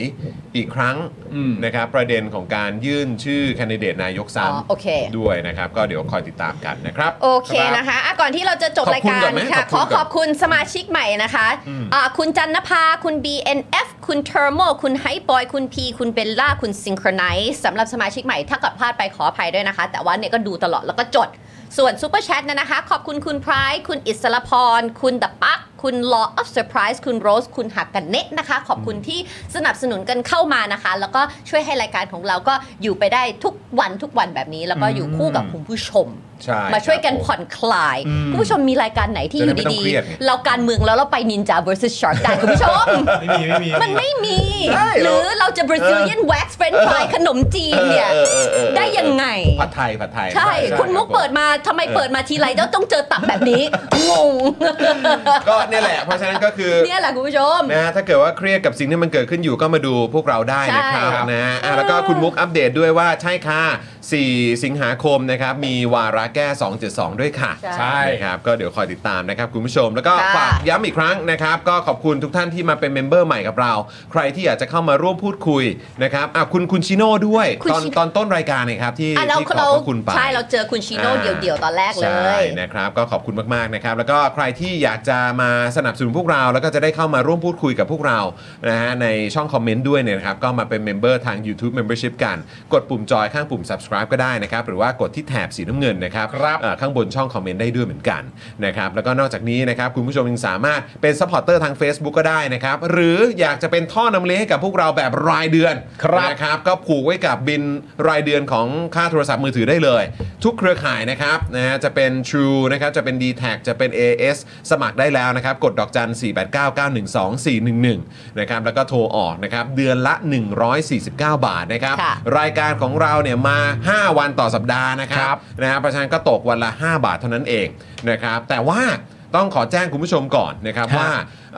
อีกครั้ง
อืม
นะครับ ประเด็นของการยื่นชื่อแคนดิเดตนายก
อ๋อโอ
ซ้ำ
เค
ด้วยนะครับ ก็เดี๋ยวคอยติดตามกันนะครับ
โอเคนะคะอ่ะก่อนที่เราจะจบ
ขอบคุณ
รายการ
ก่อนไหม
ค่ะ
ข
ข
อ
อ
คุณ
บ
ก่อน
ขอบคุณสมาชิกใหม่นะคะ
อืม
อ่าคุณจันนภา คุณ BNF คุณ Thermo คุณไฮบอยคุณ P คุณเบลล่า คุณ Synchronize สำหรับสมาชิกใหม่ ถ้าเกิดพลาดไปขออภัยด้วยนะคะ แต่ว่าเนี่ยก็ดูตลอดแล้วก็จด ส่วนซูเปอร์แชทนะนะคะ ขอบคุณคุณไพรคุณอิสรพร คุณดับปัก คุณ Law of Surprise คุณโรส คุณหักกันเนะนะคะ ขอบคุณที่สนับสนุนกันเข้ามานะคะ แล้วก็ช่วยให้รายการของเราก็อยู่ไปได้ทุกวันทุกวันแบบนี้ แล้วก็อยู่คู่กับคุณผู้ชม
ใช่
มาช่วยกัน
ครับผ
ผ่อนคลาย คุณผู้ชมมีรายการไหนที่อ
จะได้
ยู่
ไม่ต้องเค
ดี
รียดไง
ๆ เราการเมืองแล้วเราไป Ninja vs Shark ได้คุณผู้ชม
ไม่มีไม่มี
มันไม่มี
ใช่
ห
เรา
รือเราจะ Brazilian wax french fry ขนมจีนเนี่ย
เออเออเออเออ
ได้ยังไง
ผัดไทยผัดไทย
ใช่ คุณมุก
รับผ
เปิดมาทำไมเปิดมาทีไรแล้วต้องเจอตับแบบนี้ ง
[LAUGHS]
ง
ก็เนี่ยแหละ เพราะฉะนั้นก็คือ
เนี่ยแหละคุณผู้ชม
นะฮะถ้าเกิดว่าเครียดกับสิ่งที่มันเกิดขึ้นอยู่ก็มาดูพวกเราได้นะครับ
ใช่
นะฮะอ่ะแล้วก็คุณมุกอัปเดตด้วยว่าใช่ค่ะ 4 สิงหาคมนะครับ มีวาระแก้ 272 ด้วยค่ะ
ใช่
นะครับก็เดี๋ยวคอยติดตามนะครับคุณผู้ชม แล้วก็
ค่ะ
ฝากย้ำอีกครั้งนะครับ ก็ขอบคุณทุกท่านที่มาเป็นเมมเบอร์ใหม่กับเรา ใครที่อยากจะเข้ามาร่วมพูดคุยนะครับอ่ะคุณคุณชิโน่ด้วย
คุณ
ตอน
ชิโน่
ตอนต้นรายการเนะครับที่
อ่ะเรา
ที่ขอบ
เรา
พระคุณไป
ใช่เราเจอคุณชิโน่เดี่ยวๆตอนแรกเล
ใช่
ย
นะครับก็ขอบคุณมากๆนะครับแล้วก็ใครที่อยากจะมาสนับสนุนพวกเรา แล้วก็จะได้เข้ามาร่วมพูดคุยกับพวกเรานะฮะในช่องคอมเมนต์ด้วยเนี่ยนะครับก็มาเป็นเมมเบอร์ทาง YouTube Membership กัน กดปุ่มจอยข้างปุ่ม subscribe ก็ได้นะครับหรือว่ากดที่แถบสีน้ำเงินนะครับ
ครับ
เอ่อข้างบนช่องคอมเมนต์ได้ด้วยเหมือนกันนะครับแล้วก็นอกจากนี้นะครับคุณผู้ชมยังสามารถเป็นซัพพอร์เตอร์ทาง Facebook ก็ได้นะครับหรืออยากจะเป็นท่อนำเลี้ยงให้กับพวกเราแบบรายเดือน
ครับ
นะ นะครับก็ผูกไว้กับบินรายเดือนของค่าโทรศัพท์มือถือได้เลย ทุกเครือข่ายนะครับนะฮะจะเป็น True นะครับจะเป็น d t แทจะเป็น AS สมัครได้แล้วนะครับ กดดอกจัน 4 8 9 9 1 2 4 1 1 นะครับแล้วก็โทรออกนะครับเดือนละ 149 บาทนะครับ
ค่ะ
รายการของเราเนี่ยมา 5 วันต่อสัปดาห์นะครับนะฮะเพราะฉะนั้นก็ตกวันละ 5 บาทเท่านั้นเองนะครับแต่ว่าต้องขอแจ้งคุณผู้ชมก่อนนะครับ
ครับ
ว่า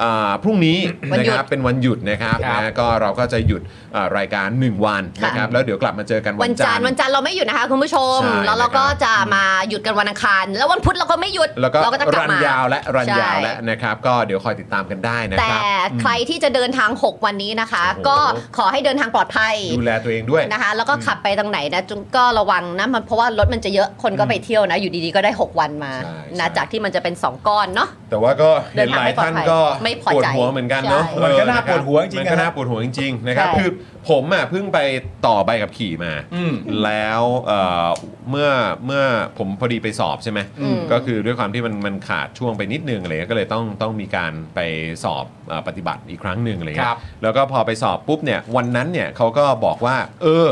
อ่าพรุ่งนี้
วัน
นะ
หยุ
ค
ด
รับเป็นวันหยุดนะครับ
ครับ
นะก็เราก็จะหยุดเอ่อรายการ 1 วันนะครับแล้วเดี๋ยวกลับมาเจอกัน
วั
วัน น
จั
จั
น
นท
ทร์
ร์
วันจันทร์เราไม่หยุดนะคะคุณผู้ชม
ใช่
แล้วเรา
นะครับ
ก็จะมาหยุดกันวันอังคาร แล้ววันพุธเราก็ไม่หยุด
แล้วก็
เราก็จะกลั
รั
บ
น
มาย
ยาวและรัน
ใช่
ยาวและนะครับก็เดี๋ยวคอยติดตามกันได้นะ
แต่
ครับ
ใครที่จะเดินทาง 6 วันนี้นะคะ
โอ้โห
ก็ขอให้เดินทางปลอดภัย
ดูแลตัวเองด้วย
นะคะ แล้วก็ขับไปทางไหนนะจุงก็ระวังนะมันเพราะว่ารถมันจะเยอะคนก็ไปเที่ยวนะ อยู่ดีๆก็ได้ 6 วันมา
ใช่
นะ
ใช่
จากที่มันจะเป็น 2 ก้อนเนาะ
แต่ว่าก็
เดิ
เห็
น
น
ทาง
หลายท่านก็
ไม่พอ
ปวด
ใจ
หัวเหมือนกันเนาะ
ใช่
เออ
มันก็น่าปวดหัวจริงๆ
มันก็
นะครับ
น่าปวดหัวจริงๆนะครับ
ใช่
คือผมอ่ะเพิ่งไปต่อใบขับขี่มา
อืม
แล้วเอ่อเมื่อเมื่อผมพอดีไปสอบใช่ไหม
อืม
ก็คือด้วยความที่มันมันขาดช่วงไปนิดนึงอะไรเงี้ยก็เลยต้องต้องมีการไปสอบเอ่อปฏิบัติอีกครั้งหนึ่งอะไร
ค
เงี้
รั
ย
บ
แล้วก็พอไปสอบปุ๊บเนี่ยวันนั้นเนี่ยเขาก็บอกว่า เออ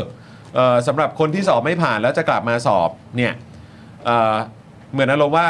เอ่อสำหรับคนที่สอบไม่ผ่านแล้วจะกลับมาสอบเนี่ยเอ่อเหมือนอารมณ์ว่า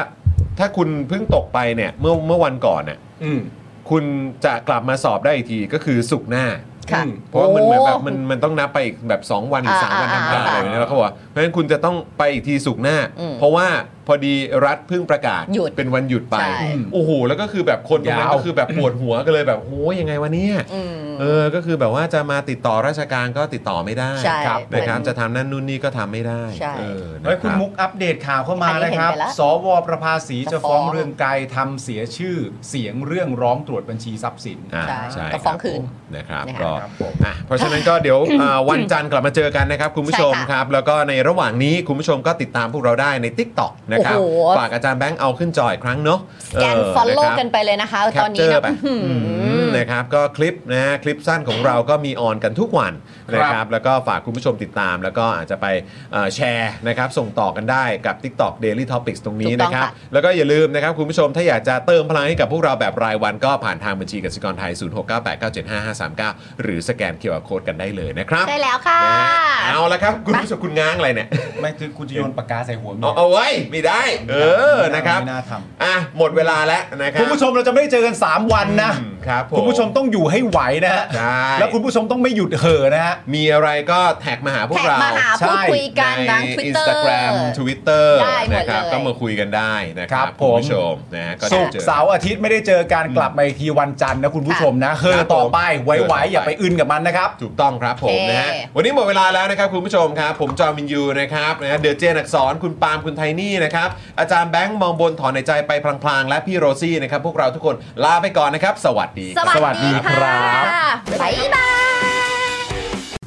ถ้าคุณเพิ่งตกไปเนี่ยเมื่อเมื่อวันก่อนเนี่ย
อืม
คุณจะกลับมาสอบได้อีกทีก็คือสุกร์หน้า
ค่ะ
เพราะว่ามันเหมือนแบบมันมันต้องนับไปอีกแบบ 2 วันหรือสามวัน
อ่า
ทำการ
อ่า
อะไรแบบนี้แล้วเขาบอกว่าเพราะฉะนั้นคุณจะต้องไปอีกทีสุกร์หน้า
อืม
เพราะว่าพอดีรัฐเพิ่งประกาศ
หยุด
เป็นวันหยุดไป
ใช่
โอ้โหแล้วก็คือแบบคนตรงนั้น
ยาว
ก็คือแบบปวดหัวกันเลยแบบโอ้ยยังไงวะเนี่ย
อืม
เออก็คือแบบว่าจะมาติดต่อราชการก็ติดต่อไม่ได้
ใช่
ครับนะครับ
มัน
จะทำนั่นนู่นนี่ก็ทำไม่ได้
ใช่
เออนะ
เฮ้ยคุณ
รับ
มุกอัปเดตข่าวเข้ามา
อันนี้
นะ
เห็
คน รับ
ไปแล้ว
สวประภาสีจะ
จะฟ้
ฟ้
อ
อง งเรื่องไกลทำเสียชื่อเสียงเรื่องร้องตรวจบัญชีทรัพย์สิน
อ่า
ใช่
ใช่
ก็ฟ้อง
รับ
คืน
ผมนะครับ
นะคะ
ก็อ่ะเพราะฉะนั้นก็
[COUGHS]
เดี๋ยว อ่าวันจันทร์กลับมาเจอกันนะครับ คุณผู้ชม
ใช่
ค
ค่ะ
รับ แล้วก็ในระหว่างนี้คุณผู้ชมก็ติดตามพวกเราได้ใน Tik t o อกนะครับ
โอ้โห
ฝากอาจารย์แบงค์เอาขึ้นจออีกครั้งเนาะ
สแกน follow กันไปเลยนะคะ
แค
ตอ
ป
น
เจ
นี้
อ
นะ
ร์ไป
อื้อหื
อืม
อ
นะครับก็คลิปนะฮะคลิปสั้นของเราก็มีออนกันทุกวันนะค
ครั
รับบ แล้วก็ฝากคุณผู้ชมติดตาม แล้วก็อาจจะไปเอ่อแชร์นะครับส่งต่อกันได้กับ TikTok Daily Topics ตรงนี้
ถูกต้
นะ
อง
ครับ
ค่ะ
แล้วก็อย่าลืมนะครับคุณผู้ชมถ้าอยากจะเติมพลังให้กับพวกเราแบบรายวันก็ผ่านทางบัญชีกสิกรไทย 0698975539 หรือสแกนเคอร์โคดกันได้เลยนะครับ
ได้แล้วค่ะ
นะฮะเอาละครับ คุณผู้ชมคุณง้างอะไรเนี่ย
ไม่คือคุณจะโยนปากกาใส่หัวเมี
เอา
ย
เอาไว้ไม่ได้ เออนะครับ
ไม่น่าทำ
อ่ะหมดเวลาแล้วนะครั
คุ
บ
ณผู้ชมเราจะไม่ได้เจอกัน 3 วันนะ
อืม ครับผม
คุณผู้ชมต้องอยู่ให้ไหวนะฮะ
ใช่
แล้วคุณผู้ชมต้องไม่หยุดเห่อนะฮะ
มีอะไรก็แท็กมาหาพวก
แท็ก
เรา
มาหาพู
ใช่
ดคุยกัน
ใน
ทาง Twitter
Instagram Twitter
ได้หมด
นะครับ
เลย
ก็มาคุยกันได้นะค
ค
รั
รั
บบ คุณ
ผม
ผู้ชมนะฮะก็
ศุ
ได้
ก
เจ
ร์
อ
เสาร์อาทิตย์ไม่ได้เจอการกลับมาอีกทีวันจันทร์นะคุณผู้ชมนะ
ค
เห่อ
รับ
ต่อไป
ผม
ไว้ๆอย่า
เห่อต่อไป
ไปอึนกับมันนะครับ
ถูกต้องครับผม
โอเค
นะฮะวันนี้หมดเวลาแล้วนะครับคุณผู้ชมครับ ผมจอมินยูนะครับนะฮะเดอะเจนอักสอนคุณปาล์มคุณไทนี่นะครับ อาจารย์แบงค์มองบนถอนในใจไปพลางๆ และพี่โรซี่นะครับ พวกเราทุกคนลาไปก่อนนะครับ สวัสดี
สวัสดี
สวัสดีครั
ค่ะบ๊ายบาย